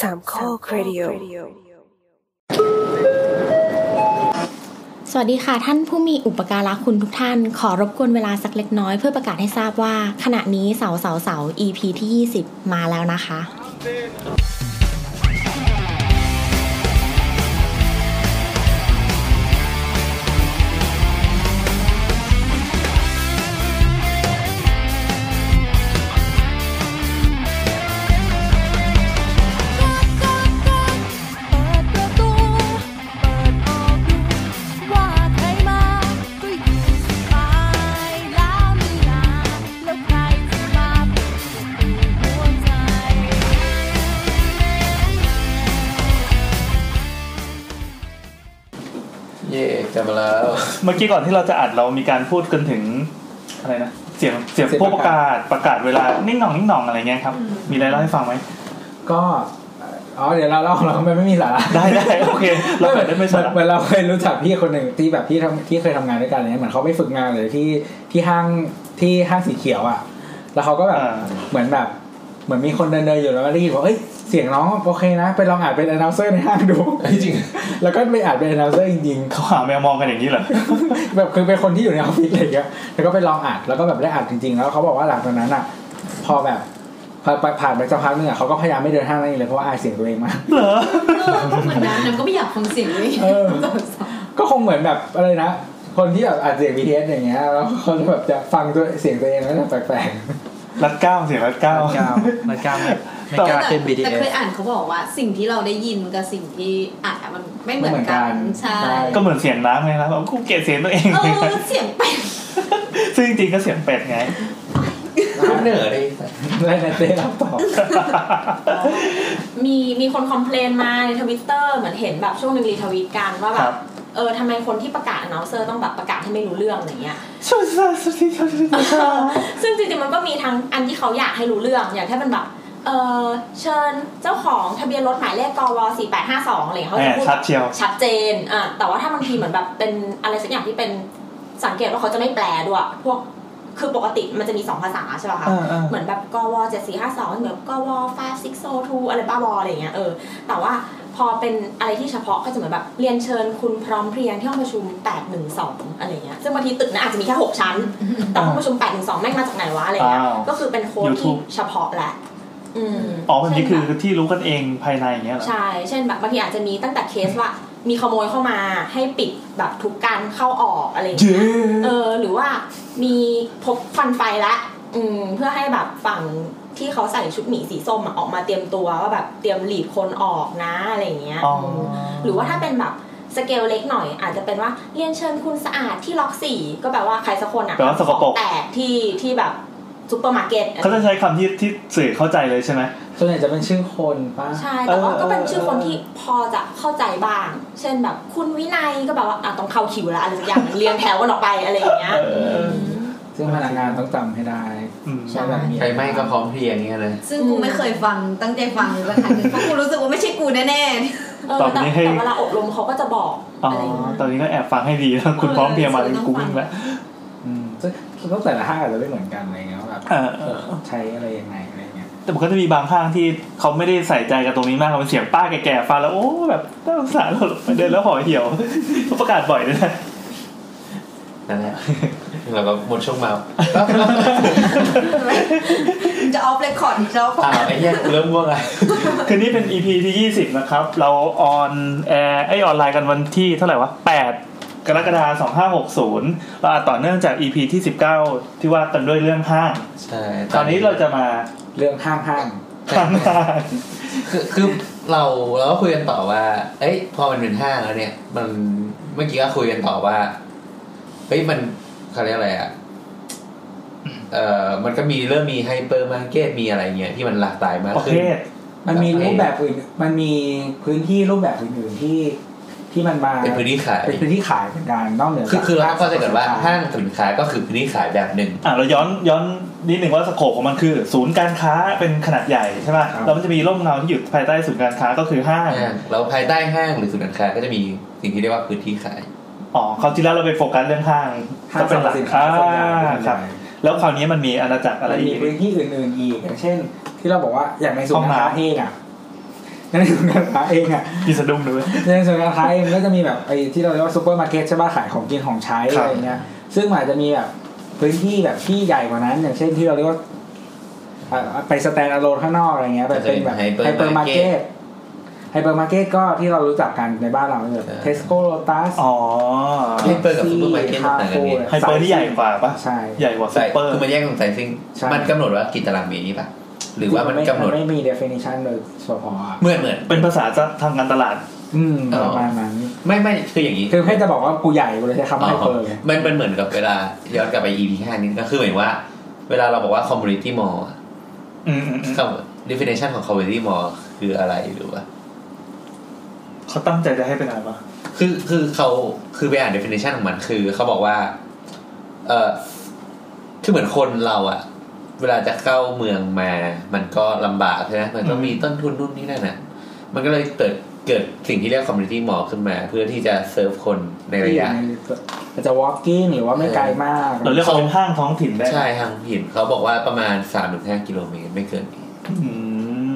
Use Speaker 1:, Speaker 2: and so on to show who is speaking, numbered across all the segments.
Speaker 1: สามข้อครดิโอ
Speaker 2: สวัสดีค่ะท่านผู้มีอุปการะคุณทุกท่าน ขอรบกวนเวลาสักเล็กน้อยเพื่อประกาศให้ทราบว่า ขณะนี้เสาเสาเสา EP ที่ 20 มาแล้วนะคะ
Speaker 3: เปิดประตู เปิดออกดูว่าใครมาก็อยู่สบายแล้วมีลาแล้วใครจะมาเป็นประตูหัวใจ
Speaker 4: เย่กลับมาแล้ว
Speaker 5: เมื่อกี้ก่อนที่เราจะอัดเรามีการพูดกันถึงอะไรนะเสียงเสียง
Speaker 4: เสียง
Speaker 5: ผู้ประกาศประกาศเวลานิ่งหน่องนิ่งหน่องอะไรเงี้ยครับ มีอะไรเล่าให้ฟังไหม
Speaker 6: ก็อ๋อเดี๋ยวเราเล่าเราไม่ไม่มีสาระ
Speaker 5: ได้ได้โอเค เราเปิดได้ไม่สา
Speaker 6: เหอน
Speaker 5: ระ
Speaker 6: เหมือนเราเคยรู้จักพี่คนหนึ่งที่แบบที่ทำที่เคยทำงานด้วยกันอะไรเงี้ยเหมือนเขาไปฝึกงานเลยที่ที่ห้างที่ห้างสีเขียวอ่ะ แล้วเขาก็แบบ
Speaker 5: อ่า
Speaker 6: เหมือนแบบ เหมือนมีคนเดินเดินอยู่แล้วก็ได้ยินว่าเอ้ยเสียงน้องโอเคนะไปลองอ่านเป็น announcer ในห้างดู
Speaker 4: จริง
Speaker 6: แล้วก็ไปอ่านเป็น announcer จริง
Speaker 5: เขาหาแมวมองกันอย่างนี้เหรอ
Speaker 6: ๆ แบบคือเป็นคนที่อยู่ในออฟฟิศอะไรเงี้ยแล้วก็ไปลองอ่านแล้วก็แบบได้อ่านจริง ๆ แล้วเขาบอกว่าหลังจากนั้นอ่ะ พอแบบพอผ่านไปสักพักนึงอ่ะเขาก็พยายามไม่เดินห้างนั่นเองเลยเพราะว่าอายเสียงตัวเองมาก
Speaker 5: เหรอ
Speaker 7: เหมือนน้ำน้ำก็ไม่อยากฟังเสียงเลย
Speaker 6: เออ ก็คงเหมือนแบบอะไรนะ คนที่แบบอัดเสียง BTS อย่างเงี้ยแล้วเขาจะแบบจะฟังตัวเสียงตัวเองแล้วจะแปลก
Speaker 5: รัดเก้าเสียงรัดเก้า
Speaker 4: รัดเก้า รายการ ไม่กล้า
Speaker 7: แต่
Speaker 4: เต้น
Speaker 7: แต่
Speaker 4: BTS
Speaker 7: เคยอ่านเขาบอกว่าสิ่งที่เราได้ยินกับสิ่งที่อ่านอะมันไม่เหมือนกัน
Speaker 6: ไม่เหมือนกัน
Speaker 7: ใช่
Speaker 6: ใช่
Speaker 5: ก็เหมือนเสียงน้ำไงครับกูเกลียดเสียงตัวเอง
Speaker 7: เออเสียงแปลก
Speaker 5: ซึ่งจริงๆก็เสียงเป็ดไง
Speaker 4: เหนือเลย
Speaker 6: ๆ แล้วนาเต้รับต่อ
Speaker 2: มีมีคนคอมเพลนมาในทวิตเตอร์เหมือนเห็นแบบช่วงหนึ่งรีทวีตกันว่าแบ
Speaker 5: ครับ บ
Speaker 2: เออทำไมคนที่ประกาศ announcer ต้องแบบประกาศให้ไม่รู้เรื่องอย่างเงี้ย
Speaker 5: ช่วยช่วยช่วยช่วยช่วยช่วย
Speaker 2: ซึ่งจริงๆมันก็มีทั้งอันที่เขาอยากให้รู้เรื่องอย่างถ้าเป็นแบบเออเชิญเจ้าของทะเบียนรถหมายเลขกว4852อะไรอย่างเงี้ยเขาจะพูด
Speaker 5: แหมชัดเชียว
Speaker 2: ชัดเจนอ่ะแต่ว่าถ้าบางทีเหมือนแบบเป็นอะไรสักอย่างที่เป็นสังเกตว่าเขาจะไม่แปลด้วยพวกคือปกติมันจะมีสองภาษาใช่ป่ะคะ
Speaker 5: อ่าอ่า
Speaker 2: เหมือนแบบกวเจ็ดสี่ห้าสองเหมือนกวฟาซิกโซทูอะไรบ้าบออะไรอย่างเงี้ยเออแต่ว่าพอเป็นอะไรที่เฉพาะก็จะเหมือนแบบเรียนเชิญคุณพร้อมเพรียงที่ห้องประชุม 812 อะไรเงี้ยซึ่งบางทีตึกนะอาจจะมีแค่ 6 ชั้น แต่ห้องประชุม 812 แม่งมาจากไหนวะอะไรเงี้ย
Speaker 5: อ้าว
Speaker 2: ก็คือเป็นโค้ดที่
Speaker 5: YouTube
Speaker 2: เฉพาะแหละอืม
Speaker 5: อ๋อแบบนี้คือที่รู้กันเองภายในอย่างเงี้ยเหรอ
Speaker 2: ใช่ เช่นแบบบางทีอาจจะมีตั้งแต่เคสว่า มีขโมยเข้ามาให้ปิดแบบทุกการเข้าออกอะไรอย่างเงี้ยเออ หรือว่ามีพบควันไฟละอืมเพื่อให้แบบฝั่งที่เขาใส่ชุดหมีสีส้มอะออกมาเตรียมตัวว่าแบบเตรียมหลีดคนออกนะอะไรอย่างเงี้ย
Speaker 5: อ๋ออื
Speaker 2: มหรือว่าถ้าเป็นแบบสเกลเล็กหน่อย อาจจะเป็นว่าเรียนเชิญคุณสะอาดที่ล็อกสี่ก็แปลว่าใครสักคนอะ
Speaker 5: แปลว่าสกปรก
Speaker 2: แตกที่ที่แบบซูเปอร์มาร์เก็ต
Speaker 5: เขาจะใช้คำที่ที่สื่อเข้าใจเลยใช่ไหม
Speaker 6: ส่วนใหญ่จะเป็นชื่อคนป้า
Speaker 2: ใช่แต่ว่า
Speaker 5: เออเออ
Speaker 2: ก็เป็นชื่อคนที่พอจะเข้าใจบ้าง เช่นแบบคุณวินัยก็แบบว่าอ่ะต้องเข้าคิวแล้วอะไรสักอย่าง เรียงแถวกันออกไปอะไรอย่างเงี้ย
Speaker 6: ซึ่งพนักงานต้องจำให้ได้
Speaker 5: อืม
Speaker 2: ใช่
Speaker 6: ว่าแบบ
Speaker 4: ใครไม่ก็พร้อมเพรียงเงี้ยเลย
Speaker 7: ซึ่งกูไม่เคยฟังตั้งใจฟังเลยละครั้งหนึ่งเพราะกูรู้สึกว่าไม่ใช่กูแน่
Speaker 2: เออ
Speaker 5: ตอน
Speaker 2: แต่
Speaker 5: นี้ให้
Speaker 2: แต่เวลาอบรมเขาก็จะบอก
Speaker 5: อ๋อ
Speaker 2: อะไรอย่างเงี้ย
Speaker 5: ตอนนี้ก็แอบฟังให้ดีแล้วคุณพร้อมเพรียงมากูวิ่งแล้ว
Speaker 6: อืมซึ่งซึ่งแต่ละห้างอาจจะไม่เหมือนกันอะไรเงี้ยว่าแบบ
Speaker 5: เออเออ
Speaker 6: ใช้อะไรยังไงอะไรเงี้ย
Speaker 5: แต่มันก็จะมีบางห้างที่เขาไม่ได้ใส่ใจกับตรงนี้มากมันเสียงป้าแก่ๆฟังแล้วโอ้แบบน่าสงสารเราเดินแล้วห่อเหี่ยว เขาประกาศบ่อยเลยนะ
Speaker 4: นั่นแหละเราก็หมดช่วงเมา
Speaker 7: ๆจะออฟเรคคอร์ดจะออฟ
Speaker 4: อ้าวไอ้เหี้ยกูเริ่มง่วงละ
Speaker 5: คืนนี้เป็น EP ที่ 20 นะครับ เราออนแอร์ไอยออนไลน์กันวันที่เท่าไหร่วะ 8 กรกฎาคม2560 เราอาจต่อเนื่องจาก EP ที่ 19 ที่ว่ากันด้วยเรื่องห้าง
Speaker 4: ใช่
Speaker 5: ตอนนี้เราจะมา
Speaker 6: เรื่องห้างห้าง
Speaker 5: ทำห้าง
Speaker 4: คือคือเราเราก็คุยกันต่อว่า เอ้ยพอมันเป็นห้างแล้วเนี่ย มันเมื่อกี้ก็คุยกันต่อว่าเฮ้ยมันเขาเรียกอะไรอ่ะเอ่อมันก็มีเริ่มมีไฮเปอร์มาร์เก็ตมีอะไรเงี้ยที่มันหลากหลายมาก
Speaker 5: ประ
Speaker 4: ขึ้
Speaker 5: เภ
Speaker 4: น
Speaker 5: ท
Speaker 6: มันมีรูปแบบอื่นมันมีพื้นที่รูปแบบอื่นๆที่ที่มันมา
Speaker 4: เป็นพื้นที่ขาย
Speaker 6: เป็นพื้นที่ขายเหมือนกันนอกเหนือ
Speaker 4: คือ
Speaker 6: จก
Speaker 4: คือเราก็จะเกิดว่าห้างสินค้าก็คือพื้นที่ขายแบบหนึ่ง
Speaker 5: อ่ะเราย้อนย้อนนิดหนึ่งว่าสโคปของมันคือ ศูนย์การค้าเป็นขนาดใหญ่ใช่ป่ะแล้วมันจะมีร่มเงาที่อยู่ภายใต้ศูนย์การค้าก็คือห้าง
Speaker 4: ห้างแล้วภายใต้ห้างหรือศูนย์การค้าก็จะมีสิ่งที่เรียกว่าพื้นที่ขาย
Speaker 5: อ๋อคราวที่แล้วเราไปโฟกัสเรื่องห้าง
Speaker 6: ห้าง
Speaker 5: ก็
Speaker 6: สร
Speaker 5: เป็นห
Speaker 6: รพ
Speaker 5: ลัก
Speaker 6: สินค้าส่วนใหญ่
Speaker 5: อ่า
Speaker 6: เป็น
Speaker 5: ค
Speaker 6: ให
Speaker 5: รับ
Speaker 6: ญ่
Speaker 5: แล้วคราวนี้มันมีอาณาจักรอะไร
Speaker 6: มัน
Speaker 5: อี
Speaker 6: มี
Speaker 5: ก
Speaker 6: พื้นที่อื่นๆอีกอย่างเช่น ที่เราบอกว่าอย่างในศูนย์
Speaker 5: ห้อง
Speaker 6: การ
Speaker 5: น้ำ
Speaker 6: ค้าเองอ่ะ ในหน่วยการค้าเองอ่ะ
Speaker 5: มีสะดุ้งด้วย
Speaker 6: ในหน่วยการค้าเองก็จะมีแบบไอ้ที่เราเรียกว่าซูเปอร์มาร์เก็ตใช่ป่ะขายของกินของใช้
Speaker 5: ครับ
Speaker 6: อะไรเงี้ย ซึ่งมันอาจจะมีแบบพื้นที่แบบที่ใหญ่กว่านั้น อย่างเช่นที่เราเรียกว่าอ่าไปสแตนด์อะโลนข้างนอกอะไรเงี้ยแบบเป็นแบบ
Speaker 4: อาจจะเป็น hyper
Speaker 6: ไฮเปอร์มาร์เก็ตไฮเปอร์มาร์เก็ตก็ที่เรารู้จักกันในบ้านเราเนี่ย
Speaker 4: เออ
Speaker 6: เทสโก้โลตัส
Speaker 5: อ๋อ
Speaker 4: ไฮเปอร์กับซูเปอร์มาร์เก็ตต่างกันไง
Speaker 5: ไฮเปอร์นี่ใหญ่กว่าปะ
Speaker 6: ใช่
Speaker 5: ใหญ่กว่าซู
Speaker 4: ใส่
Speaker 5: เปอร์
Speaker 4: คือมันแยกตรงไซซิ่ง
Speaker 6: ใช่
Speaker 4: มันกำหนดว่ากี่ตารางเมตรนี่ปะหรือว่ามัน
Speaker 6: ไ
Speaker 4: กำหนด
Speaker 6: ไม่มี definition โดยเฉพาะอะ
Speaker 4: เหมือนเหมือน
Speaker 5: เป็นภาษาทางการตลาด
Speaker 6: อืม
Speaker 4: อ๋อ
Speaker 6: ประมาณนั้น
Speaker 4: ไม่ไม่คืออย่างนี้
Speaker 6: คือให้จะบอกว่ากูใหญ่กูเลยใช้คำว่าไฮเปอร์ไง
Speaker 4: มันเป็นเหมือนกับเวลาย้อนกลับไป EP ห้านี้ก็คือหมายว่า เวลาเราบอกว่า community mall อะ
Speaker 5: อืมอืมอืม
Speaker 4: คำ definition ของ community mall คืออะไรหรือว่า
Speaker 5: เขาตั้งใจจะให้เป็นอะไรปะ
Speaker 4: คือคือเขาคือไปอ่าน definition ของมันคือเขาบอกว่า เออคือเหมือนคนเราอะเวลาจะเข้าเมืองมา มันก็ลำบากใช่ไหมมันต้องมีต้นทุนนู่นนี่นั่นอะมันก็เลยเกิดเกิดสิ่งที่เรียก community mall ขึ้นมา เพื่อที่จะเซิร์ฟคนในระยะ
Speaker 6: อาจจะ walking หรือว่าไม่ไกลมาก
Speaker 5: เราเรียกเขาเป็นห้างท้องถิ่นได้
Speaker 4: ใช่ทางหินเขาบอกว่าประมาณ3ามถึงห้ากิโลเมตรไม่เกินนี้
Speaker 5: อื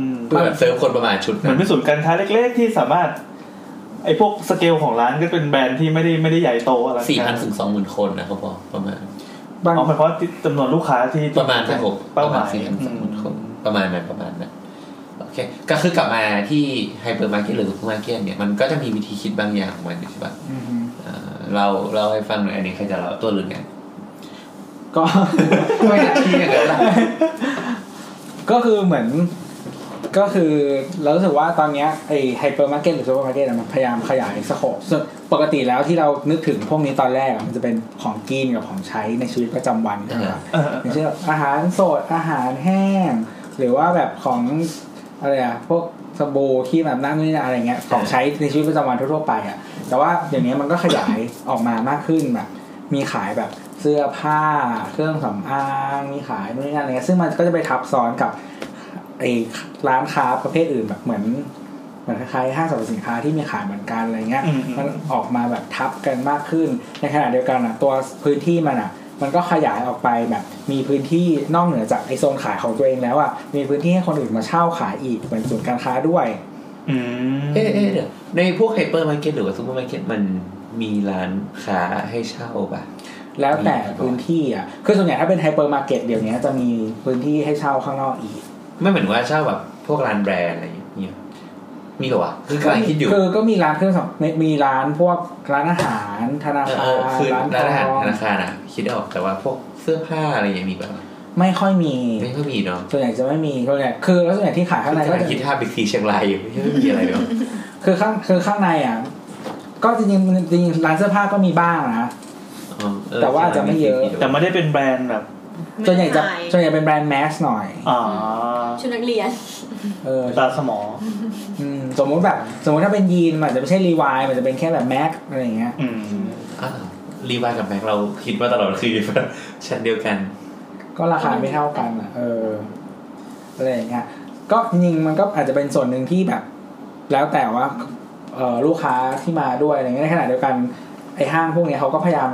Speaker 5: ม
Speaker 4: เพื่อแบบเซิร์ฟคนประมาณชุด
Speaker 5: เหมือนเป็นศูนย์การค้าเล็ก ๆ ที่สามารถ ไอ้พวกสเกลของร้านก็เป็นแบรนด์ที่ไม่ได้ไม่ได้ใหญ่โตอะไร
Speaker 4: สี่พันถึงสองหมื่นคนนะเขาบอกประมาณ
Speaker 6: บาง
Speaker 5: เอาเป็นเพราะจำนวนลูกค้าที่
Speaker 4: ประมาณครับผม
Speaker 5: เป้าหมาย
Speaker 4: สี่พันสองหมื่นคน
Speaker 5: อืม
Speaker 4: ประมาณนั้นประมาณนั้นโอเค ก็คือกลับมาที่ไฮเปอร์มาร์เก็ตหรือซูเปอร์มาร์เก็ตเนี่ยมันก็จะมีวิธีคิดบางอย่างของมันใช่ปะ
Speaker 6: อือฮึ
Speaker 4: เอ่อเราเราให้ฟังหน่อยอันนี้ใครจะเล่าตัวหรือไง
Speaker 6: ก็
Speaker 4: ไม่ได้ที่อย่างนั้นล่ะ
Speaker 6: ก็คือเหมือน ก็คือเรารู้สึกว่าตอนเนี้ยไอไฮเปอร์มาร์เก็ตหรือซูเปอร์มาร์เก็ตมันพยายามขยายสโคปส่วนปกติแล้วที่เรานึกถึงพวกนี้ตอนแรกอะมันจะเป็นของกินกับของใช้ในชีวิตประจำวันใช่ไหมครับ
Speaker 5: เออเออ
Speaker 6: อ
Speaker 5: เอย่างอ
Speaker 6: เช่นแบบอาหารสดอาหารแห้ง หรือว่าแบบของอะไรอะพวกสบู่ที่แบบนั่นนู่นนี่อะไรเงี้ยของใช้ในชีวิตประจำวันทั่วๆไปอะแต่ว่าอย่างเงี้ยมันก็ขยาย ออกมามากขึ้นแบบ มีขายแบบเสื้อผ้า เครื่องสำอางมีขายนู่นนี่นั่นอะไรเงี้ยซึ่งมันก็จะไปทับซ้อนกับไอ้ร้านค้าประเภทอื่นแบบเหมือนเหมือนคล้ายๆห้างสรรพสินค้าที่มีขายเหมือนกันอะไรเงี้ย
Speaker 5: อืมอื
Speaker 6: มัน
Speaker 5: ม
Speaker 6: ออกมาแบบทับกันมากขึ้น ในขณะเดียวกันอ่ะ ตัวพื้นที่มันอ่ะ มันก็ขยายออกไปแบบมีพื้นที่นอกเหนือจากไอโซนขายของตัวเองแล้วอ่ะมีพื้นที่ให้คนอื่นมาเช่าขายอีกเหมือนศูนย์การค้าด้วย
Speaker 5: อืม
Speaker 4: เอ๊ะเอ๊ะเดี๋ยวในพวกไฮเปอร์มาร์เก็ตหรือว่าซูเปอร์มาร์เก็ตมันมีร้านค้าให้เช่าป่ะ
Speaker 6: แล้วแต่
Speaker 4: อืม
Speaker 6: พื้นที่อ่ะคือส่วนใหญ่ถ้าเป็นไฮเปอร์มาร์เก็ตเดี๋ยวนี้จะมีพื้นที่ให้เช่าข้างนอกอีก
Speaker 4: ไม่เหมือนว่าเช่าแบบพวกร้านแบรนด์อะไรอย่างเงี้ยมีเหรอวะคือกำลังคิดอยู่
Speaker 6: คือก็มีร้านเครื่องสำมีร้านพวกร้านอาหารธนา
Speaker 4: เออเออ
Speaker 6: คาร
Speaker 4: คือ
Speaker 6: ร้าน
Speaker 4: ร้านอาหาร
Speaker 6: ทอง
Speaker 4: ธนาคารอะคิดออกแต่ว่าพวกเสื้อผ้าอะไรอย่างเงี้ยมีป่ะ
Speaker 6: ไม่ค่อยมี
Speaker 4: ไม่ค่อยมีเนาะ
Speaker 6: ส่วนใหญ่จะไม่มีส่วนใหญ่คือแล้วส่วนใหญ่ที่ขายข้างใน
Speaker 4: กำ
Speaker 6: ก็
Speaker 4: ลัง
Speaker 6: จะ
Speaker 4: คิดท่าบิ๊กซีเชียงรายอยู่ไม่มีอะไร เนาะ
Speaker 6: คือข้างคือข้างในอ่ะก็จริงๆจริงๆร้านเสื้อผ้าก็มีบ้างนะ
Speaker 4: อ๋อเออ
Speaker 6: แต่ว่าจะไม่เยอะ
Speaker 5: แต่ไม่ได้เป็นแบรนด์แบบ
Speaker 6: ส่วนใหญ่จะ
Speaker 7: ไม่ได้
Speaker 6: ส่วนใหญ่เป็นแบรนด์แมสหน่อย
Speaker 5: อ่า
Speaker 7: ชุดนักเรียน
Speaker 6: เออ
Speaker 5: ตาสมอ
Speaker 6: อืมสมมุติแบบสมมุติถ้าเป็นยีนมันอาจจะไม่ใช่รีวายมันจะเป็นแค่แบบแม็กอะไรอย่างเงี้ย
Speaker 5: อืม
Speaker 4: อ้าวรีวายกับแม็กเราคิดว่าตลอดคือ ชั้นเดียวกัน
Speaker 6: ก็ราคาไม่เท่ากันอ่ะเอออะไรอย่างเงี้ยก็จริงๆมันก็อาจจะเป็นส่วนหนึ่งที่แบบ แล้วแต่ว่าเออลูกค้าที่มาด้วยอะไรเงี้ยในขณะเดียวกันไอห้างพวกเนี้ยเขาก็พยายาม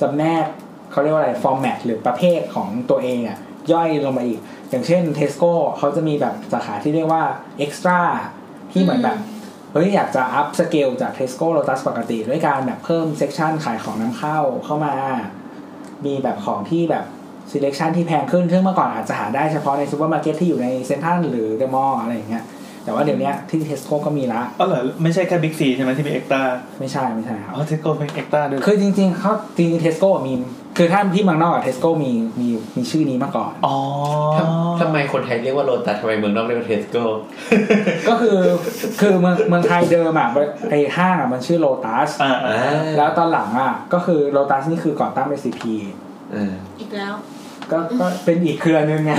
Speaker 6: จำแนกเขาเรียกว่าอะไรฟอร์แมตหรือประเภทของตัวเองอ่ะย่อยลงมาอีก อย่างเช่นเทสโก้เขาจะมีแบบสาขาที่เรียกว่า Extra ที่เหมือนแบบ เฮ้ย อยากจะอัพสเกลจาก Tesco Lotus ปกติ ด้วยการแบบเพิ่มเซกชันขายของนำเข้าเข้ามา มีแบบของที่แบบ selection ที่แพงขึ้น ซึ่งเมื่อก่อนอาจจะหาได้เฉพาะในซูเปอร์มาร์เก็ตที่อยู่ในเซ็นทรัลหรือเดมอลอะไรอย่างเงี้ยแต่ว่าเดี๋ยวเนี้ยที่ Tesco ก็มีละ
Speaker 5: อ๋อเหรอไม่ใช่แค่บิ๊กซีใช่ไหมที่มีเอ็กตา
Speaker 6: ไม่ใช่ไม่ใช่ครับ
Speaker 5: อ๋อเทสโก้เป็นเอ็กตาด้วยเหรอ
Speaker 6: คือจริงๆเขาจริงๆ Tesco มีคือถ้าที่เมืองนอกอะ Tesco มีมีมีชื่อนี้มาก่อน
Speaker 5: อ๋อ
Speaker 4: ทำไมคนไทยเรียกว่าโลตัสทำไมเมืองนอกเรียกว่าเทสโก้
Speaker 6: ก็คือคือเมืองเมืองไทยเดิมอ่ะไอห้างอ่ะมันชื่อ Lotus
Speaker 5: อ่าอ่า
Speaker 6: แล้วตอนหลังอ่ะก็คือ Lotus นี่คือก่อตั้งเป็น CP
Speaker 4: เออ
Speaker 7: อีกแล้ว
Speaker 6: ก็ก็เป็นอีกเครือนึ งไง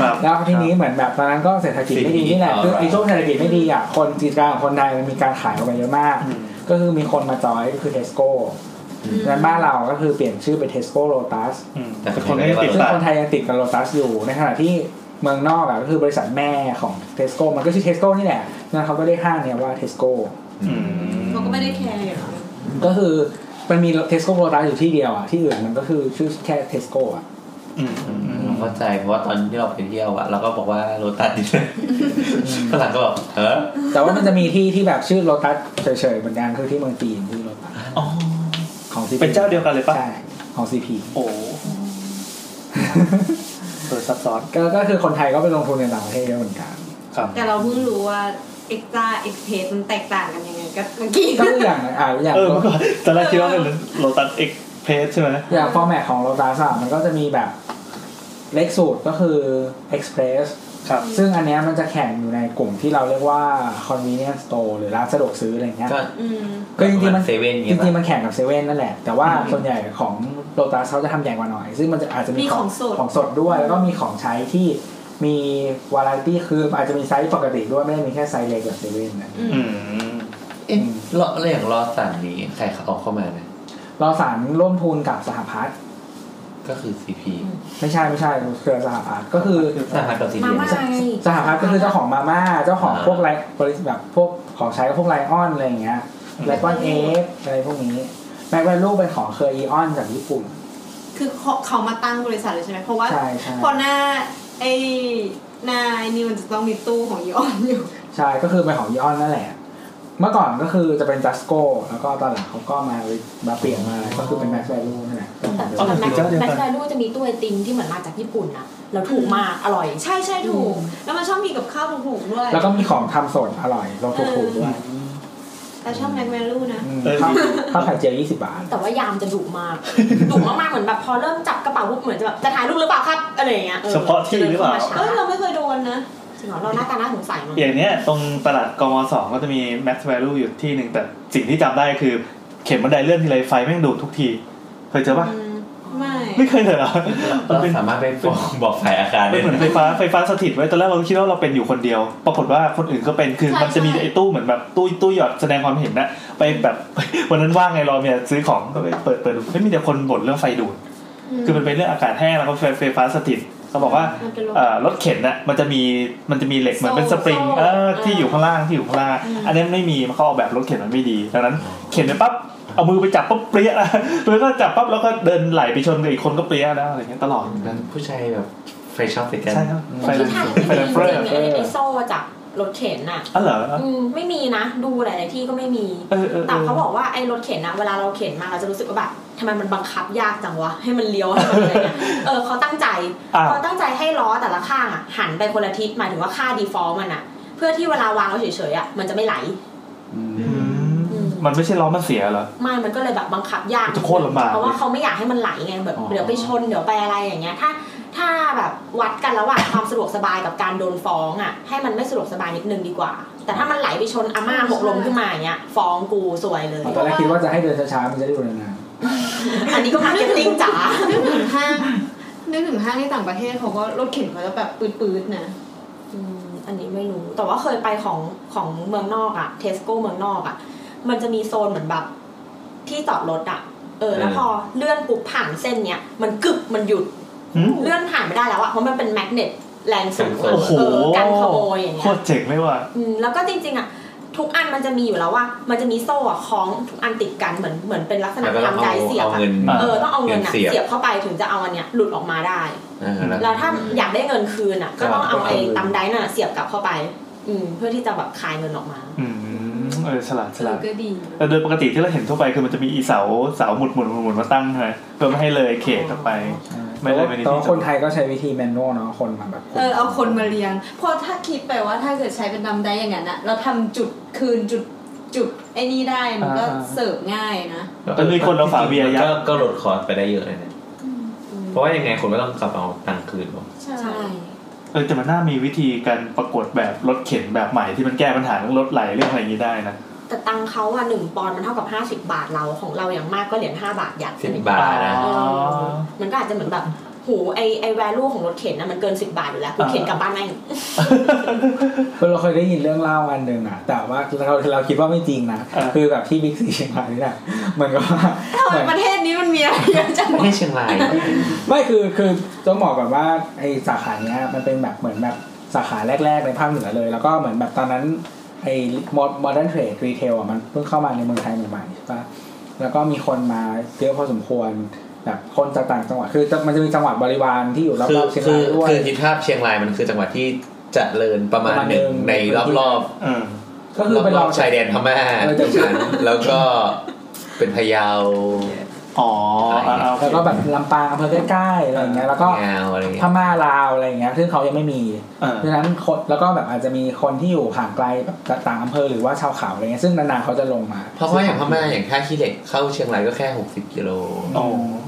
Speaker 5: ครับ
Speaker 6: แล้วทีนี้เหมือนแบบตอนนั้นก็เศรษฐกิจไม่ดีนี่แหละคือไอ้ช่วงเศรษฐกิจไม่ดีอ่ะคนจีนกลางคนไทยมันมีการขายออกไปเยอะมาก
Speaker 5: อืม
Speaker 6: ก็คือมีคนมาจอยก็คือเทสโก้ดังนั้นบ้านเราก็คือเปลี่ยนชื่อเป็นเทสโก้โ o ตัส
Speaker 5: อืมแต่คนไม่ได้ติด
Speaker 6: ซึ่ง
Speaker 5: ตาม
Speaker 6: คนไทยยังติดกับโ o ตัสอยู่ในขณะที่เมืองนอกอ่ะก็คือบริษัทแม่ของเทสโก้มันก็ชื่อเทสโก้นี่แหละนั้นเขาก็เรียกห้างเนี่ยว่าเทสโก้
Speaker 5: อืม
Speaker 7: เขาก็ไม่ได้แคร์อยู่แล้ว
Speaker 6: ก็คือมันมีเทสโก้โ o ตัสอยู่ที่เดียวอ่ะที่อื่นมันก็คือชื่อแค่เทสโก้อ่ะ
Speaker 5: อืมอืมอืม
Speaker 4: เข้าใจเพราะว่าตอนที่เราไปเที่ยวอะเราก็บอกว่าโรตัสดิ ฝรั่งก็บอกเออ
Speaker 6: แต่ว่ามันจะมีที่ที่แบบชื่อโลตัสเฉยๆเหมือนกันคือที่เมืองจีนที่โลตัส
Speaker 5: อ๋อ
Speaker 6: ของซี
Speaker 5: เป็นเจ้าเดียวกันเลยปะ
Speaker 6: ใช่ของซีพี
Speaker 5: โอ้เออซับซ้อน
Speaker 6: ก็ก็คือคนไทยก็ไปลงทุนในต่างประเทศเยอะเหมือนกัน
Speaker 5: ครับ
Speaker 7: แต่เราเพิ่งรู้ว่าเอ็กซ์ตร้าเอ็กเพสมันแตกต่างกันยังไงก็เมื่อกี้
Speaker 6: ก็อย่างอ่าอย่าง
Speaker 5: เออเมื่อก่อนตอนแรกคิดว่าเป็นโลตัสเอ็กเพสใช่ไหม
Speaker 6: อย่างฟอร์แมตของโลตัสอะมันก็จะมีแบบเล็กสุดก็คือ Express
Speaker 5: ครับ
Speaker 6: ซึ่งอันเนี้ยมันจะแข่งอยู่ในกลุ่มที่เราเรียกว่า convenience store หรือร้านสะดวกซื้ออะไรเงี้ย
Speaker 4: ก็
Speaker 7: อืม
Speaker 6: ก็จริงๆมัน
Speaker 4: เซเว่น
Speaker 6: จ
Speaker 4: เงี้ย
Speaker 6: ริงๆ
Speaker 4: ปะ
Speaker 6: มันแข่งกับเซเว่นนั่นแหละ แต่ว่าส่วนใหญ่ของโลตัสเขาจะทำใหญ่กว่าหน่อย ซึ่งมันจะอาจจะมี
Speaker 7: มีของสด
Speaker 6: ของสดด้วย แล้วก็มีของใช้ที่มีวาไรตี้คืออาจจะมีไซส์ปกติด้วย ไม่ได้มีแค่ไซส์เล็กแบบเซเว่นนะ
Speaker 5: อืม
Speaker 4: เอ๊ะเลาะอะไรอย่างรอสันนี้ใครเขาเอาเข้ามาเนี่ย
Speaker 6: เราสารร่วมทุนกับสหพัฒน์
Speaker 4: ก็คือซีพี
Speaker 6: ไม่ใช่ไม่ใช่เครือสหพัฒน์ก็คือ
Speaker 4: สหพัฒน์กับซี
Speaker 2: มา
Speaker 4: พี
Speaker 2: ม่าไง
Speaker 6: สหพัฒน์ก็คือเจ้าของมาม่าเจ้าของพวกไรบริษัทแบบพวกของใช้กับพวกไลออนอะไรอย่างเงี้ย
Speaker 5: อืม
Speaker 6: ไลออนเอฟอะไรพวกนี้แม็กแวลูเป็นของเครืออีออนจากญี่ปุ่น
Speaker 7: คือเขาเขามาตั้งบริษัทเลยใช่ไหมเพราะว่า
Speaker 6: ใช่ใช่
Speaker 7: พอหน้าไอ้หน้าไอ้นี่มันจะต้องมีตู้ของยออนอยู่
Speaker 6: ใช่ก็คือเป็นของอีออนนั่นแหละ เมื่อก่อนก็คือจะเป็นจัสโกแล้วก็ตอนหลังเขาก็มามาเปลี่ยนมาก็คือเป็นแม็กแวลูนั่นแหละ
Speaker 2: แต่
Speaker 5: อ๋อ
Speaker 2: แต่
Speaker 5: มั
Speaker 2: แม็ก
Speaker 5: นคือเจ้าเดียวกัน
Speaker 2: ซ์แวลูจะมีตู้ไอติมที่เหมือนมาจากญี่ปุ่นอะแล้วถูกมากอร่อย
Speaker 7: ใช่ใช่ถูก แล้วมันชอบมีกับข้าวถูกๆด้วย
Speaker 6: แล้วก็มีของทำสดอร่อยลงถูกถูกด้วย
Speaker 7: แต่ชอบแมกแมลูนะ
Speaker 6: อืม
Speaker 5: เออ
Speaker 6: ข้าวข้าวไข่เจียว20 บาท
Speaker 2: แต่ว่ายามจะดุมาก ดุมากๆเหมือนแบบพอเริ่มจับกระเป๋าปุ๊บเหมือนจะแบบจะถ่ายรูปหรือเปล่าครับอะไรอย่างเงี้ยออ
Speaker 5: เฉพาะที่หรือเปล่า
Speaker 2: จะดิน
Speaker 7: เอ้ย
Speaker 2: ข้มช้
Speaker 7: เราไม่เคยโดนนะ
Speaker 2: จริงเหรอเราหน้าตาหน้าสงสัยมั้ง
Speaker 5: อย่างเนี้ยตรงตลาดกมสองก็จะมีแม็กซ์แวลูอยู่ที่หนึ่งแต่สิ่งที่จำได้คือ เข็มบันไดเลื่อนทีไรไฟแม่งดูดทุกที เคยเจอปะ
Speaker 7: อืม ไม่
Speaker 5: ไม่เคยเลยเหรอมัน
Speaker 4: เรา
Speaker 5: เป็น
Speaker 4: สามารถไปบอกบอกฝ่ายอาคาร
Speaker 5: เป็
Speaker 4: ได้
Speaker 5: นเหมือนไฟฟ้าไฟฟ้าสถิตไว้ตอนแรกเราคิดว่าเราเป็นอยู่คนเดียว ปรากฏว่าคนอื่นก็เป็นคือ
Speaker 7: ใช่
Speaker 5: มันจะมี
Speaker 7: ใช่
Speaker 5: ไอ้ตู้เหมือนแบบตู้ตู้หยอดแสดงความเห็นนะไปแบบ วันนั้นว่างไงรอเมียซื้อของก็ไปเปิดเปิดดูไม่มีแต่คนบ่นเรื่องไฟดูด คือมันเป็นเรื่องอากาศแห้งแล้วก็ไฟไฟฟ้าสถิตเขาบอกว่า
Speaker 7: มันเป็นลม
Speaker 5: เอ่อรถเข็นน่ะมันจะมีมันจะมีเหล็กเหมือนเป็นสปริง
Speaker 2: โซ่
Speaker 5: เออ
Speaker 2: เออ
Speaker 5: ที่อยู่ข้างล่างที่อยู่ข้างล่างอันนี้ไม่มีมันเขาออกแบบรถเข็นมันไม่ดีดังนั้นเข็นไปปั๊บเอามือไปจับปั๊บเปรี้ย แล้วแล้วก็จับปั๊บแล้วก็เดินไหลไปชนกับอีกคนก็เปรี้ยแล้วอะไรเงี้ยตลอด
Speaker 4: นั้นผู้ชายแบบไฟช็อตติดกัน
Speaker 5: ใช่ครับไฟ
Speaker 2: แต่
Speaker 5: แร
Speaker 2: ที่
Speaker 5: ง
Speaker 2: ไทย
Speaker 5: ไฟ
Speaker 2: ไม่
Speaker 5: แร
Speaker 2: มี
Speaker 5: ง
Speaker 2: จ
Speaker 5: เฟ้อ
Speaker 2: ริงๆไอ้ไอ้โซ่จากรถเข็นอะ
Speaker 5: อ๋อเหรอ
Speaker 2: อืมไม่มีนะ ดูหลายๆที่ก็ไม่มี
Speaker 5: เออเออเอ
Speaker 2: แต่
Speaker 5: อ
Speaker 2: เขาบอกว่าไอ้รถเข็นนะเวลาเราเข็นมาเราจะรู้สึกว่าแบบทำไมมันบังคับยากจังวะให้มันเลี้ยวให้มันอะไรเงี้ยเออเขาตั้งใจ
Speaker 5: อ้าว
Speaker 2: เขาตั้งใจให้ล้อแต่ละข้างอ่ะหันไปคนละทิศหมายถึงว่าค่าดีฟอลต์มันอ่ะ เพื่อที่เวลาวางเราเฉยๆอ่ะมันจะไม่ไหล
Speaker 5: อืมมันไม่ใช่ล้อมันเสียเหรอ
Speaker 2: ไม่มันก็เลยแบบบังคับยาก
Speaker 5: จะโคตรลำบาก
Speaker 2: เพราะว่าเขาไม่อยากให้มันไหลไงแบบ
Speaker 6: อ๋อ
Speaker 2: เดี๋ยวไปชนเดี๋ยวไปอะไรอย่างเงี้ย ถ้าถ้าแบบวัดกันระหว่างความสะดวกสบายกับการโดนฟ้องอ่ะให้มันไม่สะดวกสบายนิดนึงดีกว่า แต่ถ้ามันไหลไปชนอาม่าหกลมขึ้นมาอย่างเงี้ยฟ้องกูสวยเลย
Speaker 6: ตอนแรกคิดว่าจะให้เดินช้าๆมันจะได้ดูนาน
Speaker 2: อันนี้ก็มาร์เก็ตติ้งจ๋า
Speaker 7: นึกถึงห้างนึกถึงห้างที่ต่างประเทศเขาก็รถเข็นเขาจะแบบปืดๆนะ
Speaker 2: อืมอันนี้ไม่รู้ แต่ว่าเคยไปของของเมืองนอกอะเทสโก้เมืองนอกอะมันจะมีโซนเหมือนแบบ ที่จอดรถอะเออ แล้วพอเลื่อนปุ๊บผ่านเส้นเนี้ย มันกึบมันหยุด
Speaker 5: อืม
Speaker 2: เลื่อนผ่านไม่ได้แล้วอะเพราะมันเป็นแมกเนตแรงสูง
Speaker 5: โอ้โห
Speaker 2: เออกันขโมยอย่าง
Speaker 5: โค
Speaker 2: เงี้ย
Speaker 5: ตรเจ๋งเลยว่ะ
Speaker 2: อืมแล้วก็จริงๆอะทุกอันมันจะมีอยู่แล้วว่า มันจะมีโซ่อะคล้องทุกอันติดกันเหมือนเหมือนเป็นลักษณะ
Speaker 4: แล้วก็ต้อ
Speaker 2: ทำ
Speaker 4: งเอา
Speaker 2: ใจเสียบ
Speaker 4: เอา
Speaker 2: อะ
Speaker 4: เงิน
Speaker 2: เออต้องเอาเงินอะ
Speaker 4: เงินเสียบ
Speaker 2: เสียบเข้าไปถึงจะเอาอันเนี้ยหลุดออกมาได้
Speaker 4: เออแล้ว
Speaker 2: แล้วถ้าอยากได้เงินคืนอ่ะ ก็ต้องเอาไอ้
Speaker 4: ก็เอาไป
Speaker 2: ตำไดน่ะเสียบกลับเข้าไป อืมเพื่อที่จะแบบคายเงินออกมา
Speaker 5: อืมเออฉลาดฉ
Speaker 7: เอ
Speaker 5: ลา
Speaker 7: อ
Speaker 5: ด
Speaker 7: ก็ดี
Speaker 5: แต่โดยปกติที่เราเห็นทั่วไปคือมันจะมีอีเสาเสาหมุดหมุดหมุดหมุดมาตั้งใช่ไหมเพื่อไม่ให้เลยเขตออกไป
Speaker 6: ๆ
Speaker 5: ไม่ได้ไม่ได้
Speaker 6: แต่ว่าคนไทยก็ใช้วิธีแมนนวลเนาะคนมาแบบ
Speaker 7: เออเอาคนมาเรียงเพราะถ้าคิดไปว่าถ้าเกิดใช้เป็นดำได้อย่างนั้นอะเราทำจุดคืนจุดจุดไอ้นี่ได้มันก็
Speaker 5: อ่า
Speaker 7: เสิร์ฟง่ายนะ
Speaker 5: แต่มีคนเอาฝาเบียร์ยัด
Speaker 4: ก็ก็ลดคอร์สไปได้เยอะเลยนะเพราะว่ายังไงคนก็ต้องกลับเอาตังค์คืนหมด
Speaker 7: ใช่
Speaker 2: ใช่
Speaker 5: เออแต่มันน่ามีวิธีการประกวดแบบรถเข็นแบบใหม่ที่มันแก้ปัญหาเรื่องรถไหลเรื่องอะไรอย่างนี้ได้นะ
Speaker 2: แต่ตังค์เขาอ่ะหนึ่งปอนด์มันเท่ากับห้าสิบาทเราของเราอย่างมากก็เหรียญห้าบาทหยัด
Speaker 4: สิบบาทนะ
Speaker 2: เอ
Speaker 5: อ๋อ
Speaker 2: อมันก็อาจจะเหมือนแบบโหไอไอแวลูของรถเข็นนะมันเกินสิบาทอยู่แล้วกูเข็นกลับบ้านแม่ง
Speaker 6: คือเราเคยได้ยินเรื่องเล่าอันหนึ่งอะแต่ว่าเราเราคิดว่าไม่จริงนะ
Speaker 5: อ่า
Speaker 6: คือแบบที่บิ๊กซีเชียงรายนี่แหละ เหมือนกับว่า
Speaker 7: ทำไมประเทศนี้มันมีอะไรเยอะจัง
Speaker 4: ไม่
Speaker 7: วะ
Speaker 4: ใช่เชียงราย
Speaker 6: ไม่คือคือต้องบอกก่อนว่าไอสาขาเนี้ยมันเป็นแบบเหมือนแบบสาขาแรก ๆ ในภาคเหนือเลย แล้วก็เหมือนแบบตอนนั้นไอโมเดิร์นเทรดรีเทลอะมันเพิ่งเข้ามาในเมืองไทยใหม่ๆใช่ปะแล้วก็มีคนมาเยอะพอสมควร ใน แบบคนจากต่างจังหวัดคือจะมันจะมีจังหวัดบริวารที่อยู่ร
Speaker 4: คือ
Speaker 6: อบๆเชียง
Speaker 4: คื
Speaker 6: รา
Speaker 4: อย
Speaker 6: ด้วย
Speaker 4: คือคิดภาพเชียงรายมันคือจังหวัดที่เจริญประมาณ
Speaker 6: ประมาณ
Speaker 4: หนึ่ง
Speaker 6: หนึ่ง
Speaker 4: ในรอบรอบ
Speaker 5: เออ
Speaker 6: ก็คือเป็น
Speaker 4: ร
Speaker 6: ร
Speaker 4: อ
Speaker 6: อบ ง
Speaker 4: ๆชายแดนพม่า
Speaker 6: เออ
Speaker 4: ตง
Speaker 6: จาร ก
Speaker 4: นั้นแล้วก็เป็นพะเยา
Speaker 5: อ๋ออ่ะอ่ะโอเค
Speaker 6: แล้วก็แบบลำปางอำเภอใกล้ๆอะไรอย่างเงี้ยแล้วก็
Speaker 4: งาวอะไรอย่างเงี้
Speaker 6: พ
Speaker 4: ย
Speaker 6: ม่าลาวอะไรอย่างเงี้ยซึ่งเขายังไม่มี
Speaker 5: เออ
Speaker 6: เพราะฉะนั้นคนแล้วก็แบบอาจจะมีคนที่อยู่ห่างไกลแบบจากต่างอำเภอหรือว่าชาวเขาอะไรเงี้ยซึ่งนานๆเขาจะลงมา
Speaker 4: เพราะว่าอย่างพม่าอย่างท่าขี้เหล็กเข้าเชียงรายก็แค่ 60 กิโล
Speaker 5: โอ้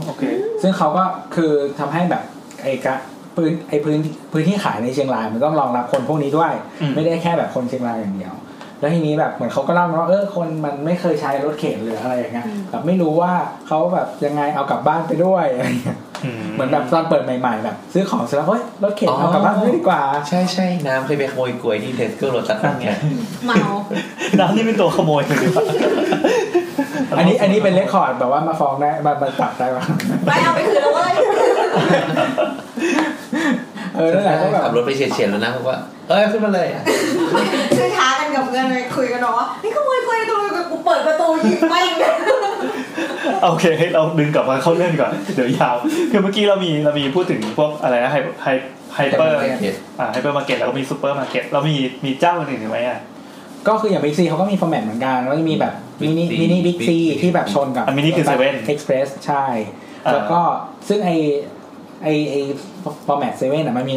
Speaker 5: โอเค
Speaker 6: ซึ่งเขาก็คือทำให้แบบไอ้กะพื้นไอ้พื้นพื้นที่ขายในเชียงรายมันต้องรองรับคนพวกนี้ด้วย
Speaker 5: อืม
Speaker 6: ไม่ได้แค่แบบคนเชียงรายอย่างเดียว แล้วทีนี้แบบเหมือนเขาก็เล่ามาว่าเออคนมันไม่เคยใช้รถเข็นหรืออะไรอย่างเงี้ยแบบไม่รู้ว่าเขาแบบยังไงเอากลับบ้านไปด้วยอะไรเงี้ยเหมือนแบบตอนเปิดใหม่ๆแบบซื้อของเสร็จแล้วเฮ้ยรถเข็นเอากลับบ้านไปด้วยดีกว่า
Speaker 4: ใช่ใช่น้ำเคยไปขโมยกล้วยที่เทสโก้โรตัสนั่นไง
Speaker 7: เมา
Speaker 5: น้ำนี่เป็นตัวขโมยเลยดีกว่า
Speaker 6: อันนี้อันนี้เป็นเรคคอร์ดแบบว่ามาฟ้องได้มามาตัดได้ปะ
Speaker 2: ไปเอาไปคืนแล้วเว้ย
Speaker 6: เออนั่นแหละก็แบบ
Speaker 4: ขับรถไปเฉียดเฉียดๆแล้วนะบอกว่า เอ้ยขึ้นมาเลยอะ
Speaker 2: คือท้ากันกับเงินเลยคุยกันเนาะนี่ขโมยคุยตัวกูเปิดประตูยิงไม่เลย
Speaker 5: โอเคเราดึงกลับมาเข้าเรื่องก่อน เดี๋ยวยาว คือเมื่อกี้เรามีเรามีพูดถึงพวกอะไรนะไฮไฮไฮเปอร์อ่าไฮเปอร์มาร์เก็ตแล้วก็มีซูเปอร์มาร์เก็ตเรามีมีเจ้าอื่นๆอีกไหมอ่ะ
Speaker 6: ก็คืออย่างบิ๊กซีเขาก็มีฟอร์แมตเหมือนกันแล้วก็มีแบบมินิมินิบิ๊กซีที่แบบชนกับ
Speaker 5: อันนี้คือเซเว่น
Speaker 6: เอ็กซ์เพรสใช่
Speaker 5: อ่า
Speaker 6: แล้วก็ซึ่งไอไอไอฟอร์แมตเซเว่นอ่ะมันมี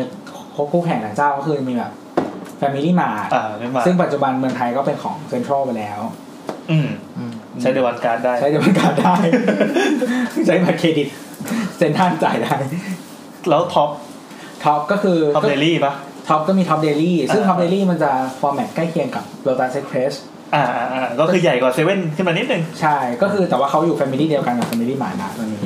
Speaker 6: คู่แข่งหลายเจ้าก็คือมีแบบแฟมิลี่มาร์
Speaker 5: อ่าไม่มา
Speaker 6: ซึ่งปัจจุบันเมืองไทยก็เป็นของเซ็นทรัลไปแล้ว
Speaker 5: อืมใช้เดวันการ์ดได้
Speaker 6: ใช้เดบิตการ์ด ได้ ใช้บัตรเครดิตเซ็นทรัลจ่ายได้
Speaker 5: แล้วท็อป
Speaker 6: ท็อปก็คือ
Speaker 5: ท็อปเดลี่ปะ
Speaker 6: ท็อปก็มีท็อปเดลี่ซึ่ง
Speaker 5: อ่า
Speaker 6: ท็อปเดลี่มันจะฟอร์แมตใกล้เคียงกับโรตัสเอ็กเพรส
Speaker 5: อ่าอ่าอ่าก็คือใหญ่กว่าเซเว่นขึ้นมานิดนึง
Speaker 6: ใช่ ก็คือแต่ว่าเขาอยู่แฟมิลี่เดียวกันกับแฟมิลี่หมานะตอนนี้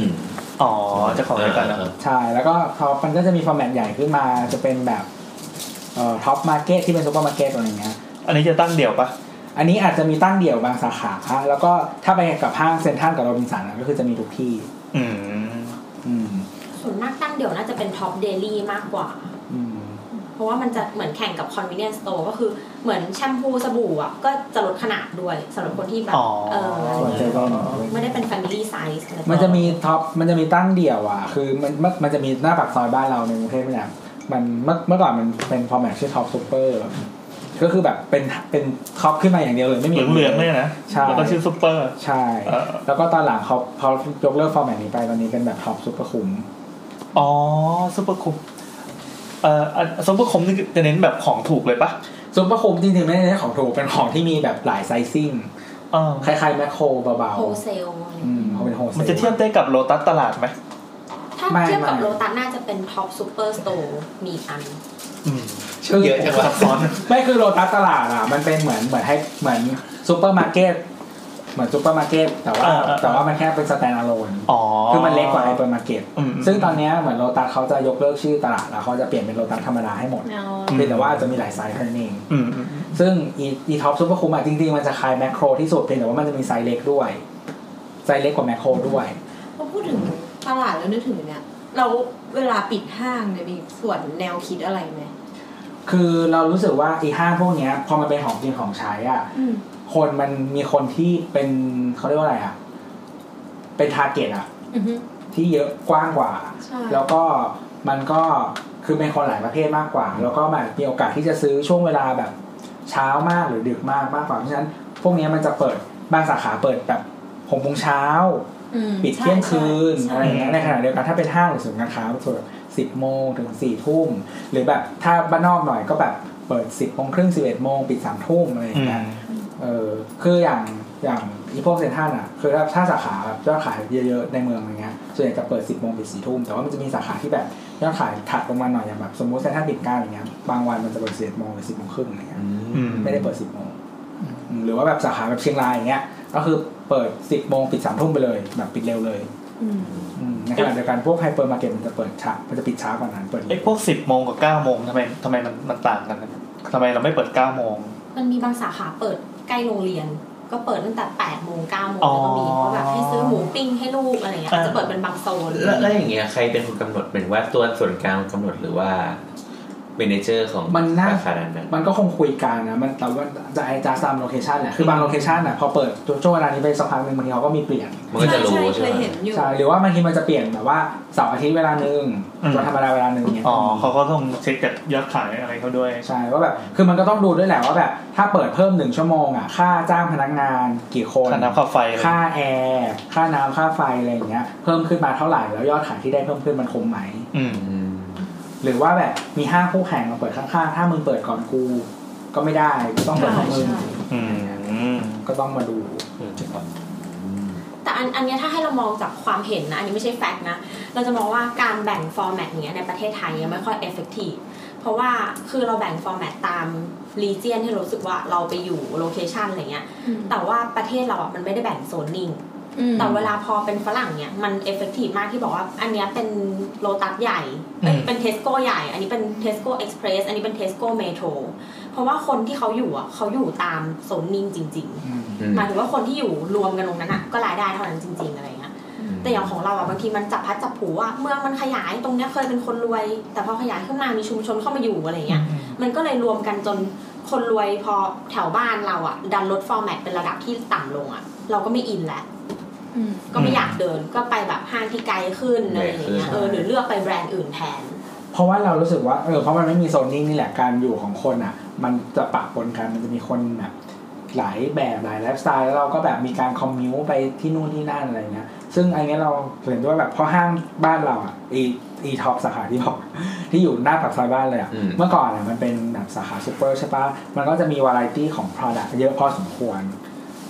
Speaker 5: อ๋อเจ้าของรายการนะ
Speaker 6: ใช่ แล้วก็ท็อปมันก็จะมีฟอร์แมตใหญ่ขึ้นมา จะเป็นแบบเอ่อท็อปมาร์เก็ตที่เป็นซูเปอร์มาร์เก็ตอะไรอย่างเงี้ย
Speaker 5: อันนี้จะตั้งเดี่ยวปะ
Speaker 6: อันนี้อาจจะมีตั้งเดี่ยวบางสาขา แล้วก็ถ้าไปกับห้างเซ็นทรัลกับโรบินสันอะก็คือจะมีทุกที่
Speaker 5: อืม
Speaker 6: อืม
Speaker 2: ส่วนมากตั้งเดี๋ยวน่าจะเป็นท็อปเดลี่มากกว่า
Speaker 6: อืม
Speaker 2: เพราะว่ามันจะเหมือนแข่งกับ convenience store ก็คือเหมือนแชมพูสบู่อ่ะ ก็จะลดขนาดด้วยสำหรับคนที่แบบ
Speaker 5: อ๋อ
Speaker 2: เออ
Speaker 6: ส่วนเซเว่น
Speaker 2: ไม่ได้เป็น family size อไร
Speaker 6: มันจะมีท็อป มันจะมีตั้งเดี่ยวอ่ะ คือมันมันมันจะมีหน้าปากซอยบ้านเราในกรุงเทพเนี่ยมันเมื่อเมื่อก่อนมันเป็นฟอร์แมตชื่อท็อปซูเปอร์ ก็คือแบบเป็นเป็นท็อปขึ้นมาอย่างเดียวเลยไม่มี
Speaker 5: เหลืองเหลืองๆเนี่ยนะ
Speaker 6: ใช่
Speaker 5: แล้วก็ชื่อซูเปอร์
Speaker 6: ใช่
Speaker 5: เออ
Speaker 6: แล้วก็ตอนหลังเขาเขายกเลิกฟอร์แมตนี้ไปตอนนี้เป็นแบบท็อปซุปเปอร์คุ้ม
Speaker 5: อ๋อซุปเปอร์คมเอ่ออันซุปเปอร์คมนี่จะเน้นแบบของถูกเลยปะ
Speaker 6: ซุปเปอร์คุ้มจริงๆไม่ได้ใช้ของถูกเป็นของที่มีแบบหลายไซซิ่ง
Speaker 5: อ่า
Speaker 6: คล้ายๆแมคโครเบา
Speaker 2: โฮเซล
Speaker 6: ๆอืมเขาเป็นโฮเซ
Speaker 5: มันจะเทีย
Speaker 6: ล
Speaker 5: บได้กับโลตัสตลาดไหม
Speaker 2: ถ้า
Speaker 6: ไม่
Speaker 2: เทียบกับ
Speaker 6: ไม่
Speaker 2: โลตัสน่าจะเป็นท็อปซูเปอร์สโตร์มีอัน
Speaker 5: อืม
Speaker 6: คือ
Speaker 4: เยอะจังวะ
Speaker 5: ซับซ้อน
Speaker 6: ไม่คือโลตัสตลาดอ่ะ มันเป็นเหมือนเหมือนให้เหมือนซูเปอร์มาร์เก็ตเหมือนซูเปอร์มาร์เก็ตแต่ว่า แต่ว่ามันแค่เป็นสแตนด์อะโลน
Speaker 5: อ๋อ
Speaker 6: คือมันเล็กกว่าไฮเปอร์มาร์เก็ต
Speaker 5: อืม
Speaker 6: ซึ่งตอนเนี้ยเหมือนโลตัสเขาจะยกเลิกชื่อตลาดแล้วเขาจะเปลี่ยนเป็นโลตัสธรรมดาให้หมด
Speaker 7: เมา
Speaker 6: เพียงแต่ว่าจะมีหลายไซส์เท่านั้นเอง
Speaker 5: อืมอืม
Speaker 6: ซึ่งอีอีท็อปซูเปอร์คูมอ่ะจริงๆ มันจะคลายแมคโครที่สุดเพียงแต่ว่ามันจะมีไซส์เล็กด้วย ไซส์เล็กกว่าแมคโครด้วย
Speaker 7: พอพูดถึงตลาดแล้วนึกถึงเนี่ยเราเวลาปิดห้างเนี่ยมีส่วนแนวคิดอะไรไหม
Speaker 6: คือเรารู้สึกว่าไอีห้างพวกเนี้ยพอมันเป็นของกินของใช้อ่ะคนมันมีคนที่เป็นเขาเรียกว่าอะไรอ่ะ เป็นทาร์เก็ตอ่ะ
Speaker 7: อือฮึ
Speaker 6: ที่เยอะกว้างกว่า
Speaker 7: ใช่
Speaker 6: แล้วก็มันก็คือเป็นคนหลายประเภทมากกว่า แล้วก็มันมีโอกาสที่จะซื้อช่วงเวลาแบบเช้ามากหรือดึกมากมากกว่าเพราะฉะนั้น พวกเนี้ยมันจะเปิดบางสาขาเปิดแบบหกโมงเช้า
Speaker 7: อืม
Speaker 6: ปิดเที่ยงคืน
Speaker 7: ใช่
Speaker 6: อะไรอย่างเงี้ยในขณะเดียวกันถ้าเป็นห้างหรือศูนย์การค้าส่วนแบบสิบโมงถึงสี่ทุ่ม หรือแบบถ้าบ้านนอกหน่อยก็แบบเปิดสิบโมงครึ่งสิบเอ็ดโมงปิดสามทุ่มอะไรอย่างเงี้ยเออคืออย่างอย่างอีพวกเซ็นทรัลอ่ะคือถ้าถ้าสาขาแบบยอดขายเยอะๆในเมืองอะไรเงี้ยส่วนใหญ่จะเปิดสิบโมงปิดสี่ทุ่มแต่ว่ามันจะมีสาขาที่แบบยอดขายถัดลงมาหน่อยอย่างแบบสมมติเซ็นทรัลปิดเก้าอย่างเงี้ยบางวันมันจะเปิดสิบเอ็ดโมงหรือสิบโมงครึ่งอะไรเงี้ย
Speaker 5: อืม
Speaker 6: ไม่ได้เปิดสิบโมงหรือว่าแบบสาขาแบบเชียงรายอย่างเงี้ย ก็คือเปิดสิบโมงปิดสามทุ่มไปเลยแบบปิดเร็วเลย
Speaker 7: อืม
Speaker 6: อืมในขณะเดียวกันพวกไฮเปอร์มาร์เก็ตมันจะเปิดช้ามันจะปิดช้ากว่านั้นเปิด
Speaker 5: ไอ้พวกสิบโมงกับเก้าโมงทำไมทำไมมันมันต่างกันนะทำไมเราไม่เปิดเก้าโมง
Speaker 2: มันมีบางสาขาเปิดใกล้โรงเรียน ก็เปิดตั้งแต่8ปดโมงเก้าโมง
Speaker 5: อ๋อ
Speaker 2: แล้วก็มีเพราะแบบให้ซื้อหมูปิ้งให้ลูกอะไรเงี้ย
Speaker 5: อ่า
Speaker 2: จะเปิดเป็นบางโซน
Speaker 4: แล้วแล้วอย่างเงี้ยใครเป็นคนกำหนดเหมือนว่าตัวส่วนกลางกำหนดหรือว่า เมเนเจอร์ของ
Speaker 6: มันน่า
Speaker 4: สาขานั้นนะ
Speaker 6: มันก็คงคุยกันนะมันแต่ว่าจะไอจ้าตามโลเคชันแหละคือบางโลเคชันอ่ะพอเปิดช่วงเวลานี้ไปสักพักหนึ่งบางทีเขาก็มีเปลี่ยน
Speaker 4: มันก็จะรู้
Speaker 7: ใช่
Speaker 4: ใช่ไหม
Speaker 7: เคยเห็นอยู่
Speaker 6: ใช่หรือว่าบางทีมันจะเปลี่ยนแบบว่าเสาร์อาทิตย์เวลาหนึ่ง
Speaker 5: อืม
Speaker 6: วันธรรมดาเวลาหนึ่งเนี่ย
Speaker 5: อ๋อเขาก็ต้องเช็คจากยอดขายอะไรเขาด้วย
Speaker 6: ใช่ว่าแบบคือมันก็ต้องดูด้วยแหละว่าแบบถ้าเปิดเพิ่มหนึ่งชั่วโมงอ่ะค่าจ้างพนักงานกี่คน
Speaker 5: ค่าน้ำค่าไฟอะไร
Speaker 6: ค่าแอร์ค่าน้ำค่าไฟอะไรอย่างเงี้ยเพิ่มขึ้นมาเท่าไหร่แล้วยอดขายที่ได้เพิ่มขึ้นมันคุ้มไหม
Speaker 5: อืม
Speaker 4: อืม
Speaker 6: หรือว่าแบบมีห้างคู่แข่งมาเปิดข้างๆ ถ้ามึงเปิดก่อนกู ก็ไม่ได้กูต้องเปิดของมึง
Speaker 5: อืม
Speaker 6: ก็ต้องมาดู
Speaker 2: แต่อันอันเนี้ยถ้าให้เรามองจากความเห็นนะ อันนี้ไม่ใช่แฟกต์นะ เราจะมองว่าการแบ่งฟอร์แมตเนี้ยในประเทศไทยยังไม่ค่อยเอฟเฟกตีฟเพราะว่าคือเราแบ่งฟอร์แมตตามรีเจียนที่เรารู้สึกว่าเราไปอยู่โลเคชันอะไรเงี้ย แต่ว่าประเทศเราอ่ะมันไม่ได้แบ่งโซนนิ่ง แต่เวลาพอเป็นฝรั่งเนี่ยมันเอฟเฟกตีฟมากที่บอกว่า อันเนี้ยเป็นโลตัสใหญ่เอ้ย
Speaker 5: อืม
Speaker 2: เป็นเทสโก้ใหญ่ อันนี้เป็นเทสโก้เอ็กซ์เพรสอันนี้เป็นเทสโก้เมโทรเพราะว่าคนที่เขาอยู่อ่ะเขาอยู่ตามโซนนิ่งจริง ๆ
Speaker 4: อืม
Speaker 2: หมายถึงว่าคนที่อยู่รวมกันตรงนั้นอ่ะก็รายได้เท่านั้นจริง ๆอะไรเงี้ยแต่อย่างของเราอ่ะบางทีมันจับพลัดจับผลูว่าเมืองมันขยายตรงเนี้ยเคยเป็นคนรวย แต่พอขยายขึ้นมามีชุมชนเข้ามาอยู่อะไรเงี้ยมันก็เลยรวมกันจนคนรวยพอแถวบ้านเราอ่ะ ดันลดฟอร์แมตเป็นระดับที่ต่ำลงอ่ะ เราก็ไม่อินแล้วก็ไม่อยากเดินก็ไปแบบห้างที่ไกลขึ้นอะไรอย่างเงี้ยเออหรือเลือกไปแบรนด์อื่นแทน
Speaker 6: เพราะว่าเรารู้สึกว่าเออเพราะมันไม่มีโซนนิ่งนี่แหละการอยู่ของคนอ่ะ มันจะปะปนกันมันจะมีคนแบบหลายแบบหลายไลฟ์สไตล์แล้วเราก็แบบมีการคอมมิวไปที่นู่นที่นั่นอะไรเงี้ยซึ่งอันเนี้ยเราเห็นด้วยแบบเพราะห้างบ้านเราอ่ะอีอีท็อปสาขาที่บอก ที่อยู่หน้าปากซอยบ้านเลยอ่ะเมื่อก่อนอ่ะมันเป็นแบบสาขาซูเปอร์ใช่ปะมันก็จะมีวาไรตี้ของ Product เยอะพอสมควร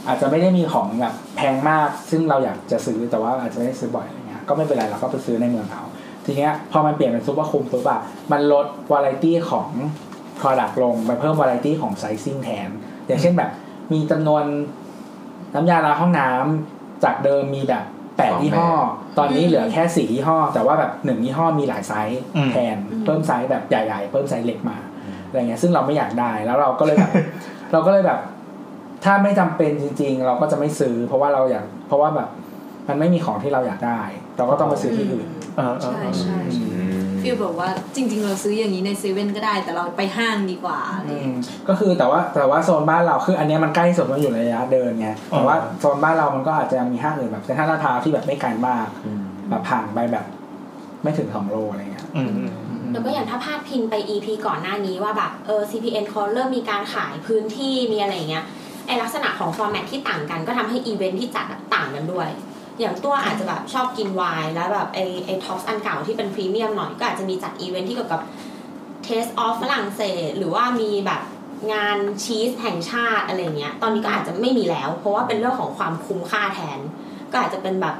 Speaker 6: อาจจะไม่ได้มีของแบบแพงมาก ซึ่งเราอยากจะซื้อแต่ว่าอาจจะไม่ได้ซื้อบ่อยอะไรเงี้ยก็ไม่เป็นไรเราก็ไปซื้อในเมืองเขา ทีเนี้ยพอมันเปลี่ยนเป็นซูเปอร์คุมปุ๊บอะมันลดวาไรตี้ของ Product ลงไปเพิ่มวาไรตี้ของไซซิ่งแทน อย่างเช่นแบบ มีจำนวนน้ำยาล้างห้องน้ำจากเดิมมีแบบแปดยี่ห้อ ตอนนี้เหลือแค่สี่ยี่ห้อ แต่ว่าแบบหนึ่งยี่ห้อมีหลายไซส์
Speaker 5: อืม
Speaker 6: แทน เพิ่มไซส์แบบใหญ่ๆ เพิ่มไซส์เล็กมาอะไรเงี้ยซึ่งเราไม่อยากได้แล้วเราก็เลยแบบ เราก็เลยแบบ ถ้าไม่จำเป็นจริง ๆ เราก็จะไม่ซื้อ เพราะว่าเราอยากเพราะว่าแบบมันไม่มีของที่เราอยากได้ เราก็ต้องไปซื้อที่อื่น
Speaker 5: เออเออ
Speaker 7: ใช่
Speaker 5: เออ
Speaker 7: ใช่
Speaker 4: อืม
Speaker 7: ฟิลแบบว่าจริง ๆ เราซื้ออย่างนี้ในเซเว่นก็ได้แต่เราไปห้างดีกว่าอะไร
Speaker 6: อื
Speaker 7: อย่าง
Speaker 6: ม
Speaker 7: เงี้ย
Speaker 6: ก็คือแต่ว่าแต่ว่าโซนบ้านเราคืออันเนี้ยมันใกล้สุดมันอยู่ในระยะเดินไงแต่ว่าโซนบ้านเรามันก็อาจจะมีห้างอื่นแบบเซ็นทรัลลาดพร้าวที่แบบไม่ไกลมาก
Speaker 4: อืม
Speaker 6: แบบผ่านไปแบบ ไม่ถึงสองโลอะไรเงี้ย
Speaker 5: อืมอืม
Speaker 2: แล้วก็อย่างถ้าพาดพิงไป EP ก่อนหน้านี้ว่าแบบเออ CPN เขาเริ่มมีการขายพื้นที่มีอะไรอย่างเงี้ยไอลักษณะของฟอร์แมตที่ต่างกันก็ทำให้อีเวนท์ที่จัดอะต่างกันด้วย อย่างตัวอาจจะแบบชอบกินไวน์แล้วแบบไอไอท็อปส์อันเก่าที่เป็นพรีเมียมหน่อยก็อาจจะมีจัดอีเวนท์ที่เกี่ยวกับเทสออฟฝรั่งเศสหรือว่ามีแบบงานชีสแห่งชาติอะไรเงี้ยตอนนี้ก็อาจจะไม่มีแล้ว เพราะว่าเป็นเรื่องของความคุ้มค่าแทน ก็อาจจะเป็นแบบ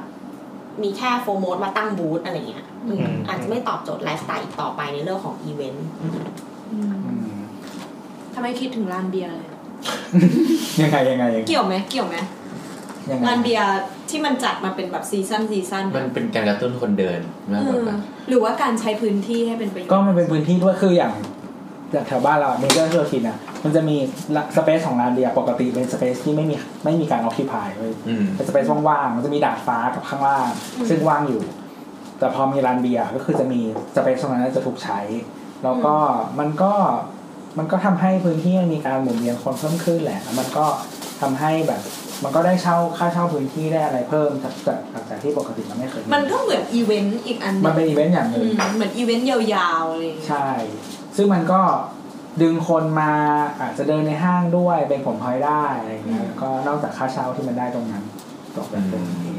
Speaker 2: มีแค่โฟร์โมดมาตั้งบูธอะไรเงี้ยอืมอาจจะไม่ตอบโจทย์ไลฟ์สไตล์อีกต่อไปในเรื่องของอีเวนต์
Speaker 7: อืม
Speaker 6: อืม
Speaker 7: ทำไมคิดถึงร้านเบียร์เลย
Speaker 6: ยังไงยังไงยังไง
Speaker 7: เกี่ยวไหมเกี่ยวไหม
Speaker 6: ยังไง
Speaker 7: ร้านเบียร์ที่มันจัดมาเป็นแบบซีซั่นซีซั่น
Speaker 4: มันเป็นการกระตุ้นคนเดินมากกว่าปะ
Speaker 7: หรือว่าการใช้พื้นที่ให้เป็นประโยช
Speaker 6: ก็
Speaker 7: น์
Speaker 6: มันเป็นพื้นที่ด้วยคืออย่างจากแถวบ้านเราเมเจอร์ธุรกิจอ่ะมันจะมีสเปซของร้านเบียร์ปกติเป็นสเปซที่ไม่มีไม่มีการออคิพายเลย
Speaker 4: อืม
Speaker 6: เป็นสเปซว่างๆ มันจะมีดาดฟ้ากับข้างล่าง ซึ่งว่างอยู่ แต่พอมีร้านเบียร์ก็คือจะมีสเปซตรงนั้นจะถูกใช้ แล้วก็มันก็มันก็ทำให้พื้นที่มันมีการหมุนเวียนคนเพิ่มขึ้นแหละแล้วมันก็ทำให้แบบ มันก็ได้เช่าค่าเช่าพื้นที่ได้อะไรเพิ่มจากจากจากที่ปกติมันไม่เคย
Speaker 7: มันก็เหมือนอีเวนต์อีกอันหนึ่ง
Speaker 6: มันเป็นอีเวนต์อย่างห
Speaker 7: อื
Speaker 6: นึ่ง
Speaker 7: มเหมือนอีเวนต์ยาวๆอะไรอย่างเงี้ย
Speaker 6: ใช่ ซึ่งมันก็ดึงคนมาอาจจะเดินในห้างด้วยเป็นผลพลอยได้อะไรอย่างเงี้ยแล้วก็นอกจากค่าเช่าที่มันได้ตรงนั้นตกแบบตรงนี้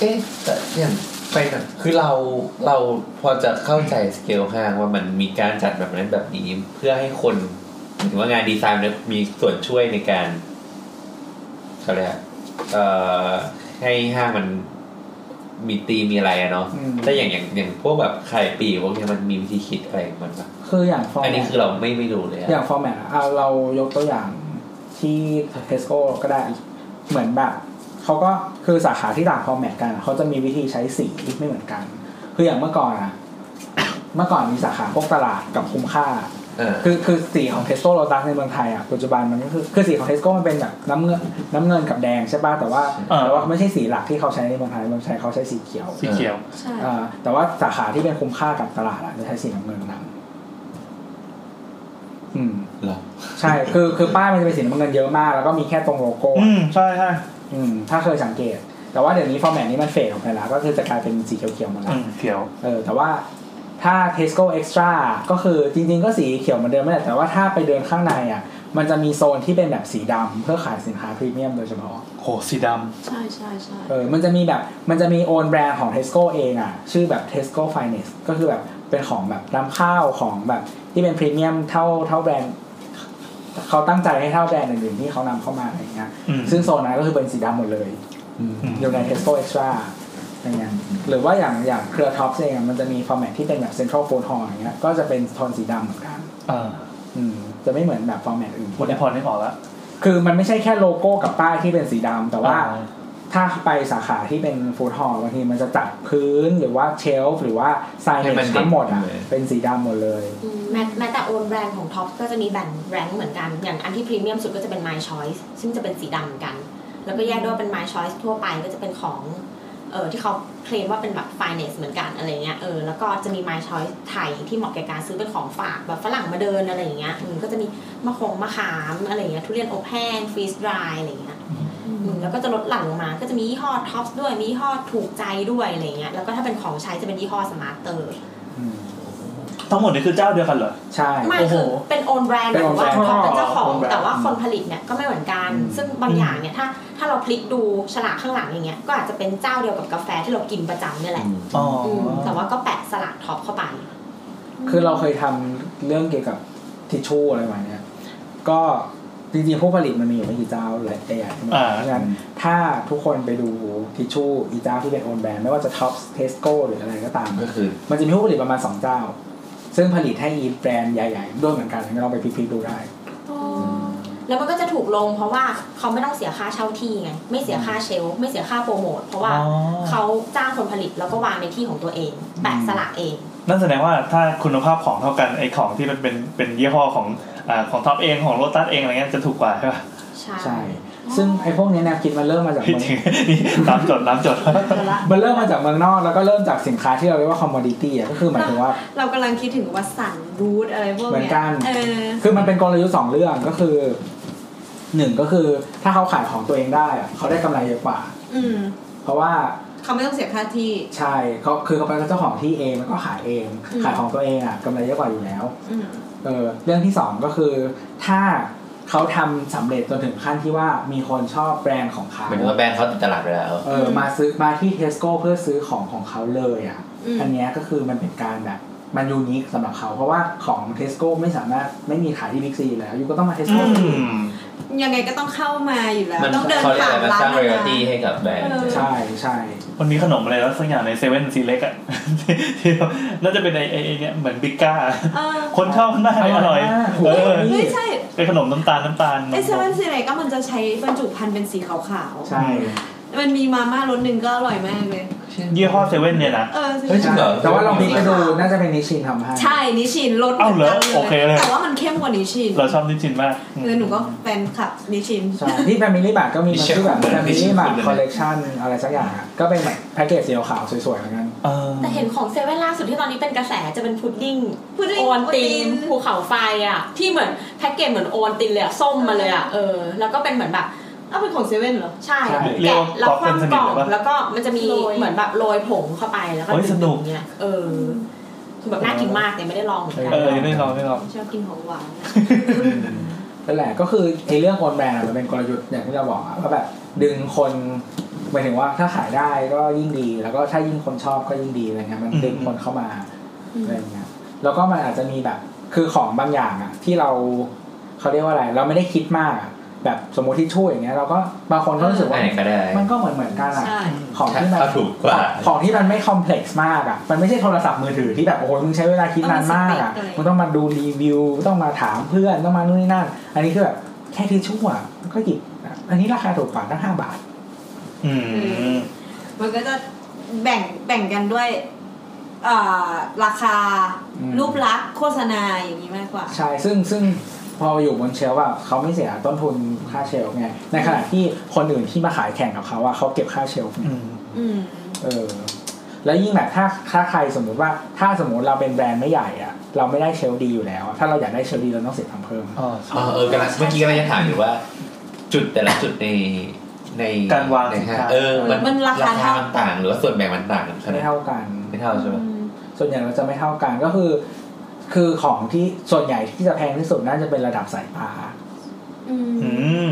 Speaker 4: เอ๊ะแต่เนี่ยไปแบบคือเราเราพอจะเข้าใจสเกลห้างว่ามันมีการจัดแบบนั้นแบบนี้เพื่อให้คนหมายถึงว่างานดีไซน์เนี่ยมีส่วนช่วยในการเขาเรียกอะไรเอ่อให้ห้างมันมีตีมมีอะไรอะเนาะ
Speaker 6: อืม
Speaker 4: แต่อย่างอย่างอย่างพวกแบบขายปลีกพวกเนี้ยมันมีวิธีคิดอะไรของมันปะ
Speaker 6: คืออย่างฟอร์
Speaker 4: อันนี้
Speaker 6: แมต
Speaker 4: คือเราไม่ไม่รู้เลยอะ
Speaker 6: อย่างฟอร์แมตอะเอาเรายกตัวอย่างที่เทสโก้ก็ได้เหมือนแบบเขาก็คือสาขาที่ต่างฟอร์แมตกันอะเขาจะมีวิธีใช้สีไม่เหมือนกัน คืออย่างเมื่อก่อนอะ เมื่อก่อนมีสาขาพวกตลาดกับคุ้มค่า
Speaker 4: เออ
Speaker 6: คือคือสีของเทสโก้โลตัสในเมืองไทยอ่ะปัจจุบันมันก็คือคือสีของเทสโก้มันเป็นแบบน้ำเงินน้ำเงินกับแดงใช่ป่ะแต่ว่า
Speaker 5: เออ
Speaker 6: แต่ว่าไม่ใช่สีหลักที่เขาใช้ในเมืองไทยในเมืองไทยเขาใช้สีเขียว
Speaker 5: สีเขียว
Speaker 7: ใช่
Speaker 6: เอ่อแต่ว่าสาขาที่เป็นคุ้มค่ากับตลาดอ่ะจะใช้สีน้ำเงินนำอืม
Speaker 4: เหรอ
Speaker 6: ใช่คือคือป้ายมันจะเป็นสีน้ำเงินเยอะมาก แล้วก็มีแค่ตรงโลโก้
Speaker 5: อืมใช่ใช่
Speaker 6: อืมถ้าเคยสังเกต แต่ว่าเดี๋ยวนี้ฟอร์แมตนี้มันเฟดออกไปแล้ว ก็คือจะกลายเป็นสีเขียวๆหมดแล้
Speaker 5: อื
Speaker 6: ว
Speaker 5: มเขียว
Speaker 6: เออแต่ว่าถ้า Tesco Extra ก็คือจริงๆ ก็สีเขียวเหมือนเดิมนั่นแหละแต่ว่าถ้าไปเดินข้างในอ่ะ มันจะมีโซนที่เป็นแบบสีดำเพื่อขายสินค้าพรีเมียมโดยเฉพาะ
Speaker 5: โหสีด
Speaker 2: ใช่ใช่ใช่
Speaker 6: เออมันจะมีแบบมันจะมีโอนแบรนด์ของ Tesco เองอ่ะ ชื่อแบบ Tesco Finest ก็คือแบบเป็นของแบบนำเข้าวของแบบที่เป็นพรีเมียมเท่าเท่าแบรนด์เขาตั้งใจให้เท่าแบรนด์อื่นๆที่เขานำเข้ามาอะไรอย่างเงี้ย
Speaker 5: ำอืม
Speaker 6: ซึ่งโซนนั้นก็คือเป็นสีดำหมดเลย
Speaker 4: อืม
Speaker 6: อยู่ในเทสโ o เอ็กซ์ตร้าอย่างเงี้ยหรือว่าอย่างอย่างเครือท็อปเองอะมันจะมีฟอร์แมตที่เป็นแบบเซ็นทรัลโฟ o ทอ l อย่างเงี้ยก็จะเป็นโทนสีดำเหมือนกัน
Speaker 5: เออ
Speaker 6: อืมจะไม่เหมือนแบบฟอร์แมตอื่น
Speaker 5: วันนี้พอนึกออกแล้ว
Speaker 6: คือมันไม่ใช่แค่โลโก้กับป้ายที่เป็นสีดำแต่ว่า
Speaker 5: อ่
Speaker 6: ถ้าไปสาขาที่เป็นฟู้ดฮอลบางทีมันจะจัดพื้นหรือว่าเชลฟ์หรือว่าไซเน
Speaker 4: ให้มัน
Speaker 6: ทั้งหมดอ่ะ
Speaker 4: เด่นเลย
Speaker 6: เป็นสีดำหมดเลย
Speaker 2: อืมแม้แม้แต่โอนแบรนด์ของท็อปก็จะมีแบ่งแรงเหมือนกัน อย่างอันที่พรีเมียมสุดก็จะเป็น My Choice ซึ่งจะเป็นสีดำเหมือนกัน แล้วก็แยกด้วยว่าเป็น My Choice ทั่วไปก็จะเป็นของเออที่เขาเคลมว่าเป็นแบบ finance เหมือนกันอะไรเงี้ยเออแล้วก็จะมี My Choice ไทยที่เหมาะแก่การซื้อเป็นของฝากแบบฝรั่งมาเดินอะไรอย่างเงี้ยอืมก็จะมีมะขงมะขามอะไรเงี้ยทุเรียนอบแห้งฟรีสดรายอะไรเงี้ย
Speaker 7: อื
Speaker 2: อื
Speaker 7: ม
Speaker 2: มแล้วก็จะลดหลั่นลงมา ก็จะมียี่ห้อท็อปส์ด้วย มียี่ห้อถูกใจด้วยอะไรเงี้ย แล้วก็ถ้าเป็นของใช้จะเป็นยี่ห้อสมาร์ตเตอร์
Speaker 6: อืม
Speaker 5: ทั้งหมดนี่คือเจ้าเดียวกันเหรอ
Speaker 6: ใช่
Speaker 2: ไม่
Speaker 5: โอ้โห
Speaker 2: คือเป็นโอนแบรนด์ห
Speaker 6: เป็น
Speaker 2: รือ
Speaker 6: own
Speaker 2: ว่า
Speaker 6: brand
Speaker 2: ท็อปเป็นเจ้าของ
Speaker 5: own brand
Speaker 2: แต่ว่าคนผลิตเนี่ยก็ไม่เหมือนกัน
Speaker 6: อืม
Speaker 2: ซึ่งบางอย่างเนี่ยถ้าถ้าเราพลิกดูฉลากข้างหลังอย่างเงี้ย ก็อาจจะเป็นเจ้าเดียวกับกาแฟที่เรากินประจำเนี่ยแหละ
Speaker 5: อ๋อ
Speaker 2: อืมแต่ว่าก็แปะสลากท็อปเข้าไป
Speaker 6: คือเราเคยทำเรื่องเกี่ยวกับทิชชู่อะไรมาเนี่ย ก็จริงๆผู้ผลิตมันมีอยู่ไม่กี่เจ้าหลายแต่อย่างใช่ไหมเพราะฉะนั้นถ้าทุกคนไปดูทิชชู่อีเจ้าที่เป็นโอนแบรนด์ไม่ว่าจะท็อปเทสโก้หรืออะไรก็ตาม
Speaker 4: ก็คือ
Speaker 6: มันจะมีผู้ผลิตประมาณ 2 เจ้า ซึ่งผลิตให้อีแบรนด์ใหญ่ๆ ด้วยเหมือนกันงั้นเราไปพลิกๆดูได้
Speaker 2: แล้วมันก็จะถูกลงเพราะว่าเขาไม่ต้องเสียค่าเช่าที่ไง ไม่เสียค่าเชลฟ์ไม่เสียค่าโปรโมท เพราะว่า
Speaker 5: อ๋อ
Speaker 2: เขาจ้างคนผลิตแล้วก็วางในที่ของตัวเอง แปะสลากเอง
Speaker 5: นั่นแสดงว่าถ้าคุณภาพของเท่ากันไอของที่มันเป็นเป็นยี่ห้อของอ่าของท็อปเองของโ o ตัสเองอะไรเงี้ยจะถูกกว่าใช่ป่ะ
Speaker 2: ใช่
Speaker 6: ใช่ ซึ่งไอ้พวกเนี้ยแนวคิดมันเริ่มมาจาก
Speaker 5: พี่
Speaker 6: เมือง
Speaker 5: ถึงนี่น้ำจดน้ำจด
Speaker 6: มันเริ่มมาจากเมืองนอกแล้วก็เริ่มจากสินค้าที่เราเรียกว่าคอมมอดิตี้ก็คือหมายถึงว่า
Speaker 7: เรากำลังคิดถึงวัสสันรูทอะไรพวก
Speaker 6: เหมือ
Speaker 7: เนี้
Speaker 6: น
Speaker 7: ย
Speaker 6: กัน
Speaker 7: เออ
Speaker 6: คือมันเป็นกลยุทธ์สองเรื่องก็คือหนึ่งก็คือถ้าเขาขายของตัวเองได้อะเขาได้กำไรเยอะกว่า
Speaker 7: อืม
Speaker 6: เพราะว่า
Speaker 7: เขาไม่ต้องเสียค่าที่
Speaker 6: ใช่เขาคือเขาเป็นเจ้าของที่เองแล้วก็ขายเอง
Speaker 7: อืม
Speaker 6: ขายของตัวเองอ่ะกำไรเยอะกว่าอยู่แล้ว
Speaker 7: อืม
Speaker 6: เออเรื่องที่สองก็คือถ้าเขาทำสำเร็จจนถึงขั้นที่ว่ามีคนชอบแบรนด์ของเขา
Speaker 4: เหมือนว่าแบรนด์เขาติดตลาดไปแล้ว
Speaker 6: เออมาซื้อมาที่เทสโก้เพื่อซื้อของของเขาเลยอ่ะ
Speaker 7: อืม
Speaker 6: อันเนี้ยก็คือมันเป็นการแบบมันยูนิคสำหรับเขาเพราะว่าของเทสโก้ไม่สามารถไม่มีขายที่บิ๊กซีอยู่แล้วอยู่ก็ต้องมาเทส
Speaker 5: อื
Speaker 6: โก้
Speaker 5: ม
Speaker 7: ยังไงก็ต้องเข้ามาอยู่แล้ว
Speaker 4: มัน
Speaker 7: ต้องเดิน
Speaker 4: เขาเรียก
Speaker 7: ผ่า
Speaker 4: อะไร
Speaker 7: น
Speaker 4: มัน
Speaker 7: ร้า
Speaker 4: ส
Speaker 7: น
Speaker 4: ร้าง
Speaker 7: นั้
Speaker 4: เรีย
Speaker 7: น
Speaker 4: ล
Speaker 7: นะ
Speaker 4: ตี้ให้กับแบรนด์
Speaker 7: เออ
Speaker 6: ใช่ใช่
Speaker 5: มันมีขนมอะไรแล้วสักอย่างในเซเว่นซีเล็กอ่ะ ที่น่าจะเป็นไอไอ้ไอ้เนี่ยเหมือนบิ๊กก้า
Speaker 7: เออ
Speaker 5: คนชอบมากเลยอร่อย
Speaker 6: เอ
Speaker 5: เอ
Speaker 6: อ
Speaker 5: อ
Speaker 7: เฮ้ยใช่
Speaker 5: เป็นขนมน้ำตาลน้ำตาลนม
Speaker 7: ไอเซเว่นซีไรก็มันจะใช้บรรจุภัณฑ์เป็นสีขาว
Speaker 6: ใช่
Speaker 7: ๆมันมีมาม่ารสหนึ่งก็อร่อยมากเลย
Speaker 5: ยี่ห้อเซเว่นเนี่ยนะ
Speaker 7: เออสี
Speaker 4: เฮ้ยจริงเหรอ
Speaker 6: แต่ว่าเรามีไป
Speaker 4: เ
Speaker 6: ดูน่าจะเป็นนิชินทำให้
Speaker 7: ใช่นิชินรส
Speaker 5: อ้าวเหรอโอเคเลย
Speaker 7: แต่ว่ามันเข้มกว่านิชิน
Speaker 5: เราชอบนิชินมาก
Speaker 7: เออหนูก็แฟนคลับนิชิน
Speaker 6: ใช่ที่แฟมิลี่บาทก็มีมันชื่อแบบแฟมิลี่บาทคอลเลกชันอะไรสักอย่างอะก็เป็นแบบแพ็กเกจสีขาวๆสวยๆเหมือนกัน
Speaker 5: เออ
Speaker 2: แต่เห็นของเซเว่นล่าสุดที่ตอนนี้เป็นกระแสจะเป็นพุดดิ้ง
Speaker 7: พุดดิ้ง
Speaker 2: โอนติน
Speaker 7: โอนติน
Speaker 2: ภูเขาไฟอ่ะ ที่เหมือนแพ็กเกจเหมือนโอนตินเลยอ่ะ ส้มมาเลยอ่ะเออ แล้วก็เป็นเหมือนแบบ
Speaker 7: เอ้าเป็นของเซเว่นเหรอ
Speaker 2: ใช่
Speaker 5: ใช่เรียก
Speaker 2: แกะ
Speaker 5: ว่า
Speaker 2: แล้วค
Speaker 5: ปอกเป็น
Speaker 2: วำ
Speaker 5: สนิ
Speaker 2: ก
Speaker 5: ท
Speaker 2: ล่อง
Speaker 5: เลยปะ
Speaker 2: แล้วก็มันจะมี
Speaker 7: โรย
Speaker 2: เหมือนแบบโรยผงเข้าไปแล้วก็
Speaker 5: โอ้ยสนุก
Speaker 2: เนี่ยเออคือแบบน่ากินมากแต่ไม่ได้ลองเหมือนกัน
Speaker 5: เออได้ลองได้ลอง
Speaker 7: ชอบกินของหวานนะ
Speaker 6: นั่นแหละก็คือไอ้เรื่องโอนแบรนด์อะมันเป็นกลยุทธ์อย่างที่เราบอกอะว่าแบบดึงคนหมายถึงว่าถ้าขายได้ก็ยิ่งดี แล้วก็ถ้ายิ่งคนชอบก็ยิ่งดีอะไรเงี้ยมันดึงคนเข้ามาอะไรเงี้ยแล้วก็มันอาจจะมีแบบคือของบางอย่างอะที่เราเขาเรียกว่าอะไร เราไม่ได้คิดมากอะแบบสมมติที่ช่วยอย่างเงี้ยเราก็บางคนก็รู้สึก
Speaker 4: อัน
Speaker 6: ว่า
Speaker 4: ไหนก็ได้
Speaker 6: มันก็เหมือนเหมือนกันอะ
Speaker 7: ใช่
Speaker 6: ของที่มัน
Speaker 4: ถ้าถูกกว่า
Speaker 6: ของที่มันไม่คอมเพล็กซ์มากอ่ะ มันไม่ใช่โทรศัพท์มือถือที่แบบโอ้ยมึงใช้เวลาคิดนานมากอ่ะมึงต้องมาดูรีวิว ต้องมาถามเพื่อนต้องมานู่นนี่นั่น อันนี้คือแบบแค่ทิชชู่อ่ะมันก็หยิบอะอันนี้ราคาถูกกว่าตั้งห้าบาท
Speaker 5: อืม
Speaker 7: มันก็จะแบ่งแบ่งกันด้วย เอ่อราคา
Speaker 6: อืม
Speaker 7: รูปลักษณ์โฆษณาอย่างนี้มากกว่า
Speaker 6: ใช่ซึ่งซึ่งพออยู่บนเชลฟ์อะเขาไม่เสียต้นทุนค่าเชลฟ์ไงในขณะที่คนอื่นที่มาขายแข่งกับเขาอะเขาเก็บค่าเชลฟ์ไง
Speaker 5: อืม
Speaker 7: อืม
Speaker 6: เออแล้วยิ่งแบบถ้าถ้าใครสมมุติว่าถ้าสมมติเราเป็นแบรนด์ไม่ใหญ่อะเราไม่ได้เชลฟ์ดีอยู่แล้วอะถ้าเราอยากได้เชลฟ์ดีเราต้องเสียตังค์เพิ่ม
Speaker 5: อ๋อ
Speaker 4: เออเออกำลังเมื่อกี้กำลังจะถามอยู่ว่า จุดแต่ละจุดในใน
Speaker 5: การวาง
Speaker 4: ใน
Speaker 5: สินค้า
Speaker 4: ห้างเออมัน
Speaker 7: มันราคาเท่า
Speaker 4: มันต่างหรือว่าส่วนแบ่งมันต่างกันขนาด
Speaker 6: ไม่เท่ากัน
Speaker 4: ไม่เท่าใช่ไหม
Speaker 6: ส่วนใหญ่เราจะไม่เท่ากันก็คือ คือของที่ส่วนใหญ่ที่จะแพงที่สุดน่าจะเป็นระดับสายตา
Speaker 7: อืม
Speaker 5: อืม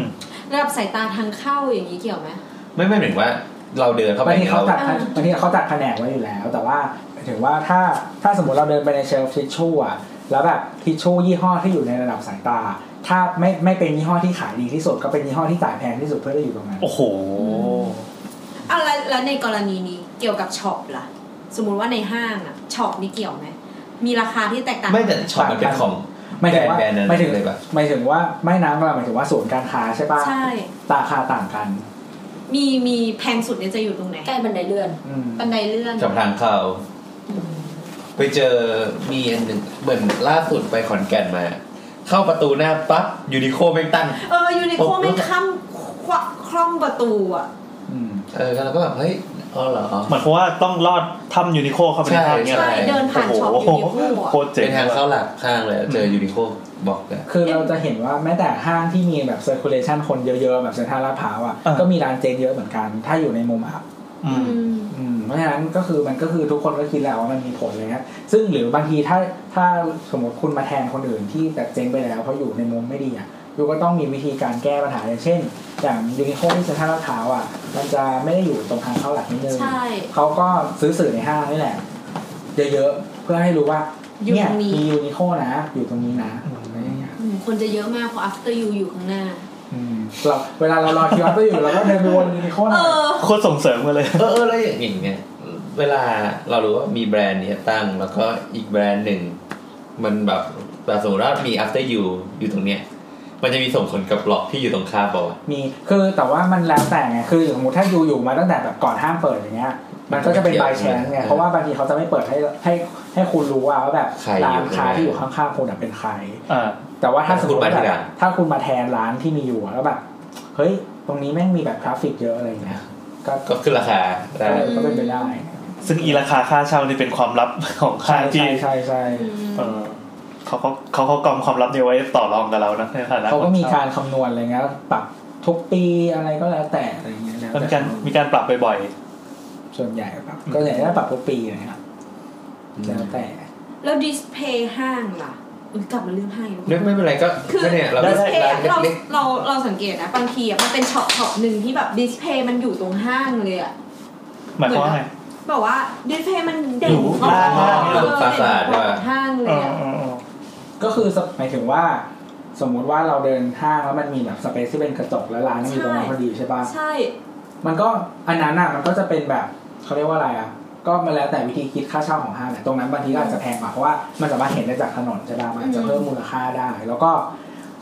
Speaker 7: ระดับสายตาทางเข้าอย่างนี้เกี่ยวไหม
Speaker 4: ไม่ไม่หมายถึงว่า เราเดินเข้าไป
Speaker 6: บางที
Speaker 4: เนี่ย
Speaker 6: เขา
Speaker 4: เรา
Speaker 6: ตัด
Speaker 7: อ่า
Speaker 6: บางทีเขาตัดแผนกไว้อยู่แล้ว แต่ว่าหมายถึงว่าถ้าถ้าสมมติเราเดินไปในเชลฟ์ทิชชู่อะแล้วแบบทิชชู่ยี่ห้อที่อยู่ในระดับสายตา ถ้าไม่ไม่เป็นยี่ห้อที่ขายดีที่สุด ก็เป็นยี่ห้อที่จ่ายแพงที่สุดเพื่อได้อยู่ตรงนั้น
Speaker 5: โอ้โห
Speaker 7: อะแล้วแล้วในกรณีนี้เกี่ยวกับช็อปล่ะ สมมุติว่าในห้างอะช็อปนี่เกี่ยวไหมมีราคาที่แตกต่าง
Speaker 4: ไม่แต่ช็อปมันเป็นของ
Speaker 6: ไม่ถึงว่า
Speaker 4: แบรนด์นั้น
Speaker 6: ไม่ถึง
Speaker 4: เลยปะ
Speaker 6: ไม่ถึงว่าไม่น้ำก็หมายถึงว่าศูนย์การค้าใช่ป่ะ
Speaker 7: ใช่
Speaker 6: ราคาต่างกัน
Speaker 7: มีมีแพงสุดเนี่ยจะอยู่ตรงไหน
Speaker 2: ใกล้บันไดเลื่อน
Speaker 6: อืม
Speaker 7: บันไดเลื่อน
Speaker 4: กับทางเขาไปเจอมีอันหนึ่งเหมือนล่าสุดไปขอนแก่นมา เข้าประตูหน้าปั๊บยูนิโคไม่งตั้ง
Speaker 7: เออยูนิโคไม่ข้ามควะคล่อมประตูอ่ะ
Speaker 6: อืม
Speaker 4: เออแล้วก็แบบเฮ้ยอ๋อเหรอ
Speaker 5: เหมือนเพราะว่าต้องลอดถ้ำยูนิโคเข้าไปในถ้ำเนี่ย
Speaker 4: ใช่
Speaker 5: เหรอ
Speaker 7: ใช่เดินผ่านช็อป
Speaker 5: โอ้
Speaker 7: ยู
Speaker 5: โห
Speaker 7: นิโค
Speaker 5: โค
Speaker 7: อ่ะ
Speaker 5: ตรเจ๋ง
Speaker 4: เป็นทางเข้าหลักข้างเลยเจอยูนิโคบอกเลย
Speaker 6: คือเราจะเห็นว่าแม้แต่ห้างที่มีแบบเซอร์คูลเลชันคนเยอะๆ แบบเซ็นทรัลลาดพร้าวอ่ะก็มีร้านเจนเยอะเหมือนกัน ถ้าอยู่ในมุมอับ
Speaker 5: อืม
Speaker 6: อืมเพราะฉะนั้นก็คือมันก็คือทุกคนก็คิดแล้วว่ามันมีผลเลยครับซึ่งหรือบางทีถ้าถ้าสมมติคุณมาแทนคนอื่นที่แต่เจนไปแล้วเพราะอยู่ในมุมไม่ดีอ่ะยูก็ต้องมีวิธีการแก้ปัญหาอย่างเช่น อย่างยูนิโคที่เซ็นทรัลลาดพร้าวอ่ะมันจะไม่ได้อยู่ตรงทางเข้าหลักนิดนึง
Speaker 7: ใช่
Speaker 6: เขาก็ซื้อสื่อในห้างนี่แหละ เยอะๆ เพื่อให้รู้ว่า
Speaker 7: อยู่
Speaker 6: เนี่ย
Speaker 7: ตรงนี้
Speaker 6: มียูนิโคนะ อยู่ตรงนี้นะอะไรอย่างเงี้ย
Speaker 7: อืมคนจะเยอะมากเพราะ after you อยู่ข้างหน้า
Speaker 6: อืมเราเวลาเรารอคิวอัพอยู่เราก็เดินไปวนยูนิโค
Speaker 7: เอ
Speaker 6: นะ
Speaker 7: อ
Speaker 5: โคตรส่งเสริมกันเลย
Speaker 4: เออเออแล้วอย่างอย่างเงี้ยเวลาเรารู้ว่ามีแบรนด์เนี้ยตั้งแล้วก็อีกแบรนด์หนึ่ง มันแบบแบบสมมติว่ามี after you อยู่ตรงเนี้ย มันจะมีส่งผลกับล็อกที่อยู่ตรงข้ามบอกว่าวะ
Speaker 6: มีคือแต่ว่ามันแล้วแต่ไงคือสมมติถ้าอยู่อยู่มาตั้งแต่แบบก่อนห้างเปิดอย่างเงี้ย มันก็จะเป็น
Speaker 4: เกี่ยว
Speaker 6: บายแชนไง
Speaker 4: เออ
Speaker 6: เพราะว่าบางทีเขาจะไม่เปิดให้ให้ให้คุณรู้ว่าว่าแบบ
Speaker 4: ใคร
Speaker 6: ร้า
Speaker 4: อยู่
Speaker 6: นค้า
Speaker 4: ตรงไหน
Speaker 6: ที่อยู่ข้างๆคุณอะเป็นใคร
Speaker 5: อ่า
Speaker 6: แต่ว่าถ้าสมมติว่า
Speaker 4: คุณมาทีหลั
Speaker 6: แบบ
Speaker 4: ง
Speaker 6: ถ้าคุณมาแทนร้านที่มีอยู่อะแล้วแบบเฮ้ยตรงนี้แม่งมีแบบทราฟฟิกเยอะอะไรอย่างเงี้ยก็
Speaker 4: ก็ขึ้นราคาได้
Speaker 6: ก็ก็เป็นไปได้
Speaker 5: ซึ่งอีราคาค่าเช่านี่เป็นความลับของค่า
Speaker 6: ใช่
Speaker 5: ยที่
Speaker 6: ใช่ใช่ใช่
Speaker 5: เออเขาเขาเขาเขากำความลับเนี่ยไว้ต่อรองกับเรานะในฐานะ
Speaker 6: เขาก็มี
Speaker 5: คนช่
Speaker 6: การคำนวณอะไรเงี้ยปรับทุกปีอะไรก็แล้วแต่อะไรเงี้ยแล้ว
Speaker 5: มันมี
Speaker 6: แต่
Speaker 5: การมีการปรับบ่อย
Speaker 6: ส่วนใหญ่ปรับก็ใหญ่จะปรับทุกปีนะครับแล้วแต่
Speaker 7: แล้วดิสเพย์ห้างล่ะอุ๊ยกลับมาเรื่องห้างอีกแล้ว
Speaker 4: ไม่ไม่เป็นไรก็
Speaker 7: คือ
Speaker 4: ก็เนี่ยเรา
Speaker 7: ดิ
Speaker 4: ก็
Speaker 7: สเพย์
Speaker 4: ร้า
Speaker 7: อะ
Speaker 4: น
Speaker 7: เรา
Speaker 4: เล็ก
Speaker 7: เราเราสังเกตนะบางทีอะมันเป็นช็อปช็อปหนึ่งที่แบบดิสเพย์มันอยู่ตรงห้างเลยอะ
Speaker 5: ๆหมายความว่าไง
Speaker 7: แบบว่าดิสเพย์มันเด่น
Speaker 5: อยู่
Speaker 7: ออก
Speaker 5: ล่าง
Speaker 7: มาก
Speaker 5: ล่าง
Speaker 7: เออเด่นกว่าห้างเล
Speaker 5: เอย อ
Speaker 7: อะ
Speaker 5: เออเออ
Speaker 6: ก็คือสหมายถึงว่า สมมุติว่าเราเดินห้างแล้วมันมีแบบสเปซที่เป็นกระจกแล้วร้านมันอยู่ตรงนั้นพอดีใช่ป่ะ
Speaker 7: ใช่
Speaker 6: มันก็อันนั้นอ่ะมันก็จะเป็นแบบเขาเรียกว่าอะไรอ่ะก็มันแล้วแต่วิธีคิดค่าเช่าของห้างแหละตรงนั้นบางทีก็อาจจะแพงกว่าเพราะว่ามันสามารถเห็นได้จากถนนใช่ป่ะมันอาจจะเพิ่มมูลค่าได้ แล้วก็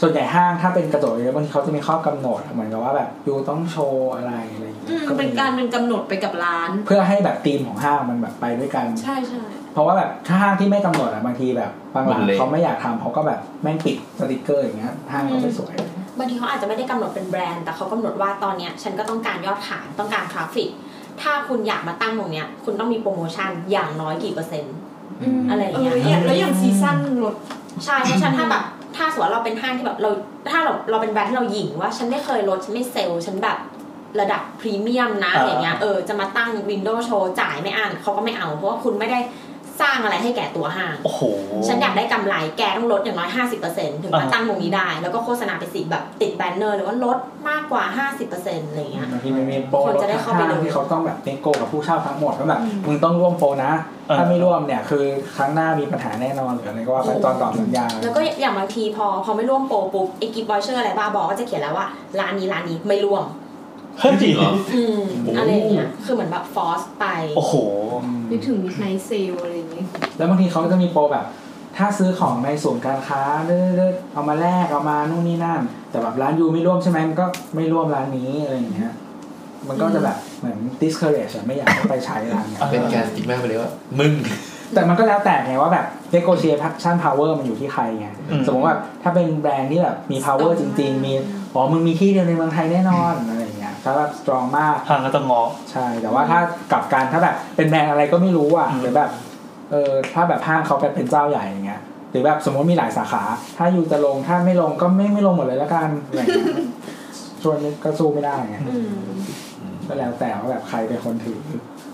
Speaker 6: ส่วนใหญ่ห้างถ้าเป็นกระจกเยอะบางทีเขาจะมีข้อกำหนดเหมือนกับว่าแบบอยู่ต้องโชว์อะไรอะไรอย่างเงี้ย
Speaker 7: อืม
Speaker 6: ก็มี
Speaker 7: เป็นการเป็นกำหนดไปกับร้าน
Speaker 6: เพื่อให้แบบธีมของห้างมันแบบไปด้วยกัน
Speaker 7: ใช่ใช่
Speaker 6: เพราะว่าแบบถ้าห้างที่ไม่กำหนดอะบางทีแบบบางร้านเขาไม่อยากทำเขาก็แบบแม่งปิดสติกเกอร์อย่างเงี้ยห้างก็ไม่สวย
Speaker 2: บางทีเขาอาจจะไม่ได้กำหนดเป็นแบรนด์ แต่เขากำหนดว่าตอนเนี้ยฉันก็ต้องการยอดขายต้องการทราฟฟิกถ้าคุณอยากมาตั้งตรงเนี้ยคุณต้องมีโปรโมชั่นอย่างน้อยกี่เปอร์เซ็นต์ อะไรอย่างเงี้ย
Speaker 7: ออแล้วอย่างซีซั่นรถ
Speaker 2: ใช่เพราะฉะนันถ้าแบบถ้าสมมติว่าเราเป็นห้างที่แบบเราถ้าเราเราเป็นแบรนด์ที่เราหยิ่งว่า ฉันไม่เคยลดฉันไม่เซลล์ฉันแบบระดับพรีเมียมนะอะไรอย่างเงี้ยเออจะมาตั้งวินโดว์โชว์จ่ายไม่อ่านเขาก็ไม่เอาเพราะว่าคุณไม่ได้สร้างอะไรให้แก่ตัวห้าง
Speaker 5: โอ้โห
Speaker 2: ฉันอยากได้กำไรแกต้องลดอย่างน้อย 50%ถึงมา
Speaker 5: อ่า
Speaker 2: ตั้งตรงนี้ได้ แล้วก็โฆษณาไปสิแบบติดแบนเนอร์หรือว่าลดมากกว่า 50%อะไรอย่างเงี้ย
Speaker 6: บางทีมันมีโปร
Speaker 2: คน
Speaker 6: ลด
Speaker 2: จะได้
Speaker 6: รา
Speaker 2: เข้าไป
Speaker 6: คา
Speaker 2: ดู
Speaker 6: ที่เขาต้องแบบเนโกกับผู้เช่าทั้งหมดว่าแบบมึงต้องร่วมโปรนะ ถ้าไม่ร่วมเนี่ยคือครั้งหน้ามีปัญหาแน่นอนหรืออะไรก็ว่าไปตอนต่อสัญญา
Speaker 2: แล้วก็อย่างบางทีพอพอไม่ร่วมโปรปุ๊บไอกิฟต์บอยเชอร์อะไรบ้าบอกก็จะเขียนแล้วว่าร้านนี้ร้านนี้ไม่ร่วม
Speaker 5: เฮ้ย
Speaker 4: ๆเหรอ
Speaker 2: อืมอะไรอย่างเงี้ยคือเหมือนแบบฟอสไป
Speaker 5: โอ้โห
Speaker 6: อืม
Speaker 7: นึกถึงมิดไนท์เซลอะไรอย่างเงี้ย
Speaker 6: แล้วบางทีเขาก็จะมีโปรแบบ ถ้าซื้อของในศูนย์การค้าเด้อๆเอามาแลกเอามานู่นนี่นั่น แต่แบบร้านยูไม่ร่วมใช่ไหมมันก็ไม่ร่วมร้านนี้อะไรอย่างเงี้ยมันก็จะแบบเหมือน discourage อะไม่อยากให้ไปใช้ร้านเนี่ย
Speaker 4: ๆเป็นการสติ๊กมากไปเลยว่ามึง
Speaker 6: แต่มันก็แล้วแต่ไงว่าแบบ negotiation power มันอยู่ที่ใครไง
Speaker 5: อืม
Speaker 6: สมมติว่าถ้าเป็นแบรนด์ที่แบบมี power จริง ๆ มีอ๋อมึงมีที่เดียวในเมืองไทยแน่นอนอะไรอย่างเงี้ยถ้าแบบ strong มาก
Speaker 5: ห้างก็ต้องงอ
Speaker 6: ใช่ แต่ว่าถ้ากลับกันถ้าแบบเป็นแบรนด์อะไรก็ไม่รู้อ่ะ
Speaker 5: อืม
Speaker 6: หรือแบบเออถ้าแบบห้างเขาแบบเป็นเจ้าใหญ่อย่างเงี้ยหรือแบบสมมติมีหลายสาขา ถ้าอยู่จะลงถ้าไม่ลงก็ไม่ไม่ลงหมดเลยละกันอะไรอย่างเงี้ย ชวนก็สู้ไม่ได้ไง
Speaker 7: อืม
Speaker 6: ก็แล้วแต่ว่าแบบใครเป็นคนถือ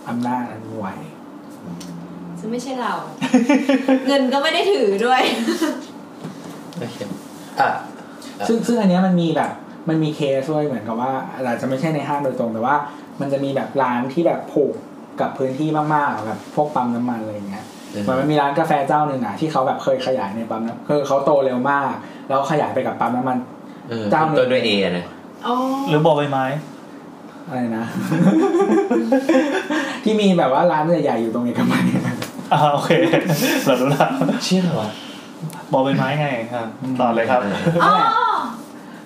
Speaker 6: อำนาจอันนี้ไว้
Speaker 7: จะไม่ใช่เรา เงินก็ไม่ได้ถือด้วย
Speaker 4: โอเคอ่ะ ครับ
Speaker 6: ซึ่งซึ่งอันเนี้ยมันมีแบบมันมีเคสด้วยเหมือนกับว่าอาจจะไม่ใช่ในห้างโดยตรง แต่ว่า มันจะมีแบบร้านที่แบบผูกกับพื้นที่มากๆแบบพวกปั๊มน้ำมันอะไรอย่างเงี้ย เหมือนมันมีร้านกาแฟเจ้าหนึ่งอะที่เขาแบบเคยขยายในปั๊มน้ำคือเขาโตเร็วมาก แล้วขยายไปกับปั๊มน้ำมัน
Speaker 4: เออ
Speaker 6: เจ้าหนึ่ง
Speaker 4: ต้นด้วยเอะนะ
Speaker 7: อ๋อ
Speaker 5: หรือบอใบไม้
Speaker 6: อะไรนะ ที่มีแบบว่าร้านใหญ่ๆอยู่ตรงเอกมัย
Speaker 5: อ่าโอเค เรารู้ละ
Speaker 4: เชื่อเหรอ
Speaker 5: บอใบไม้ไงครับต่อเลยครับ
Speaker 7: อ๋อ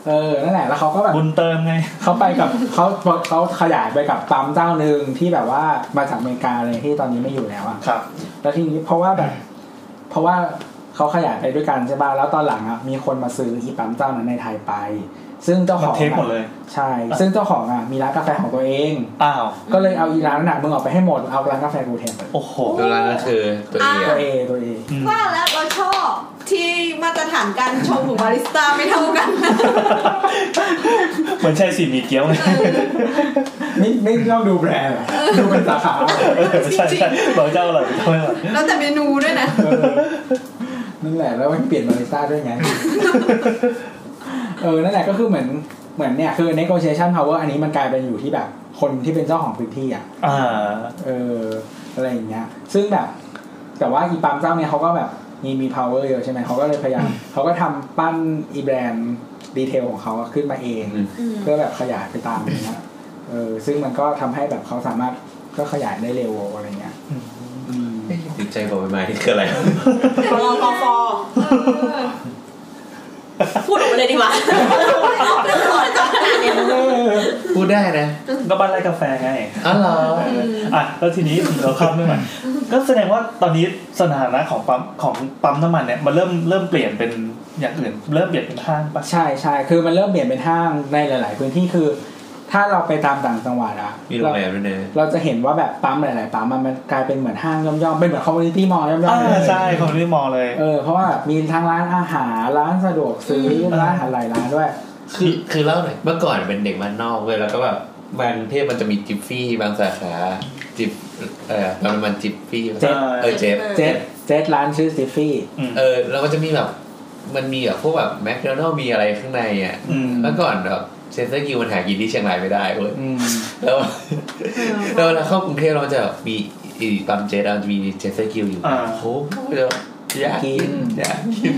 Speaker 6: เออนั่นแหละแล้วเขาก็แบบ
Speaker 5: บุญเติมไง
Speaker 6: เขาไปกับเขาเขาขยายไปกับปั๊มเจ้าหนึ่งที่แบบว่ามาจากอเมริกาเลยที่ตอนนี้ไม่อยู่แล้วอะ
Speaker 5: ครับ
Speaker 6: แล้วทีนี้เพราะว่าแบบ เพราะว่าเขาขยายไปด้วยกันใช่ป่ะแล้วตอนหลังอ่ะมีคนมาซื้ออีปั๊มเจ้านั้นในไทยไป ซึ่งเจ้าของ
Speaker 5: มันเทคหมดเลย
Speaker 6: ใช่ ซึ่งเจ้าของอ่ะมีร้านกาแฟของตัวเอง
Speaker 5: อ้าว
Speaker 6: ก็เลยเอาอีร้านน่ะมึงออกไปให้หมดเอาร้านกาแฟกูแทน
Speaker 5: โอ้โห
Speaker 4: ตัวร้านก็คือตัวเอ
Speaker 6: ตัว
Speaker 4: ะ
Speaker 6: เอตัวเอ
Speaker 5: อืม
Speaker 7: ว่าแล้วเราชอบที่มาตรฐานการชงของบาริสต้าไม่เท่า กัน
Speaker 5: เหมือนใช่สีมีเกี้ยวไง
Speaker 6: ไม่ไม่ชอบดูแบรนด์เหรอดูเป็นสาขา
Speaker 5: เออใช่ใช่บอกเจ้าอร่อยเจ้าไม่อร่อย
Speaker 7: แล้วแต่เมนูด้วยนะ
Speaker 6: เออนั่นแหละแล้วมันเปลี่ยนบาริสต้าด้วยไงเออนั่นแหละก็คือเหมือนเหมือนเนี่ยคือ negotiation power อันนี้มันกลายเป็นอยู่ที่แบบ คนที่เป็นเจ้าของพื้นที่อ่ะ
Speaker 5: อ่า
Speaker 6: เอออะไรอย่างเงี้ย ซึ่งแบบ แต่ว่าอีปั๊มเจ้าเนี่ยเขาก็แบบมีมี power เยอะใช่ไหมเขาก็เลยพยายามเขาก็ทำปั้นอีแบรนด์ดีเทลของเขาอะขึ้นมาเอง เพื่อแบบขยายไปตามเนี้ยเออซึ่งมันก็ทำให้แบบเขาสามารถก็ขยายได้เร็วอะไรเงี้ยอืม
Speaker 4: เอ๊ะติดใจบอกไปไหมนี่คืออะไร
Speaker 2: รอคอฟอพูดออกมาเลยดีกว่าเป็นขอดขนาดเนี้ย
Speaker 4: พูดได้นะ
Speaker 5: ก็บ้านไร่กาแฟไง
Speaker 4: อ๋อเหรอ
Speaker 5: อ่ะแล้วทีนี้เราข้ามเรื่องมันก็แสดงว่าตอนนี้สถานะของปั๊มของปั๊มน้ำมันเนี่ยมันเริ่มเริ่มเปลี่ยนเป็นอย่างอื่น เริ่มเปลี่ยนเป็นห้างปะ
Speaker 6: ใช่ใช่คือมันเริ่มเปลี่ยนเป็นห้างในหลาย ๆ พื้นที่คือ ถ้าเราไปตามต่างจังหวัดอะ
Speaker 4: มีโรงแรมด้วยนะ
Speaker 6: เราจะเห็นว่าแบบปั๊มหลาย ๆ ปั๊มอะมันกลายเป็นเหมือนห้างย่อมๆเป็นเหมือนคอมมูนิตี้มอลล์ย่อม
Speaker 5: อ่า
Speaker 6: ๆเลย
Speaker 5: ใช่ผมไม่ได้มองเลย
Speaker 6: เออเพราะว่ามีทั้งร้านอาหารร้านสะดวกซื้อ
Speaker 5: ม
Speaker 6: ร้านอาหารหลายร้านด้วย
Speaker 4: คือคือเล่าหน่อยเมื่อก่อนเป็นเด็กบ้านนอกเว้ยแล้วก็แบบบางเทพมันจะมีจิฟฟี่บางสาขาจิฟเอ่อตอนนั้นมันจิฟฟี่
Speaker 6: เจ็ด
Speaker 4: เออเจ็บ
Speaker 6: เจ๊เจ๊ร้านชื่อซิฟฟี่
Speaker 5: อืม
Speaker 4: เออแล้วมันจะมีแบบมันมีแบบพวกแบบแมคโดนัลมีอะไรข้างในอ่ะ
Speaker 5: อืม
Speaker 4: เมื่อก่อนแบบเซนเซอร์กิวมันหากินที่เชียงรายไม่ได้เว้ย
Speaker 6: อืม
Speaker 4: แล้วแล้วเวลาเข้ากรุงเทพเราจะแบบมีอีปั๊มเจ็ตเราจะมีเซนเซอร์กิวอยู่
Speaker 5: อ่า
Speaker 4: โอ้โหเดี๋ยวอยากกินอยากกิน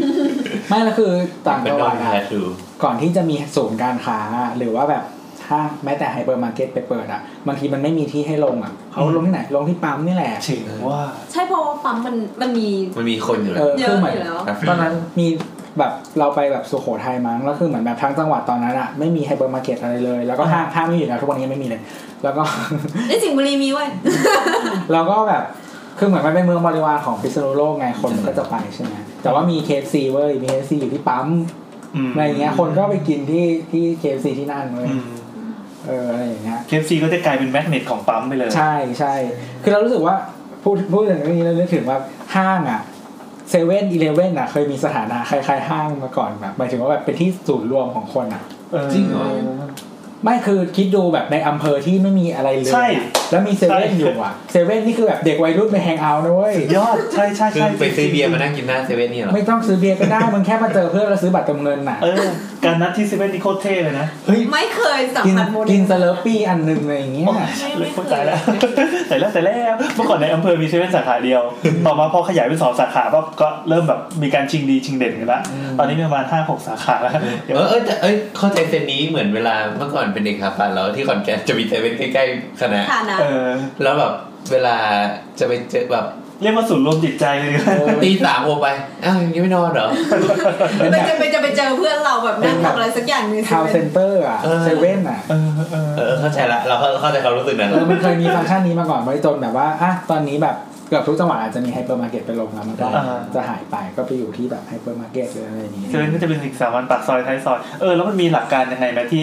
Speaker 6: ไม่และคือต่าง
Speaker 4: เป็น
Speaker 6: จังห
Speaker 4: โด
Speaker 6: วัด
Speaker 4: น
Speaker 6: อะ
Speaker 4: ทาทู
Speaker 6: ก่อนที่จะมีศูนย์การค้าอะหรือว่าแบบถ้างแม้แต่ไฮเปอร์มาร์เก็ตไปเปิดอ่ะบางทีมันไม่มีที่ให้ลงอ่ะเขาลงที่ไหนลงที่ปั๊มนี่แหละ
Speaker 5: ถึงว่า
Speaker 7: ใช่เพราะว่าปั๊มมันมันมี
Speaker 4: มันมีคนอยู่แล้
Speaker 6: เอ
Speaker 4: ว
Speaker 6: อ
Speaker 7: เย
Speaker 6: คือ
Speaker 7: อะ
Speaker 6: เหมือน
Speaker 7: อยู่แล้ว
Speaker 6: ตอนนั้นมีแบบเราไปแบบสุโขทัยมั้งแล้วคือเหมือนแบบทั้งจังหวัดตอนนั้นอ่ะไม่มีไฮเปอร์มาร์เก็ตอะไรเลย แล้วก็ห้างห้างไม่อยู่แล้วทุกวันนี้ไม่มีเลย แล้วก็
Speaker 7: นี่สิงห์บุรีมีเว้ย
Speaker 6: เราก็แบบ คือเหมือนมันเป็นเมืองบริวารของพิษณุโลกไง คนมันก็จะไปใช่ไหม แต่ว่ามีเคฟซีเว้ย มีเคฟซีอยู่ที่ปั๊ม
Speaker 5: อืม
Speaker 6: อะไรอย่างเงี้ย คนก็ไปกินที่ที่เคฟซีที่นั่นเว้ย
Speaker 5: อืม
Speaker 6: เอออะไรอย่างเงี้ย
Speaker 5: KFC ก็จะกลายเป็นแมกเนตของปั๊มไปเลย
Speaker 6: ใช่ใช่ คือเรารู้สึกว่าพูดพูดถึงเรื่องนี้เรานึกถึงว่าห้างอ่ะเซเว่นอีเลเว่นอ่ะ เคยมีสถานะคล้ายๆห้างมาก่อนแบบหมายถึงว่าแบบเป็นที่ศูนย์รวมของคนอ่ะ
Speaker 4: จริงเหรอ
Speaker 6: ไม่คือคิดดูแบบในอำเภอที่ไม่มีอะไรเลยอะ
Speaker 5: ใช่
Speaker 6: แล้วมีเซเว่น
Speaker 5: ใช่
Speaker 6: อยู่อ่ะเซเว่นนี่คือแบบเด็กวัยรุ่นไปแฮงเอาท์นะเว้ย
Speaker 5: ยอดใช่ใช่
Speaker 4: คือ
Speaker 5: ใช่
Speaker 4: ไปซื้อเบียร์มานั่งกินหน้าเซเว่นนี่เหรอ
Speaker 6: ไม่ต้องซื้อเบียร์ก็ได้ มึงแค่มาเจอเพื่อนแล้วซื้อบัตรเติมเงินน่ะ
Speaker 5: เออ การนัดที่เซเว่นนี่โคตรเท่เลยนะ
Speaker 6: เฮ้ย
Speaker 7: ไม่เคยสัม
Speaker 6: กิน
Speaker 7: ผัสโมเด
Speaker 6: กิน
Speaker 7: ล
Speaker 6: สเลอร์ปี้อันหนึ่งอะไรอย่างเงี้ย
Speaker 5: โอ้ยเลยเข้าใจแล้วแต่แล้วแต่แล้วเมื่อก่อนในอำเภอมีเซเว่นสาขาเดียว ต่อมาพอขยายเป็นสองสาขาปั๊บก็เริ่มแบบมีการชิงดีชิงเด่นกันละตอนนี้มีประมาณห้าหกสาขาแล้ว
Speaker 4: เออเออแต่เอ้ยเข้าใจเซนนี้เหมือนเวลาเมื่อก่อนเป็นเด็กขับปันแล้วที่ขอนแก่นจะมีเซเว่นใกล้ๆคณะ
Speaker 7: ฐานะ
Speaker 5: เออ
Speaker 4: แล้วแบบเวลาจะไปเจอแบบ
Speaker 5: เรียกว่าศูนย์รวมจิตใจเลยดีกว่า
Speaker 4: ตีสามโอไป อ้าวยังไม่นอนเหรอ
Speaker 6: เป็น
Speaker 7: มัน
Speaker 6: แบบ
Speaker 7: จะไปจะไปเจอเพื่อนเราแบบนั่งทำอะไรสักอย่างหนึง
Speaker 6: ทาวน์เซ็นเตอร์อ่ะ
Speaker 4: เออ
Speaker 6: เซเว่นอ่ะ
Speaker 5: เออเออ
Speaker 4: เออเข้าใจละ เราเข้าเข้าใจความรู้สึกนั้น
Speaker 6: เอ
Speaker 4: ละ
Speaker 6: อมันเคยมีฟังก์ชันนี้มาก่อนไว้จนแบบว่าอ่ะตอนนี้แบบ เกือบทุกจังหวัดอาจจะมีไฮเปอร์มาร์เก็ตไปลงแล้วมันก็
Speaker 5: อ่า
Speaker 6: จะหายไปก็ไปอยู่ที่แบบไฮเปอร์มาร์เก็ตหรืออะไรอย่างนี้
Speaker 5: เซเว่นก็จะเป็นสิ่งสามัญปากซอยท้ายซอย เออ แล้วมันมีหลักการยังไงไหมที่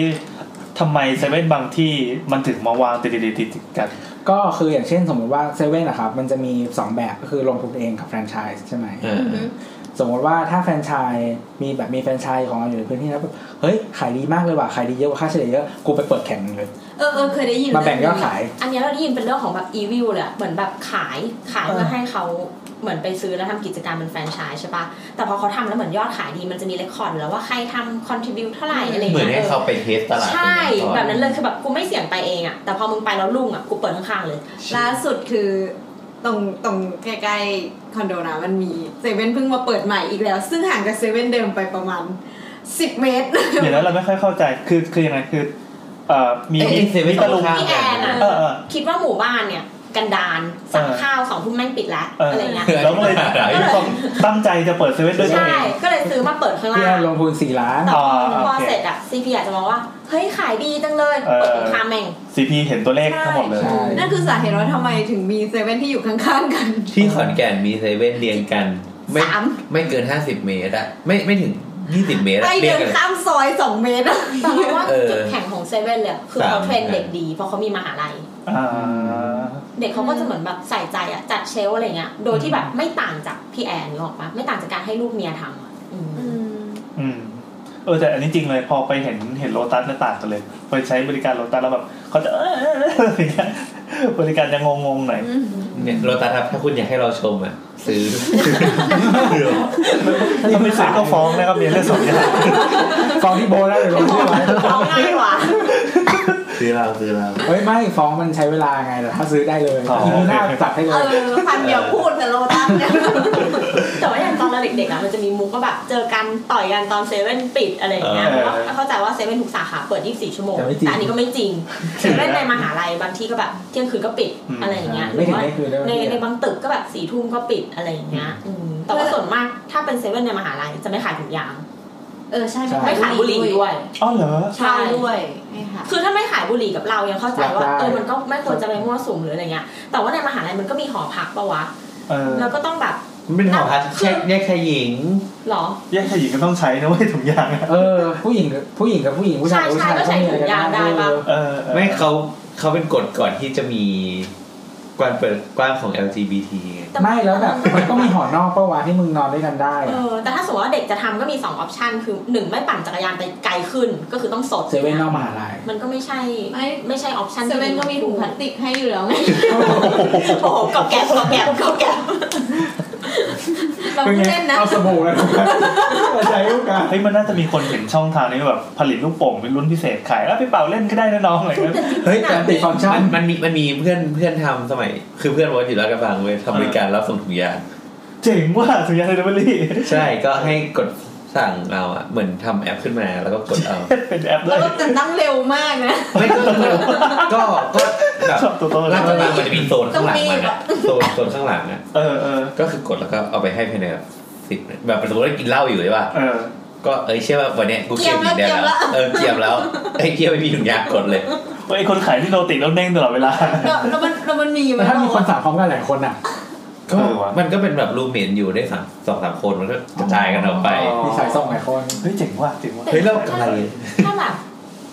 Speaker 5: ทำไมเซเว่นบางที่มันถึงมาวางติดๆติดๆกัน
Speaker 6: ก็คืออย่างเช่นสมมติว่าเซเว่นนะครับมันจะมี 2 แบบก็คือลงทุนเองกับแฟรนไชส์ใช่ไหม
Speaker 4: เออ
Speaker 6: สมมติว่าถ้าแฟรนไชายมีแบบมีแฟรนไชายของเราอยู่ในพื้นที่นะแบบเฮ้ยขายดีมากเลยว่ะขายดีเยอะกว่าค่าเฉลี่ยเยอะกูไปเปิดแข่งเลย
Speaker 7: เออเออเคยได้ยิน
Speaker 6: มาแบ่งยอดขาย
Speaker 2: อันเนี้ยเราได้ยินเป็นเรื่องของแบบอีวิวเลยอะเหมือนแบบขายขาย
Speaker 6: เออ
Speaker 2: เพื่อให้เขาเหมือนไปซื้อแล้วทำกิจการเป็นแฟรนไชส์ใช่ปะแต่พอเขาทำแล้วเหมือนยอดขายดีมันจะมีเรคคอร์ดอยู่แล้วว่าใครทำคอนทิบิวเท่าไหร่อะไร
Speaker 4: เหมือน
Speaker 2: เงี้
Speaker 4: ให้
Speaker 2: ย
Speaker 4: เขาไปเทสตลาด
Speaker 2: ใช่
Speaker 4: ตรง
Speaker 2: แบ
Speaker 4: ก่อบ
Speaker 2: นั้นเลยคือแบบกูไม่เสี่ยงไปเองอะแต่พอมึงไปแล้วลุ่งอะกูเปิดข้างๆเลย
Speaker 7: ล่าสุดคือตรงตรงใกล้ๆคอนโดนะมันมีเซเว่นเพิ่งมาเปิดใหม่อีกแล้ว ซึ่งห่างจากเซเว่นเดิมไปประมาณ 10 เมตร
Speaker 5: เดี๋ยวนั้นเราไม่ค่อยเข้าใจ คือคือยังไง คือเอ่อมี
Speaker 4: เอ้ยไอ้เซเว่น
Speaker 5: มี
Speaker 4: ต
Speaker 5: ตะ
Speaker 4: ล
Speaker 5: ลุ
Speaker 4: ง
Speaker 5: ง
Speaker 4: ข้าง
Speaker 2: พี่แอนอะ
Speaker 5: เออเออ
Speaker 2: คิดว่าหมู่บ้านเนี่ยกันดานสั่งข้าวสองทุ่มแม่งปิดแล้ว
Speaker 5: เอออ
Speaker 2: อะไรเงี้ย
Speaker 5: แล้วก็เลยต้องตั้งใจจะเปิดเซเว่นด้วยตัว
Speaker 2: ใช่
Speaker 5: เอง
Speaker 2: ก็เลยซื้อมาเปิดข้าง
Speaker 6: พี่แอ
Speaker 2: ล่าง
Speaker 6: นลงทุน4ล้าน
Speaker 2: แต่
Speaker 5: อ๋อ
Speaker 2: พอมันพอ
Speaker 5: โอเค
Speaker 2: เสร็จอะซีพีอาจจะมองว่า เฮ้ย ขายดีจังเลย
Speaker 5: เออ
Speaker 2: เปิดเป็นคาแม่ง
Speaker 5: ซีพีเห็นตัวเลขทั้งหมดเลย
Speaker 6: ใช่
Speaker 7: นั่นคือสาเหตุว่าทำไมถึงมีเซเว่นที่อยู่ข้างๆกัน
Speaker 4: ที่ขอนแก่นมีเซเว่นเรียงกัน ไม่
Speaker 7: สาม
Speaker 4: ไม่เกินห้าสิบเมตรอะไม่ไม่ถึงยี่สิบเมตร
Speaker 7: ไป
Speaker 4: อะเรี
Speaker 7: เดิ
Speaker 4: ยง
Speaker 7: น
Speaker 4: กัน
Speaker 7: ข้ามซอย 2 เมตร
Speaker 2: แต่เพราะว่า
Speaker 4: เออ
Speaker 2: จุดแข่งของเซเว่นเลยอะคือ
Speaker 4: สาม
Speaker 2: เขาเทรนเด็กดี เพราะเขามีมหาลัย
Speaker 5: อ่า
Speaker 2: เด็กเขาก็จะเหมือนแบบใส่ใจอะจัดเชลฟ์อะไรเงี้ย โดยที่แบบไม่ต่างจากพี่แอนหรอกปะไม่ต่างจากการให้ลูกเมียทำอะอืม
Speaker 5: อืม เออแต่อันนี้จริงเลย พอไปเห็นเห็นโลตัสเนี่ยต่างกันเลย ไปใช้บริการโลตัสแล้วแบบเขาจะเออเออเอออย่างเงี้ยบริการจะงงงๆหน่อย
Speaker 4: เนี่ยโรตัสครับถ้าคุณอยากให้เราชมอะซื้อ
Speaker 5: ถ้าไม่ซื้อก็ฟ้องนะครับมีเรื่องสองอย่าง
Speaker 6: ฟ้องที่โบได้เลยฟ้อง
Speaker 2: เอา
Speaker 6: ที่โบ
Speaker 2: ง่ายกว่า
Speaker 4: ซื้อเราซื้อเรา
Speaker 6: เฮ้ยไม่ฟ้องมันใช้เวลาไงแต่ถ้าซื้อได้เลย
Speaker 5: อ๋อ
Speaker 6: อีพีหน้าจัดให้เล
Speaker 7: เอย อพันเดียวพูดแต่โลตัสเนี่ย
Speaker 2: แต่ว่าอย่างตอนเราเด็กๆอะมันจะมีมุกว่าแบบเจอกันต่อยกันตอนเซเว่นปิดอะไรอย่างเงี้ย
Speaker 5: เออ
Speaker 2: เพราะว่าเข้าใจว่าเซเว่นทุกสาขาเปิด 24 ชั่วโมง
Speaker 6: แต่ไม่จริง
Speaker 2: แต่อันนี้ก็ไม่จ ริงเซเว่นในมหาลัยบางที่ก็แบบเที่ยงคืนก็ปิดอะไรอย่างเงี้ยห
Speaker 6: ไม่
Speaker 2: รือ
Speaker 6: ถึง
Speaker 2: ว่า
Speaker 6: ได้คืนได้ไหม
Speaker 2: ในในบางตึกก็แบบสี่ทุ่มก็ปิดอะไรอย่างเงี้ยอืมแต่ว่าส่วนมากถ้าเป็นเซเว่นในมหาลัยจะไม่ขายถุงยาง
Speaker 7: เออ ใช่
Speaker 2: ไม่ขายบุหรี่ด้วย
Speaker 5: อ๋อเหรอ
Speaker 7: ใช่ด้วยไม่ค่ะ
Speaker 2: คือถ้าไม่ขายบุหรี่กับเรายังเข้าใจว่า
Speaker 6: รับได้
Speaker 2: เออมันก็ไม่ควรจะไปมั่วสุมหรืออะไรเงี้ย แต่ว่าในมหาลัยมันก็มีหอพักปะวะ
Speaker 5: เออ
Speaker 2: แล้วก็ต้องแบบ
Speaker 4: มันเป็นหอพักแยกแยกชายหญิง
Speaker 2: หรอ
Speaker 5: แยกชายหญิงก็ต้องใช้นะเว้ยถุงยางอะ
Speaker 6: เออผู้หญิงกับผู้หญิงกับผู้หญิงผู้ชายกับผู้ชาย
Speaker 2: ใช่ใช่
Speaker 6: มีอะไร
Speaker 2: ก็ใช้ถุงยางได้ปะ
Speaker 5: เออออ
Speaker 4: ไม่เขาเขาเป็นกฎก่อนที่จะมีการเปิดกว้างของ LGBT ไง
Speaker 6: ไม่แล้วแบบมันก็มีหอนอกเป้าวะที่มึงนอนด้วยกันได้
Speaker 2: เอ
Speaker 6: อะ
Speaker 2: อแต่ถ้าสมมติว่าเด็กจะทำก็มี2องออปชันคือหนึ่งไม่ปั่นจักรยานไปไกลขึ้นก็คือต้องสด
Speaker 6: เซเว่นนอกมหาลัย
Speaker 2: มันก็ไม่ใช่
Speaker 7: ไม่
Speaker 2: ไม่ใช่ออปชัน
Speaker 7: เซเว่นก็มีถุงพลาสติกให้อยู่แล้วไง
Speaker 2: โอ้โหกับแก๊บกับแก๊บกับแก๊บ
Speaker 7: เราพูดเล่นนะ
Speaker 6: เอาสบู่เลยใช้ลูกกัน
Speaker 5: เฮ้ยมันน่าจะมีคนเห็นช่องทางนี้แบบผลิตลูกโป่งเป็นรุ่นพิเศษขายแล้วไปเป่าเล่นก็ได้นะน้องอะไรเงี้ย
Speaker 4: เฮ้ยแต่
Speaker 6: แต่ติดฟังก์ชั
Speaker 4: มัน นมันมีมันมีเพื่อนเพื่อนทำสมัย คือเพื่อนวัดอยู่ลาดกระบังเว้ยทำบริการรับส่งถุงยาง
Speaker 5: เจ๋งว่ะถุงยางเดลิเวอรี่
Speaker 4: ใช่ก็ให้กดสั่งเอาอะเหมือนทำแอปขึ้นมาแล้วก็กดเอา
Speaker 5: เป็นแอปด้
Speaker 7: แล้ว
Speaker 5: วย
Speaker 7: ก็ติดตั้งเร็วมากนะ
Speaker 4: ไม่ก็ก็ก็ แบบ
Speaker 5: ชอบตัวโต
Speaker 4: ลาด
Speaker 5: นะ
Speaker 4: กระบังมันจะมีโซนข้างหลังมันอะโซนโซนข้างหลังอะ
Speaker 5: เออเออ
Speaker 4: ก็คือกดแล้วก็เอาไปให้ภายในแบบสิบแบบสมมติว่ากินเหล้าอยู่ใช่ป่ะ
Speaker 5: เออ
Speaker 4: ก็เอ้ยเชื่อว่าวันเนี้ยกูเกียมอีก
Speaker 7: เกี
Speaker 4: แล้
Speaker 7: ยมแล้ว ว
Speaker 4: เออเกียม แล้วไอ้ยเกียมไม่มีถุงยางกดเลย
Speaker 5: เว้ยไอคนขายที่โนติแล้วเด้งตลอดเวลา
Speaker 7: แล้วแล้วมันแล้วมันมีไหม
Speaker 6: แต่ถ้ามีคนสั่งพร้อมกันหลายคนอ่ะ
Speaker 4: ก็
Speaker 5: เออว่ะ
Speaker 4: มันก็เป็นแบบรูมเมนอยู่ได้สามสองสามคนมันก็กระจายกันออกไป
Speaker 6: มีสายส่งหลายคน
Speaker 5: เฮ้ยเจ๋งว่ะเจ๋งว่ะ
Speaker 4: เฮ้ยแล้วอะไร
Speaker 2: ถ้าแบบ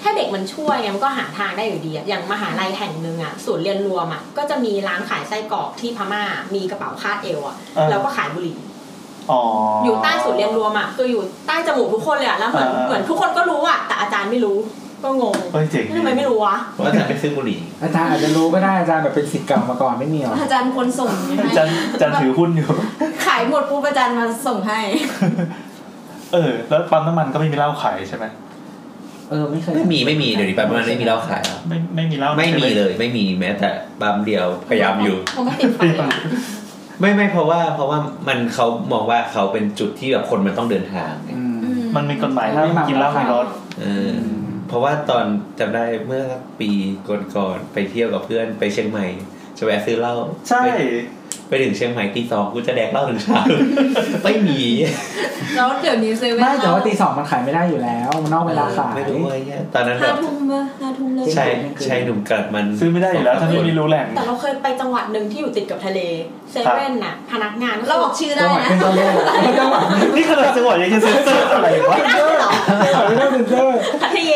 Speaker 2: ถ้าเด็กมันช่วยไงมันก็หาทางได้อยู่ดีอะอย่างมหาลัยแห่งหนึ่งอะศูนย์เรียนรวมอะก็จะมีร้านขายไส้กรอกที่พม่ามีกระเป๋าคาดเอวอะแล้วก็ขายบุหรี่
Speaker 5: อ๋ออ
Speaker 2: อยู่ใต้ศูนย์เรียนรวมอ่ะคืออยู่ใต้จมูกทุกคนเลยอ่ะแล้วเหมือน
Speaker 5: อ่า
Speaker 2: เหมือนทุกคนก็รู้อ่ะแต่อาจารย์ไม่รู้ ก็งง
Speaker 5: เฮ้ยเจ๋ง
Speaker 2: ทำไมไม่รู้วะ
Speaker 4: เพราะอาจารย์ไปซื้อบุหรี่
Speaker 6: อาจารย์อาจจะรู้ก็ได้อาจารย์แบบเป็นสิทธิ์เก่ามาก่อนไม่มีหรอก
Speaker 7: อาจารย์คนส่งให้
Speaker 5: จันจันถือหุ้นอยู่
Speaker 7: ขายหมดปุ๊บอาจารย์มาส่งให้
Speaker 5: เออ แล้วปั๊มน้ำมันก็ไม่มีเหล้าขายใช่ไหม
Speaker 6: เออไม่เคย
Speaker 4: ไม่มีไม่มีเดี๋ยวนี้ปั๊มมันไม่มีเหล้าขายแล้ว
Speaker 5: ไม่ไม่มีเหล้า
Speaker 4: ไม่มี
Speaker 5: ใช่ห
Speaker 4: เลยไม่มีแม้แต่ปั๊มเดียวพยายามอยู่
Speaker 2: คงไม่ติดไฟอะ
Speaker 4: ไม่ไม่เพราะว่าเพราะว่ามันเขามองว่าเขาเป็นจุดที่แบบคนมันต้องเดินทางไง
Speaker 6: อืม
Speaker 5: มันมีกฎหมายห้ามกินเหล้าในรถ
Speaker 4: เออเพราะว่าตอนจำได้เมื่อสักปีก่อนๆไปเที่ยวกับเพื่อนไปเชียงใหม่จะแวะซื้อเหล้า
Speaker 5: ใช่
Speaker 4: ไป ไปถึงเชียงใหม่ตีสองกูจะแดกเหล้าถึงเช้า ไม่มี
Speaker 7: แล้วเดี๋ยวนี้เซเว่น
Speaker 6: ไม่แต่ว่าตีสองมันขายไม่ได้อยู่แล้ว มันนอกเวลาขาย
Speaker 4: ไม่รู้เว้ยเนี่ยตอนนั้นแบ
Speaker 7: ห้า
Speaker 4: บ
Speaker 7: ทุ่มเมื่อห้าทุ่มเลย
Speaker 4: ชายชายหนุ่มกัดมัน
Speaker 5: ซื้อไม่ได้อยู่แล้วถ้าไม่มีรู้แหล่ง
Speaker 2: แต่เราเคยไปจังหวัดหนึ่งที่อยู่ติดกับทะเลเซเว่นน่ะพนักงานก็
Speaker 7: เราบอกชื่อได้
Speaker 6: จังหวัด
Speaker 7: นะ
Speaker 6: เป็นตัวเลขจังหวัด
Speaker 5: นี่ขนาดจังหวะยังจะเซ็นเซอร์อะไรวะ
Speaker 2: ไม่ได้เหรอ
Speaker 6: จังหวัดไม่ต้องเซ็นเซอร์
Speaker 2: พัทะเย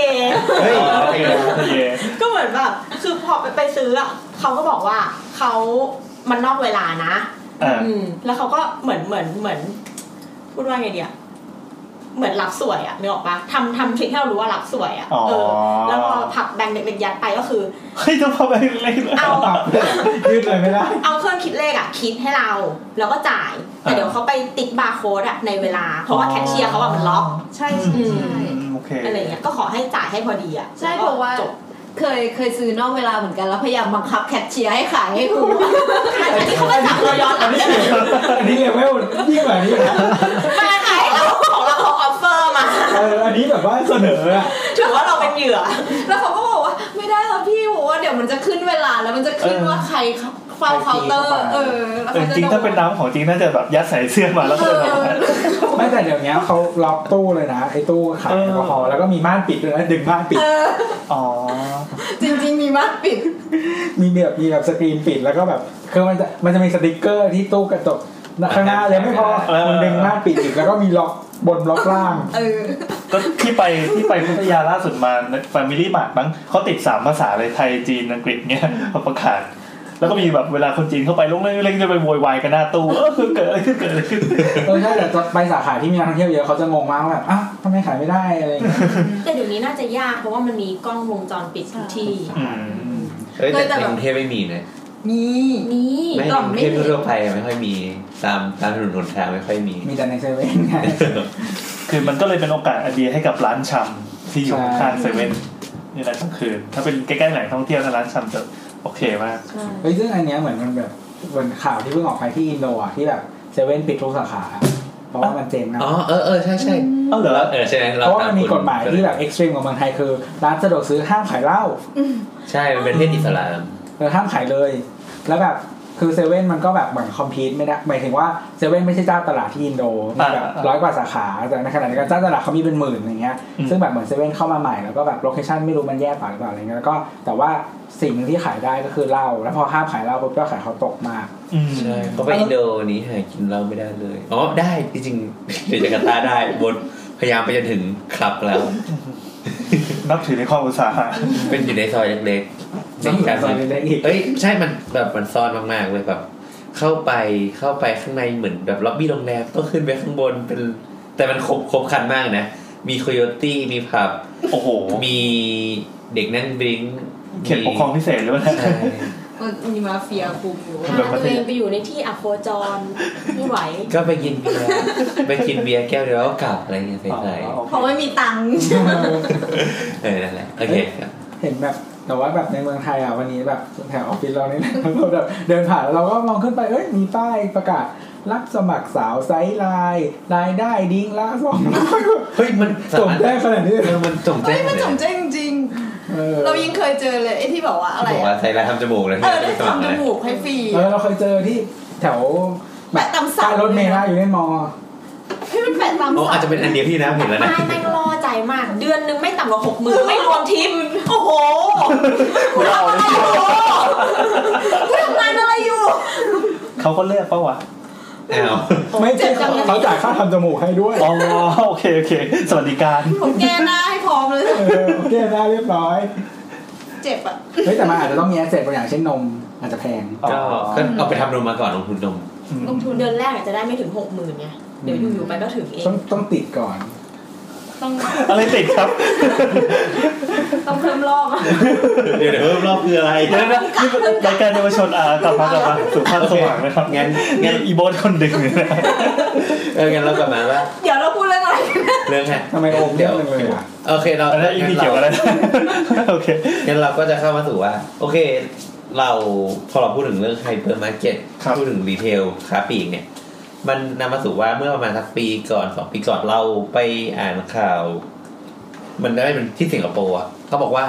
Speaker 4: เฮ้ย
Speaker 5: โอเค
Speaker 2: ก็เหมือนแบบคือพอไปไปซื้ออ่ะเขาก็บอกว่าเขามันนอกเวลานะ
Speaker 5: อ่า
Speaker 2: อืมแล้วเขาก็เหมือนเหมือนเหมือน พูดว่าไงเดียเหมือนรับสวยอะนึกออกปะทำทำทริคให้เรารู้ว่ารับสวยอะ
Speaker 5: อ๋อ
Speaker 2: เออ แล้วพอผักแบ่งค์เด็กๆยัดไปก็คือ
Speaker 5: เฮ้ยต้องพาไปเล่น
Speaker 2: เอา
Speaker 6: ยืดเลยไม่ได้
Speaker 2: เอาเครื่องคิดเลขอะคิดให้เรา แล้วก็จ่าย แต่เดี๋ยวเขาไปติดบาร์โค้ดอะในเวลา เพราะว่าแคชเชียร์เขาอะมันล็อก
Speaker 7: ใช่ใช่
Speaker 5: อื
Speaker 7: ใช่
Speaker 5: มโอเค
Speaker 2: อะไรเงี้ยก็ขอให้จ่ายให้พอดีอะ
Speaker 7: ใช่เพราะว่า
Speaker 2: จบ
Speaker 7: เคยเคยซื้อนอกเวลาเหมือนกันแล้วพยายามบังคับแคชเชียร์ให้ขายให้ถู ก
Speaker 2: อันนี้เขาก็จับเราย้อนหลังได้ไหม
Speaker 6: อันนี้เลเวลยิ่งกว่านี้นะ
Speaker 2: ไม่ขายเราของเราขอออฟเฟอร์มา
Speaker 6: เอออันนี้แบบว่าเสนออะ
Speaker 2: ถือว่าเราเป็นเหยื่อ
Speaker 7: แล้วเขาก็บอกว่าไม่ได้ครับพี่ผมว่าเดี๋ยวมันจะขึ้นเวลาแล้วมันจะขึ้น
Speaker 5: เออ
Speaker 7: ว่าใครเฝ้าเคาน์เตอร์ เออแล้ว
Speaker 5: เออ
Speaker 7: เขาจะ
Speaker 5: จริง
Speaker 7: โด
Speaker 5: ถ้าน เป็นน้ำของจริงน่าจะแบบยัดใส่เสื้อมาแล้ว
Speaker 7: เอ
Speaker 5: ก็
Speaker 7: อ
Speaker 5: แบบ
Speaker 6: ไม่แต่เดี๋ยวนี้เขาล็อกตู้เลยนะไอ้ตู้ขายแอลกอฮอล์แล้วก็มีม่านปิดเลยนะดึงม่านปิด
Speaker 7: เออ
Speaker 5: อ๋อ
Speaker 7: จริง ๆ มีมากปิด
Speaker 6: มีแบบมีแบบสกรีนปิดแล้วก็แบบคือมันจะมันจะมีสติกเกอร์ที่ตู้กระจกข้างหน้าเลยไม่พอ
Speaker 5: เออ
Speaker 6: มันดึงม่านปิดอีกแล้วก็มีล็อกบนล็อกล่าง
Speaker 7: เออ
Speaker 5: ก็ที่ไปที่ไปพัทยาล่าสุดมาแฟมิลี่มาร์ทมั้งเขาติดสามภาษาเลยไทยจีนอังกฤษเนี่ยเขาประกาศ แล้วก็มีแบบเวลาคนจีนเข้าไปลงเล่นเล่นจะไปโวยวายกันหน้าตู้เออคือเกิดอะไรขึ้นเกิดอะไรขึ้น
Speaker 6: เออใช่แต่จะไปสาขาที่มีนักท่องเที่ยวเยอะเขาจะงงมากว่าแบบอ้าวทำไมขายไม่ได้อะไรอย่างเงี้ย
Speaker 2: แต่เดี๋ยวนี้น่าจะยากเพราะว่ามันมีกล้องวงจรปิดทุกที่
Speaker 5: อืม
Speaker 4: เฮ้ยแต่
Speaker 7: แต่
Speaker 4: ใน
Speaker 7: แบบ
Speaker 4: กรุงเทพไม่มีนะ
Speaker 7: มี
Speaker 2: นี่
Speaker 4: ไม่ใน
Speaker 7: กล่อง
Speaker 4: กรุง
Speaker 7: ไม่
Speaker 4: เทพ
Speaker 7: มี
Speaker 4: ทั่วไปไม่ค่อยมีตามตามถนนหนทางไม่ค่อยมี
Speaker 6: มีแต่ในเซเว่นไง
Speaker 5: คือมันก็เลยเป็นโอกาสอันดีให้กับร้านชำที่อยู่ข้างเซเว่นนี่แหละกลางคืนถ้าเป็นใกล้ๆแหล่งท่องเที่ยวนะร้านชำจะโอเคมาก
Speaker 6: เฮ้ยซึ่งอันเนี้ยเหมือนมันแบบเหมือนข่าวที่เพิ่งออกไปที่อินโดอ่ะที่แบบเซเว่นปิดทุกสาขา เพราะว่ามันเจ๊งนะ
Speaker 4: อ๋อเออเออใช่ใช่
Speaker 5: เอ้าเหรอ
Speaker 4: เออใช่ไหม
Speaker 6: เพราะว่ามันมีกฎหมายที่แบบเอ็กซ์ตรีมของเมืองไทยคือ ร้านสะดวกซื้อห้ามขายเหล้า
Speaker 4: ใช่มันเป็นประเทศอิสลาม
Speaker 6: เออห้ามขายเลย แล้วแบบคือเซเว่นมันก็แบบเหมือนคอมพีตไม่ได้หมายถึงว่าเซเว่นไม่ใช่เจ้าตลาดที่อินโดมีแบบร้อยกว่าสาขาแต่ในขณะเดียวกันเจ้าตลาดเขามีเป็นหมื่นอย่างเงี้ย
Speaker 5: อืม
Speaker 6: ซึ่งแบบเหมือนเซเว่นเข้ามาใหม่แล้วก็แบบโลเคชั่นไม่รู้มันแย่ป่าหรือเปล่าอะไรเงี้ยแล้วก็แต่ว่าสิ่งหนึ่งที่ขายได้ก็คือเหล้าแล้วพอห้ามขายเหล้าปุ๊บยอดขายเขาตกมาก
Speaker 5: อืม
Speaker 4: ใช่เพราะไปอินโดนี้หากินเหล้าไม่ได้เลย อ๋อ ได้จริงๆ ในจาการ์ตาได้บน พยายามไปจนถึงคลับ แล้ว
Speaker 5: นับถือในความอุตสาหะ
Speaker 4: เป็นอยู่ในซอยเล็กๆ
Speaker 6: ต้องอยู่ในซอยเล็กๆอีก
Speaker 4: เอ้ยใช่มันแบบมันซ่อนมากๆเลยแบบ เข้าไปเข้าไปข้างในเหมือนแบบล็อบบี้โรงแรมต้องขึ้นไปข้างบนเป็น แต่มันครบครบครันมากนะ มีโคโยตี้มีผับ
Speaker 5: โอ้โห
Speaker 4: มีเด็กนั่งดริ้งก์
Speaker 5: เขตปกครองพิเศษหรือเปล่า
Speaker 4: ใช่
Speaker 7: มันมีมาเฟียคุมอยู่
Speaker 2: พาตัวเองไปอยู่ในที่อโคจรไม่ไหว
Speaker 4: ก็ไปกินเบียร์ ไปกินเบียร์แก้วเดียวแล้วก็กลับอะไรเงี้ยใส่
Speaker 5: อ๋อ
Speaker 7: เพราะไม่มีตังค์
Speaker 4: ๆเออนั่นแหละโอเคครับ
Speaker 6: เห็นแบบแต่ว่าแบบในเมืองไทยอ่ะวันนี้แบบแถวออฟฟิศเราเนี่ยนะ เราแบบเดินผ่านแล้วเราก็มองขึ้นไปเอ้ยมีป้ายประกาศ รับสมัครสาวไซส์ไลน์รายได้ดิ้งละสองร้ อย
Speaker 4: เฮ้ยมัน
Speaker 6: จบได้ขนาดนี้เลย
Speaker 4: เออมันจงแจ้
Speaker 7: เฮ้ย
Speaker 4: ง
Speaker 7: มัน
Speaker 4: เลย
Speaker 7: สมใจจริง
Speaker 6: เออ
Speaker 7: ๆเรายิ่งเคยเจอเลยไอ้ที่บอกว่าอะไร
Speaker 4: บอก
Speaker 7: อะ
Speaker 4: ว่าใส่ลายทำจมูกเลย
Speaker 7: เออได้
Speaker 4: สมัคร
Speaker 7: ทำจ
Speaker 4: เลย
Speaker 7: มูกให้ฟรี
Speaker 6: เออเราเคยเจอที่แถว
Speaker 7: แปะตามเสา
Speaker 6: ป้ยรถเมล์นะอยู่ในมอ
Speaker 7: ให้มันแปะตาม
Speaker 4: โอ้อาจ
Speaker 7: สา
Speaker 4: จะเป็นอันเดียวที่นะเห็นแล้วนะ
Speaker 2: ไม่ไม่ล่อใจมาก เดือนนึงไม่ต่ำกว่าหกหมื่นไม่รวมทิปโอ้โห
Speaker 5: ไม่เอาเลย
Speaker 2: ทำงานอะไรอยู่
Speaker 5: เขาก็เลือกเปล่าวะ
Speaker 4: แอาว
Speaker 6: ไม่ใช่
Speaker 2: เจ็บจังเลย
Speaker 6: เขาจ่ายค่าทำจมูกให้ ด้วย
Speaker 5: อ๋อโอเคโอเค สวัสดิการ
Speaker 7: ผมแก้หน้าให้พร้อมเลย
Speaker 6: เออโอเคได้เรียบร้อย
Speaker 7: เจ็บอ่ะ
Speaker 6: เฮ้ยแต่มันอาจจะต้องมีแอสเซทบางอย่างเช่นนมอาจจะแพง
Speaker 5: อ๋อ
Speaker 4: ก็ก็เอาไปทำนมมาก่อนลงทุนนม
Speaker 2: ลงทุนเดือนแรกอาจจะได้ไม่ถึงหกหมื่นไงเดี๋ยวอยู่ๆไปก็ถึงเอง
Speaker 6: ต้องต้องติดก่อน
Speaker 7: ต้อง
Speaker 5: อะไรติดครับ
Speaker 7: ต้องเพิ่มรอบอะ
Speaker 4: เดี๋ยวเดี๋ยวเพิ่มรอบคืออะไร
Speaker 5: เดี๋ยวนะนี่เป็นรายการเยาวชนอ่ากลับมากลับมาสู่ภาพสว่างนะครับ
Speaker 4: งั้นงั้
Speaker 5: งั้
Speaker 4: น
Speaker 5: นอีโบสคนดึงเลยนะ
Speaker 4: เอองั้นเรากลับมาว่า
Speaker 7: เดี๋ยวเราพูดเรื่องอะไร
Speaker 4: เรื่องฮะ
Speaker 6: ทำไมโอมเย
Speaker 4: เดี๋ยว
Speaker 6: อะจังเลยอะ
Speaker 4: โอเคเรา
Speaker 5: อันนั้นอีพีเกี่ยวกับอะไรนะโอเค
Speaker 4: งั้นเราก็จะเข้ามาสู่ว่า โอเค เราพอเราพูดถึงเรื่องไฮเปอร์มาร์เก็ต
Speaker 5: ครับ
Speaker 4: พูดถึงรีเทลค้าปลีกเนี่ย มันนำมาสู่ว่าเมื่อประมาณสักปีก่อนสองปีก่อนเราไปอ่านข่าว มันได้เป็นที่สิงคโปร์อะเขาบอกว่า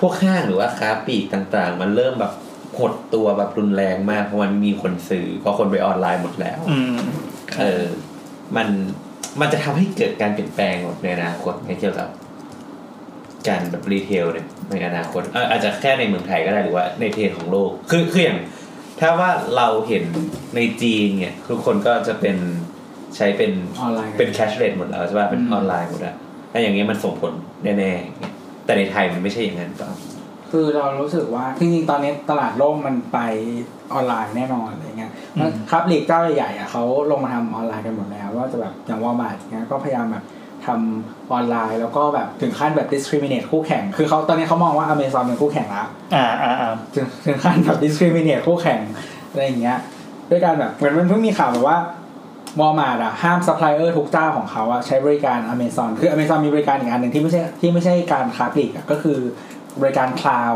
Speaker 4: พวกห้างหรือว่าค้าปลีกต่างๆ มันเริ่มแบบ หดตัวแบบรุนแรงมาก เพราะมันมีคนซื้อเพราะคนไปออนไลน์หมดแล้ว
Speaker 5: อืม
Speaker 4: เออ มันมันจะทำให้เกิดการเปลี่ยนแปลงในอนาคตในเกี่ยวกับการแบบรีเทลเนี่ยในอนาคตเอ่ออาจจะแค่ในเมืองไทยก็ได้หรือว่าในเทรนด์ของโลก คือคืออย่าง ถ้าว่าเราเห็นในจีนเนี่ยทุกคนก็จะเป็นใช้เป็น
Speaker 6: ออนไลน์กัน
Speaker 4: เป็นแคชเรทหมดแล้วใช่ป่ะเป็น
Speaker 5: อืม
Speaker 4: ออนไลน์หมดอะแต่อย่างเงี้ยมันส่งผลแน่ๆอย่างเงี้ยแต่ในไทยมันไม่ใช่อย่างนั้นป่ะ
Speaker 6: คือเรารู้สึกว่าจริงๆตอนนี้ตลาดโลกมันไปออนไลน์แน่นอนอะไรเงี้ย
Speaker 5: อืม
Speaker 6: ครับลีกเจ้าใหญ่ๆอ่ะเขาลงมาทำออนไลน์กันหมดแล้วว่าจะแบบอย่างวอลมาร์ทเงี้ยก็พยายามแบบทำออนไลน์ แล้วก็แบบถึงขั้นแบบ discriminate คู่แข่ง คือเขาตอนนี้เขามองว่าอเมซอนเป็นคู่แข่งละ
Speaker 5: อ่าอ่าอ่า
Speaker 6: ถึงถึงขั้นแบบ discriminate คู่แข่งอะไรอย่างเงี้ยด้วยการแบบเหมือนมันเพิ่งมีข่าวแบบว่าวอลมาร์ทอะห้ามซัพพลายเออร์ทุกเจ้าของเขาอะใช้บริการ Amazon คือ Amazon มีบริการอีกอันหนึ่งที่ไม่ใช่ที่ไม่ใช่การค้าปลีกอะก็คือบริการคลาว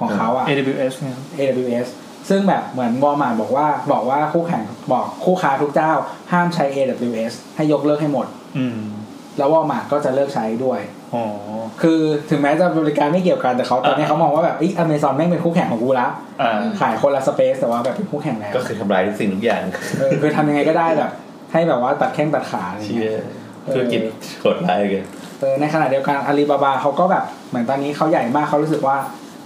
Speaker 6: ของเขาอะ
Speaker 5: AWS เนี่ย
Speaker 6: AWS ซึ่งแบบเหมือนวอลมาร์ทบอกว่าบอกว่าคู่แข่งบอกคู่ค้าทุกเจ้า ห้ามใช้ AWS ให้ยกเลิกให้หมด
Speaker 5: อืม
Speaker 6: แล้ววอลมาร์ทก็จะเลิกใช้ด้วย
Speaker 5: อ๋อ
Speaker 6: คือถึงแม้จะบริการไม่เกี่ยวกันแต่เขาตอนนี้
Speaker 5: อ่า
Speaker 6: เขามองว่าแบบอีอเมซอนแม่งเป็นคู่แข่งของกูละ
Speaker 5: อ่า
Speaker 6: ขายคนละสเปซแต่ว่าแบบเป็นคู่แข่งแล้ว
Speaker 4: ก็คือทำลายทุกสิ่งทุกอย่าง
Speaker 6: เออคือทำยังไงก็ได้แบบ ให้แบบว่าตัดแข้งตัดขาอะไร
Speaker 4: เชี่
Speaker 6: เงี้
Speaker 4: ย
Speaker 6: ย
Speaker 4: ธุรกิจโหดร้ายเหลย
Speaker 6: เออในขณะเดียวกันอาลีบาบาเขาก็แบบเหมือนตอนนี้เขาใหญ่มากเขารู้สึกว่า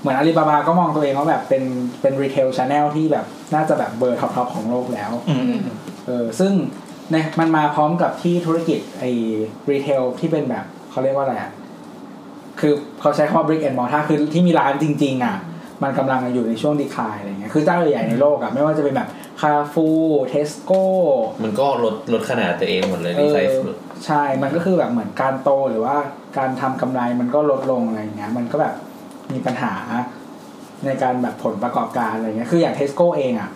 Speaker 6: เหมือนอาลีบาบาก็มองตัวเองว่าแบบเป็นเป็นรีเทลชาแนลที่แบบน่าจะแบบเบอร์ท็อปๆของโลกแล้ว
Speaker 5: อืม
Speaker 6: เออซึ่งเนี่ยมันมาพร้อมกับที่ธุรกิจไอ้รีเทลที่เป็นแบบเขาเรียกว่าอะไรอ่ะ คือเขาใช้คำว่า brick and mortar คือที่มีร้านจริง ๆ อ่ะ มันกำลังอยู่ในช่วงดีคลายอะไรเงี้ยคือเจ้าใหญ่ๆในโลกอ่ะ ไม่ว่าจะเป็นแบบคาฟูเทสโก้
Speaker 4: มันก็ลดลดขนาดตัวเองหมดเลยดีไซน์สุด
Speaker 6: ใช่ มันก็คือแบบเหมือนการโตหรือว่าการทำกำไรมันก็ลดลงอะไรเงี้ยมันก็แบบมีปัญหาในการแบบผลประกอบการอะไรเงี้ยคืออย่างเทสโก้เองอ่ะ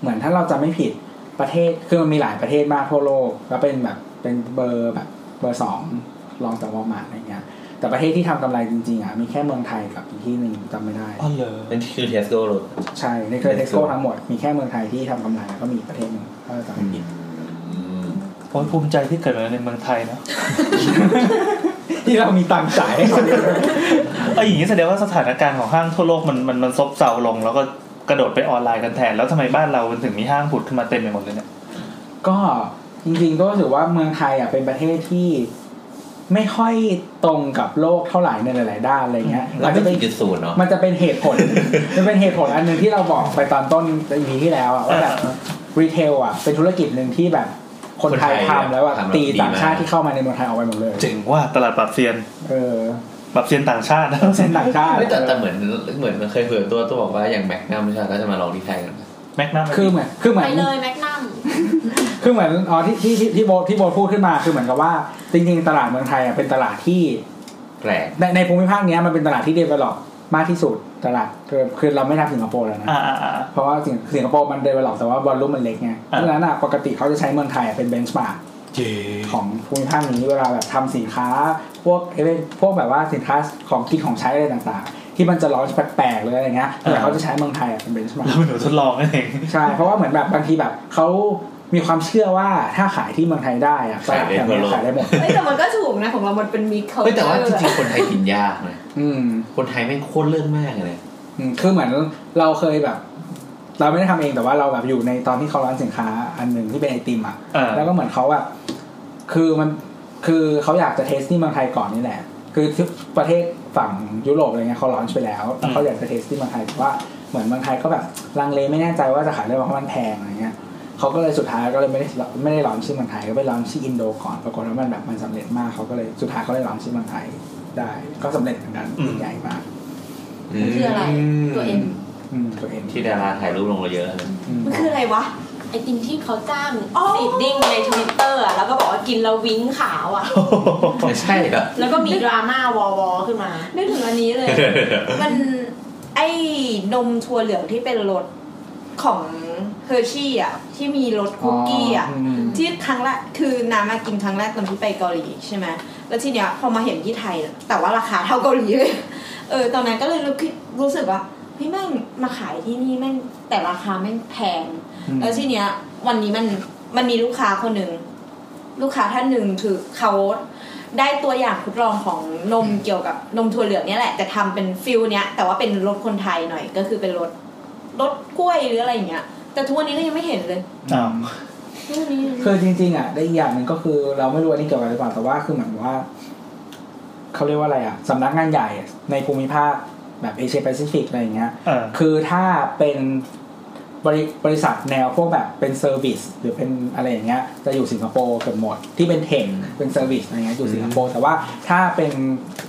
Speaker 6: เหมือนถ้าเราจะไม่ผิดประเทศคือมันมีหลายประเทศมากทั่วโลก แล้วเป็นแบบเป็นเบอร์แบบเบอร์สองรองจากวอลมาร์ทอะไรเงี้ย แต่ประเทศที่ทำกำไรจริงๆอ่ะมีแค่เมืองไทยกับอีกที่หนึ่งจำไม่ได้
Speaker 5: อ๋อเหรอ
Speaker 4: นั่นคือเทสโก้รถ
Speaker 6: ใช่ในเครือเทสโก้ทั้งหมดมีแค่เมืองไทยที่ทำกำไรแล้วก็มีอีกประเทศหนึ่งถ้าจำไม่ผิด
Speaker 5: โอ้ยภูมิใจที่เกิดมาในเมืองไทยนะ
Speaker 6: ที่เรามีตังค์จ่ายให้เขาด้วย
Speaker 5: ไอ้ยอย่างนี้แสดงว่าสถานการณ์ของห้างทั่วโลกมันมันมันซบเซาลง แล้วก็กระโดดไปออนไลน์กันแทน แล้วทำไมบ้านเรามันถึงมีห้างผุดขึ้นมาเต็มไปหมดเลยเนี่ย
Speaker 6: ก็จริงๆก็รู้สึกว่าเมืองไทยอ่ะเป็นประเทศที่ไม่ค่อยตรงกับโลกเท่าไหร่ในหลายๆด้านอะไรเงี้ย
Speaker 4: เรา
Speaker 6: อาจ
Speaker 4: ไม่
Speaker 6: จะเป็
Speaker 4: ถึ
Speaker 6: น
Speaker 4: งจุดศูนย์เนาะ
Speaker 6: มันจะเป็นเหตุผล มันเป็นเหตุผลอันหนึ่งที่เราบอกไปตอนต้นอีพีที่แล้วอะว่าแบบรีเทลอะเป็นธุรกิจหนึ่งที่แบบคนไทยทำแล้วอะตีต่างชาติที่เข้ามาในเมืองไทยออกไปหมดเลย
Speaker 5: เจ๋งว่าตลาดปรับเซียน
Speaker 6: เออ
Speaker 5: ปรับเซียนต่างชาติ นะ
Speaker 6: เส้นต่างชาติ
Speaker 4: ไม่แต่แต่เหมือนเหมือนเคยคุยกับตัวตัวบอกว่าอย่างแม็กนัมใช่ไหมก็จะมาลองที่ไทยกันนะ
Speaker 5: แม็กนัม
Speaker 6: คือเหมือนคือเหมื
Speaker 2: ไป
Speaker 6: อน
Speaker 2: เลยแมกนัม
Speaker 6: คือเหมือนอ๋อที่ที่ที่ที่โบทที่โบทพูดขึ้นมาคือเหมือนกับว่า จริง ๆ ตลาดเมืองไทยอะเป็นตลาดที่
Speaker 4: แปลก
Speaker 6: ในในภูมิภาคเนี้ยมันเป็นตลาดที่เดเวลลอปมากที่สุดตลาดคือคือเราไม่นับสิงคโปร์แล้วนะ
Speaker 5: อ่าอ่าอ่า
Speaker 6: เพราะว่าสิงสิงคโปร์มันเดเวลลอปแต่ว่าบอลลุ่มมันเล็กไงเพ
Speaker 5: อ่ะ
Speaker 6: ราะฉะนั้นอะปกติเขาจะใช้เมืองไทยอะเป็นเบนช์มาร์
Speaker 5: เจ๋ง
Speaker 6: ของภูมิภาคนี้เวลาแบบทำสินค้า พวกเอเวนพวกแบบว่าสินค้าของกินของใช้อะไรต่างๆ ที่มันจะร้อนแปลกๆหรืออะไรเงี้ยแต่เขาจะใช้เมืองไทยอะเป็นเบนช์มา
Speaker 5: แล้วหนูทดลองนั่นเอง
Speaker 6: ใช่เพราะว่าเหมือนแบบบางทีแบบเขามีความเชื่อว่าถ้าขายที่เมืองไทยได้อะตลาดแบบเนี้ยขายได้หมด
Speaker 7: เฮ้ยแต่มันก็ถูกนะของเรา มันเป็นมีเขา
Speaker 4: เฮ้ยแต่ว่าจริงๆคนไทยกินยากนะ
Speaker 6: อืม
Speaker 4: คนไทยแม่งโคตรเรื่องมากเลยนะ
Speaker 6: อืมคือเหมือนเราเคยแบบ เราไม่ได้ทำเองแต่ว่าเราแบบอยู่ในตอนที่เขาร้านสินค้าอันหนึ่งที่เป็นไอติมอ่ะ
Speaker 5: อ่า
Speaker 6: แล้วก็เหมือนเขาอะคือมัน คือเขาอยากจะเทสที่เมืองไทยก่อนนี่แหละ คือที่ประเทศฝั่งยุโรปอะไรเงี้ยเขาลอนช์ไปแล้วแต่เขาอยากจะเทสที่เมืองไทยแต่ว่าเหมือนเมืองไทยก็แบบลังเลไม่แน่ใจว่าจะขายได้ไหมเพราะมันแพงอะไรเงี้ยเขาก็เลยสุดท้ายก็เลยไม่ได้ไม่ได้ลอนช์ที่เมืองไทยก็ไปลอนช์ที่อินโดก่อน ปรากฏว่ามันแบบมันสำเร็จมากเขาก็เลยสุดท้ายเขาเลยลอนช์ที่เมืองไทยได้ ก็สำเร็จเหมือนกันใหญ่มาก
Speaker 2: มันคืออะไร ตัวเอ็ม
Speaker 6: อืมตัวเอง
Speaker 4: ที่ดาราถ่ายรูปลงเราเยอะเลย
Speaker 6: อืม
Speaker 7: มันคืออะไรวะ
Speaker 2: ไอติมที่เขาจ้างสีดดิ้งในทวิตเตอร์แล้วก็บอกว่ากินแล้ววิ้งขาวอ่ะ
Speaker 4: ไม่ใช่เหรอ
Speaker 2: แล้วก็มีดราม่าวอวอขึ้นมา
Speaker 7: นึกถึงอันนี้เลย มันไอ้นมถั่วเหลืองที่เป็นรสของเฮอร์ชี่อ่ะ ที่มีรสคุกกี้อ่ะ
Speaker 6: ม
Speaker 7: ที่ครั้งแรกคือน้ำมากินครั้งแรกตอนที่ไปเกาหลีใช่ไหมแล้วทีเนี้ยพอมาเห็นที่ไทยน่ะแต่ว่าราคาเท่าเกาหลี เลย เออ ตอนนั้นก็เลยรู้คิดรู้สึกว่าพี่แม่งมาขายที่นี่แม่งแต่ราคาแม่งแพง แล้วทีเนี้ย วันนี้มันมันมีลูกค้าคนหนึ่งลูกค้าท่านหนึ่งคือเขา ได้ตัวอย่างทดลองของนมเกี่ยวกับนมถั่วเหลืองเนี่ยแหละแต่ทำเป็นฟิลเนี้ยแต่ว่าเป็นรสคนไทยหน่อยก็คือเป็นรสรสกล้วยหรืออะไรอย่างเงี้ยแต่ทุกวันนี้ก็ยังไม่เห็นเลย
Speaker 5: อ้าว
Speaker 7: ทุกวันนี้
Speaker 6: คือจริง ๆ อ่ะ ได้อีกอย่างหนึ่งก็คือเราไม่รู้อันนี้เกี่ยวกับอะไรหรือเปล่าแต่ว่าคือเหมือนว่าเขาเรียกว่าอะไรอ่ะสำนักงานใหญ่ในภูมิภาคแบบเอเชียแปซิฟิกอะไรอย่างเงี้ย
Speaker 5: เออ
Speaker 6: คือถ้าเป็นบริบริษัทแนวพวกแบบเป็นเซอร์วิสหรือเป็นอะไรอย่างเงี้ยจะอยู่สิงคโปร์เกือบหมด ที่เป็นเทคเป็นเซอร์วิสอะไรเงี้ยอยู่สิงคโปร์แต่ว่าถ้าเป็น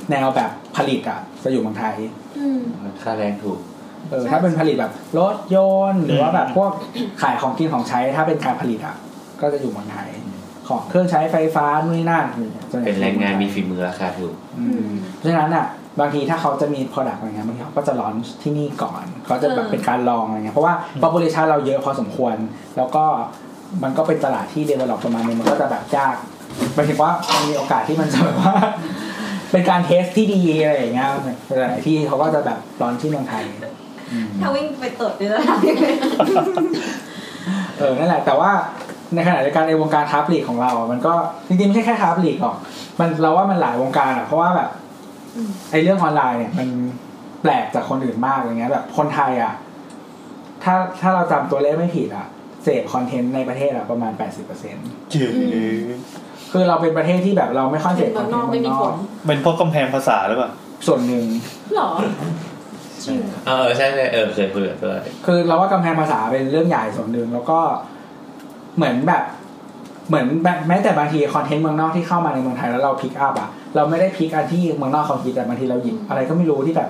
Speaker 6: แนวแบบผลิตอ่ะจะอยู่เมืองไทย
Speaker 7: อืม
Speaker 4: ค่าแรงถูก
Speaker 6: เออถ้าเป็นผลิตแบบรถยนต์หรือว่า
Speaker 5: อืม
Speaker 6: แบบพวกขายของกินของใช้ ถ้าเป็นการผลิตอ่ะก็จะอยู่เมืองไทย ของเครื่องใช้ไฟฟ้านู่นนี่นั่นส่วใหญ่
Speaker 4: เป็นแรงงานมี
Speaker 6: จะอยู่เมือ
Speaker 4: ฝีมือ
Speaker 6: ไทย
Speaker 4: ราคาถูก
Speaker 6: อืมเพราะฉะนั้นอ่ะบางทีถ้าเขาจะมี product อะไรเงี้ยบางทีเขาก็จะร้อนที่นี่ก่อน เขาจะแบบ
Speaker 7: เออ
Speaker 6: เป็นการลองอะไรเงี้ยเพราะว่า population เราเยอะพอสมควร แล้วก็มันก็เป็นตลาดที่ develop ประมาณนึงมันก็จะแบบยากหมายถึงว่ามันมีโอกาสที่มันจะแบบว่า เป็นการเทสที่ดีอะไรอย่างเงี้ยหลายๆที่เขาก็จะแบบร้อนที่เมืองไทยอืม
Speaker 7: ถ้าวิ่งไปเติบเลยแล้วทำยังไง
Speaker 6: เออ นั่นแหละ แต่ว่าในขณะเดียวกันในวงการคราฟต์ลีกของเราอ่ะมันก็จริงๆไม่ใช่แค่คราฟต์ลีกหรอก มันเราว่ามันหลายวงการอ่ะ เพราะว่าแบบไอ้เรื่องออนไลน์เนี่ย มันแปลกจากคนอื่นมากอะไรเงี้ยแบบคนไทยอ่ะ ถ้าถ้าเราจำตัวเลขไม่ผิดอ่ะ เสพคอนเทนต์ในประเทศอ่ะประมาณ 80%
Speaker 5: จืด
Speaker 6: คือเราเป็นประเทศที่แบบเราไม่ค่อยเส
Speaker 2: เป็
Speaker 6: พ
Speaker 2: น
Speaker 6: ค
Speaker 2: เมื
Speaker 6: อ
Speaker 2: อน ง
Speaker 6: เท
Speaker 2: น
Speaker 6: น
Speaker 2: อกไม่มีผ
Speaker 6: ต์เมืองนอก
Speaker 2: ล
Speaker 5: เป็นเพราะกำแพงภาษาหรือเปล่า
Speaker 6: ส่วนหนึ่ง
Speaker 2: หรอ
Speaker 4: เออใช่ใช่เออเคยคุยกับตัว
Speaker 6: คือเราว่ากำแพงภาษาเป็นเรื่องใหญ่ส่วนหนึ่งแล้วก็เหมือนแบบ เหมือนแบบแม้แต่บางทีคอนเทนต์เมืองนอกที่เข้ามาในเมืองไทยแล้วเราพิกอัพอะเราไม่ได้พิกอันที่เมืองนอกเขาคิดแต่บางทีเราหยิบอะไรก็ไม่รู้ที่แบบ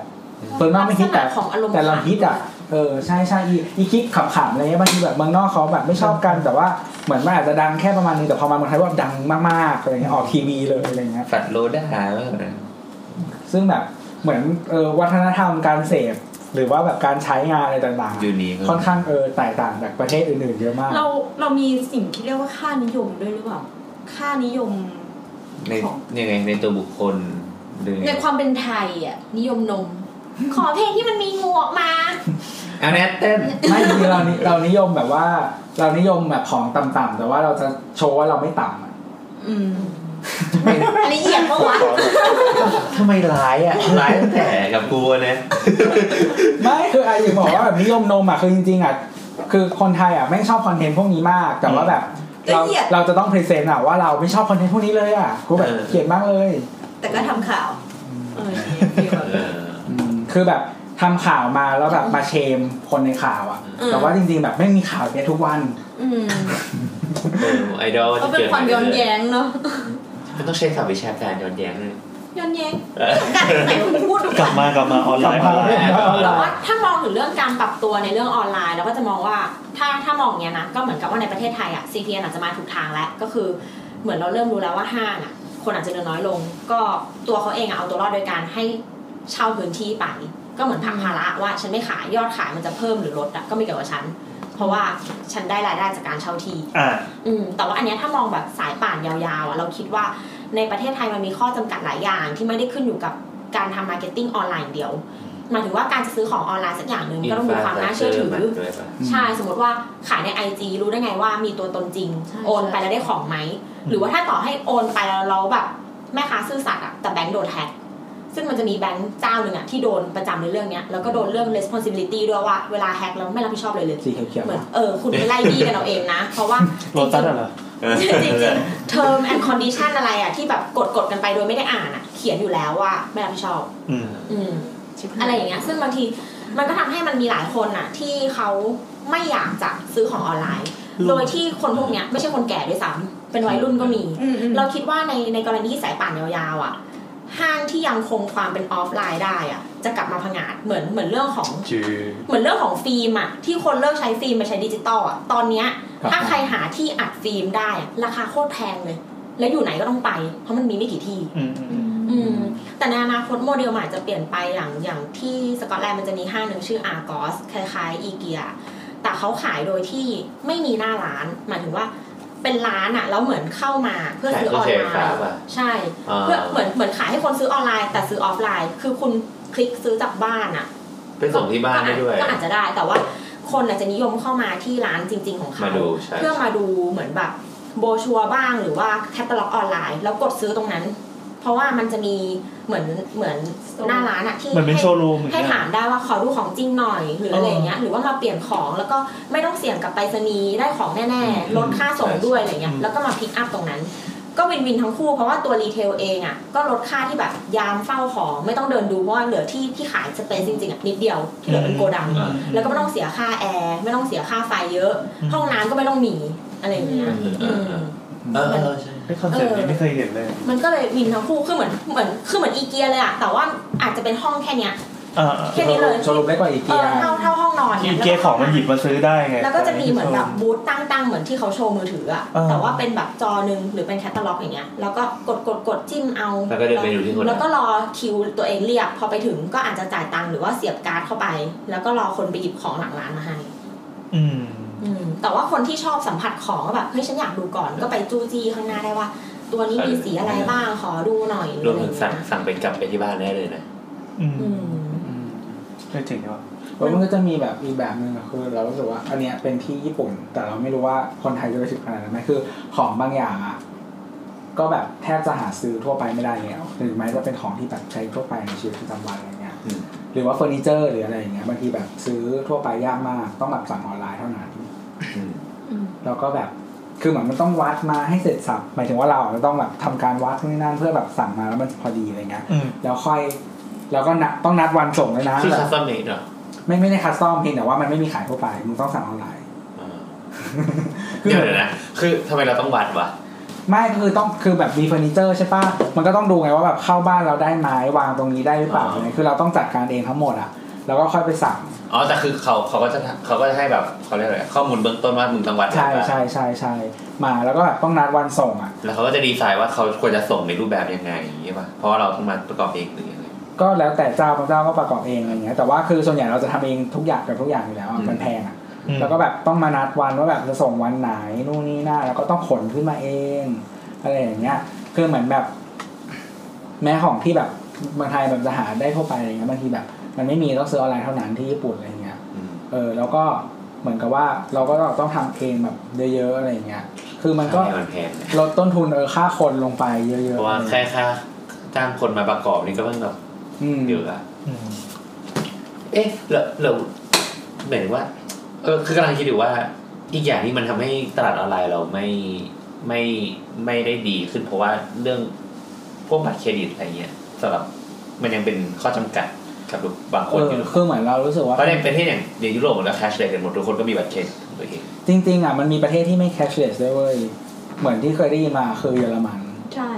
Speaker 6: เมืองนอกไม่คิดแต่
Speaker 2: ลักษณะของอารมณ์
Speaker 6: แต่เราคิดอะเออใช่ใช่อีอีคิดขำๆอะไรเงี้ยบางทีแบบเมืองนอกเขาแบบไม่ชอบกัน แต่ว่าเหมือนมันอาจจะดังแค่ประมาณนึงแต่พอมาเมืองไทยว่าดังมากๆอะไรเงี้ยออกทีวีเลยอะไรเงี้ย
Speaker 4: ฝัดโลด้าอะไรแบบนั้น
Speaker 6: ซึ่งแบบเหมือนเออวัฒนธรรมการเสพหรือว่าแบบการใช้งานอะไรต่าง
Speaker 4: อยู่นี่ก็
Speaker 6: ๆ ค่อนข้างเออแตกต่างจากประเทศอื่นๆเยอะมาก
Speaker 7: เราเรามีสิ่งที่เรียกว่าค่านิยมด้วยหรือเปล่าค่านิยม
Speaker 4: ใน
Speaker 7: ของ
Speaker 4: ยังไงในตัวบุคคลหรือไง
Speaker 2: ในความเป็นไทยอ่ะนิยมนม ขอเพลงที่มันมีงูออกมา
Speaker 4: อันนี้เต้น
Speaker 6: ไม่จริงๆเรานิเรานิยมแบบว่า เรานิยมแบบของต่ำๆแต่ว่าเราจะโชว์ว่าเราไม่ต่ำอะ
Speaker 7: อืม
Speaker 2: อันนี้เหยียบปะวะ
Speaker 4: ทำไมร้ายอ่ะ ร้ายตั้งแต่กับกูอะนะ
Speaker 6: ไม่คือไอ้ถึงบอกว่าแบบนิยมนมอ่ะคือจริงๆอ่ะคือคนไทยอ่ะไม่ชอบคอนเทนต์พวกนี้มาก แต่ว่าแบบเรา
Speaker 7: ละเอียด
Speaker 6: เราจะต้องพรีเซนต์อ่ะว่าเราไม่ชอบคอนเทนต์พวกนี้เลยอ่ะกูแบบเกลียดมากเลย
Speaker 7: แต่ก็ทำข่าวเออ
Speaker 4: เออ
Speaker 6: อืมคือแบบทำข่าวมาแล้วแบบมาเชมคนในข่าวอะ
Speaker 4: อืม
Speaker 6: แต่ว่าจริงๆแบบไม่มีข่าวเนี้ยทุกวัน
Speaker 7: อืม
Speaker 4: เออไอดอล
Speaker 7: ก็เป็นความย้อนแย้งเนาะ
Speaker 4: มันต้องใช้ศัพท์วิชาการย้อนแย้งเลย
Speaker 7: ย้อนแย้ง
Speaker 4: เออ
Speaker 7: กัดไหนคุณพูดดู
Speaker 5: กลับมากลับมาออนไลน์ออนไลน์
Speaker 2: แต่ว่าถ้ามองถึงเรื่องการปรับตัวในเรื่องออนไลน์เราก็จะมองว่าถ้าถ้ามองอย่างเงี้ยนะ ก็เหมือนกับว่าในประเทศไทยอ่ะ CPN อาจจะมาถูกทางแล้ว ก็คือเหมือนเราเริ่มรู้แล้วว่าห้างอ่ะ คนอาจจะเดินน้อยลง ก็ตัวเขาเองอ่ะเอาตัวรอดโดยการให้เช่าพื้นที่ไป ก็เหมือนผลักภาระว่าฉันไม่ขายยอดขายมันจะเพิ่มหรือลดอ่ะก็ไม่เกี่ยวกับฉัน เพราะว่าฉันได้รายได้จากการเช่าที่
Speaker 5: อ่า
Speaker 2: อืมแต่ว่าอันเนี้ยถ้ามองแบบสายป่านยาวๆอะเราคิดว่าในประเทศไทยมันมีข้อจำกัดหลายอย่างที่ไม่ได้ขึ้นอยู่กับการทำมาร์เก็ตติ้งออนไลน์อย่างเดียวหมายถึงว่าการจะซื้อของออนไลน์สักอย่างหนึ่งก็ต้องมีความน่าเชื่อถือ
Speaker 4: Infrastructure มันด้วยปะ
Speaker 2: ใช่สมมติว่าขายใน IG รู้ได้ไงว่ามีตัวตนจริง โอนไปแล้วได้ของไหม หรือว่าถ้าต่อให้โอนไปแล้วเราแบบแม่ค้าซื่อสัตย์อะแต่แบงก์โดนแฮ็กซึ่งมันจะมีแบงก์เจ้าหนึ่งอะที่โดนประจำในเรื่องเนี้ยแล้วก็โดนเรื่อง responsibility ด้วยว่าเวลาแฮ็กแล้วไม่รับผิดชอบเลยเลย
Speaker 6: สีเขียว
Speaker 2: เหมือน
Speaker 6: ๆ
Speaker 2: เออคุณไปไล่บี้กันเอาเอง นะ เพราะว่าจ
Speaker 5: โร
Speaker 2: ริง
Speaker 5: ตัส
Speaker 2: ๆ
Speaker 5: อะเหรอ
Speaker 2: จริงๆ term and condition อะไรอะที่แบบกดกดๆกันไปโดยไม่ได้อ่านอะเขียนอยู่แล้วว่าไม่รับผิดชอบ
Speaker 5: อืม
Speaker 2: อืม อะไรอย่างเงี้ย ซึ่งบางทีมันก็ทำให้มันมีหลายคนอะที่เขาไม่อยากจะซื้อของออนไลน์
Speaker 5: อืม
Speaker 2: โดยที่คนพวกเนี้ยไม่ใช่คนแก่ด้วยซ้ำเป็นวัยรุ่นก็มี
Speaker 7: อืมอืม
Speaker 2: เราคิดว่าในในกรณีที่สายป่านยาวๆอะห้างที่ยังคงความเป็นออฟไลน์ได้อะจะกลับมาผงาดเหมือนเหมือนเรื่องของ
Speaker 4: จือ
Speaker 2: เหมือนเรื่องของฟิล์มอะที่คนเลิกใช้ฟิล์มมาใช้ดิจิตอลอะตอนเนี้ยถ้าใครหาที่อัดฟิล์มได้อะราคาโคตรแพงเลย แล้วอยู่ไหนก็ต้องไป เพราะมันมีไม่กี่ที่
Speaker 5: อืมอืมอืม
Speaker 2: อืม แต่ในอนาคตโมเดลมันอาจจะเปลี่ยนไปอย่างอย่างที่สกอตแลนด์มันจะมีห้างหนึ่งชื่ออาร์กอสคล้ายๆอีเกียแต่เขาขายโดยที่ไม่มีหน้าร้าน หมายถึงว่าเป็นร้านอะแล้วเหมือนเข้ามาเพื่อ
Speaker 4: ขาย
Speaker 2: ซื้อ
Speaker 4: เครื่
Speaker 2: อ
Speaker 4: อง
Speaker 2: อนไล
Speaker 4: ใช้ไฟฟ้า
Speaker 2: น์
Speaker 4: ป่ะ
Speaker 2: ใช่
Speaker 4: อ่า
Speaker 2: เพื่อเหมือนเหมือนขายให้คนซื้อออนไลน์ แต่ซื้อออฟไลน์ คือคุณคลิกซื้อจากบ้านอะ
Speaker 4: ไปส่งที่บ้านได้ด้วย
Speaker 2: ก็อาจจะได้แต่ว่าคนอาจจะนิยมเข้ามาที่ร้านจริง ๆ ของเขา
Speaker 4: มาดูใช่
Speaker 2: เพื่อมาดูเหมือนแบบโบชัวบ้างหรือว่าแคตตาล็อกออนไลน์ แล้วกดซื้อตรงนั้น เพราะว่ามันจะมีเหมือนเหมือนหน้าร้านอะที่
Speaker 5: เหมือนเป็น
Speaker 2: ให้
Speaker 5: โชว์รูมอย่างเงี้
Speaker 2: ให้
Speaker 5: ย
Speaker 2: ถามได้ว่าขอดูของจริงหน่อยหรืออะไรอย่างเงี้ยหรือว่ามาเปลี่ยนของแล้วก็ไม่ต้องเสี่ยงกับไปรษณีย์ได้ของแน่ๆลดค่าส่งด้วยอะไรเงี้ย
Speaker 5: อืม
Speaker 2: แล้วก็มาพิกอัพตรงนั้น ก็วินวินทั้งคู่เพราะว่าตัวรีเทลเองอ่ะก็ลดค่าที่แบบยามเฝ้าของไม่ต้องเดินดูเพราะว่าเหลือที่ที่ขายสเปซจริงๆอ่ะนิดเดียวที่เหลือเป็นโกดัง
Speaker 5: อืม
Speaker 2: แล้วก็ไม่ต้องเสียค่าแอร์ไม่ต้องเสียค่าไฟเยอะ
Speaker 5: อืม
Speaker 2: ห้องน้ำก็ไม่ต้องมีอะไรอย่างเงี้ย
Speaker 4: เออเออเออเออใช่
Speaker 5: ไอ้คอนเซ็ปต์นี้ไม่เคยเห็นเลย
Speaker 2: มันก็เลยวินทั้งคู่คือเหมือนเหมือนคือเหมือนอีเกียเลยอะแต่ว่าอาจจะเป็นห้องแค่เนี้ย
Speaker 5: อ่า
Speaker 2: แค่นี้เลย
Speaker 6: สรุปได้กว่าอี
Speaker 2: เอ
Speaker 6: เกีย
Speaker 2: อเท่าเท่าห้องนอน
Speaker 5: อี
Speaker 2: นี่ย
Speaker 5: เกียของมันหยิบมาซื้อได้ไง
Speaker 2: แล้วก็จะมีเหมือนแบบบูธตั้งตั้งเหมือนที่เขาโชว์มือถืออะ
Speaker 5: อ่า
Speaker 2: แต่ว่าเป็นแบบจอหนึ่งหรือเป็นแคตตาล็อกอย่างเงี้ยแล้วก็กดกดกดจิ้มเอา
Speaker 4: แล้วก็เดินไปดูที่คนนั้น
Speaker 2: แล้วก็รอคิวตัวเองเรียกพอไปถึงก็อาจจะจ่ายตังค์หรือว่าเสียบการ์ดเข้าไป แล้วก็รอคนไปหยิบของหลังร้านมาให้
Speaker 5: อืม
Speaker 2: อืมแต่ว่าคนที่ชอบสัมผัสของก็แบบเฮ้ยฉันอยากดูก่อนก็ไปจู้จี้ข้างหน้าได้ว่า ตัวนี้มีสีอะไรบ้างขอดูหน่อย
Speaker 4: รวมถึง
Speaker 2: อะไอ
Speaker 4: สั่ง
Speaker 2: ย่างเงี้ย
Speaker 4: สั่งเป็นกลับไปที่บ้านได้เลยนะ
Speaker 5: อืม
Speaker 2: อืม
Speaker 5: ไม่ถึงว่า
Speaker 6: แล้วมันก็จะมีแบบอีกแบบหนึ่งอะคือเรารู้สึกว่าอันเนี้ยเป็นที่ญี่ปุ่น แต่เราไม่รู้ว่าคนไทยจะไปถึงขนาดนั้นไหมคือของบางอย่างอะก็แบบแทบจะหาซื้อทั่วไปไม่ได้แล้วหรือไม่ก็เป็นของที่แบบใช้ทั่วไปในชีวิตประจำวันอะไรเงี้ย
Speaker 4: อืม
Speaker 6: หรือว่าเฟอร์นิเจอร์หรืออะไรอย่างเงี้ยบางทีแบบซื้อทั่วไปยากมากต้องแบบสั่งออนไลน์เท่านั้น
Speaker 4: อืม
Speaker 6: แล้วก็แบบ คือเหมือนมันต้องวัดมาให้เสร็จสับ หมายถึงว่าเราจะต้องแบบทำการวัดนู่นนนั่นเพื่อแบบสั่งมาแล้วมันพอดีอะไรเงี้ย
Speaker 5: อืม
Speaker 6: แล้วค่อย แล้วก็นัดต้องนัดวันส่งเลยนะ
Speaker 4: ที่
Speaker 6: แบ
Speaker 4: คั
Speaker 6: บ
Speaker 4: สตอมเมดเหรอ
Speaker 6: ไม่ไม่ได้คัสตอมเพียงแต่ว่ามันไม่มีขายทั่วไป มึงต้องสั่งออนไลน์
Speaker 4: อ่าเดี๋ยวเดี๋ยวนะ คือทำไมเราต้องวัดวะ
Speaker 6: ไม่คือต้องคือแบบมีเฟอร์นิเจอร์ใช่ปะมันก็ต้องดูไงว่าแบบเข้าบ้านเราได้ไหมวางตรงนี้ได้หรือเปล่า
Speaker 4: อ่า
Speaker 6: อะไรคือเราต้องจัดการเองทั้งหมดอ่ะ แล้วก็ค่อยไปสั่ง
Speaker 4: อ๋อแต่คือเขาเขาก็จะเขาก็จะให้แบบเขาเรียกอะไรข้อมูลเบื้องต้นว่ามึงต้องวัด
Speaker 6: ใช่
Speaker 4: อะไรบ้าง
Speaker 6: ใช่ใช่ใช่มาแล้วก็แบบต้องนัดวันส่งอ่ะ
Speaker 4: แล้วเขาก็จะดีไซน์ว่าเขาควรจะส่งในรูปแบบยังไงอย่างเงี้ยป่ะเพราะว่าเราต้องมาประกอบเองหรือยังไง
Speaker 6: ก็แล้วแต่เจ้าบางเจ้าก็ประกอบเองอะไรเงี้ยแต่ว่าคือส่วนใหญ่เราจะทำเองทุกอย่างกับทุกอย่างอยู่แล้วอะ
Speaker 4: อืม
Speaker 6: มันแพงอ่ะ
Speaker 5: อืม
Speaker 6: แล้วก็แบบต้องมานัดวันว่าแบบจะส่งวันไหนนู่นนี่นั่นแล้วก็ต้องขนขึ้นมาเองอะไรอย่างเงี้ยคือเหมือนแบบ แม้ของที่แบบเมืองไทยแบบจะหาได้ทั่วไปอะไรเงี้ยบางทีแบบ มันไม่มีต้องซื้อออนไลน์เท่านั้นที่ญี่ปุ่นอะไรเงี้ย
Speaker 4: อืม
Speaker 6: เออแล้วก็เหมือนกับว่าเราก็ต้องทำเองแบบเยอะๆอะไรเงี้ยคือมันก็
Speaker 4: ให้มันแพงนะ
Speaker 6: ลดต้นทุนเออค่าคนลงไปเยอะๆ
Speaker 4: เพราะว่า
Speaker 6: อะไร
Speaker 4: แค่
Speaker 6: เงี้ย
Speaker 4: ค่าจ้างคนมาประกอบนี่ก็เพิ่งแบบ
Speaker 6: อืม
Speaker 4: เยอะอะ
Speaker 5: อืม
Speaker 4: เอ๊ะเราเราหมายถึงว่า เออคือกำลังคิดอยู่ว่าอีกอย่างที่มันทำให้ตลาดออนไลน์เราไม่ไม่ไม่ได้ดีขึ้น เพราะว่าเรื่องพวกบัตรเครดิตอะไรเงี้ยสำหรับมันยังเป็นข้อจำกัดกับบางค
Speaker 6: เอน อ
Speaker 4: อยู่
Speaker 6: คือเหมือนเรารู้สึกว่า
Speaker 4: เพราะในประเทศอย่างในยุโรปแล้วแคชเลสกันหมดทุกคนก็มีบัตรเครดิตของตัวเอง
Speaker 6: จริงๆอ่ะมันมีประเทศที่ไม่ cashless ด้วยเว้ย เหมือนที่เคยได้ยินมาคือเยอรมัน
Speaker 7: ใช่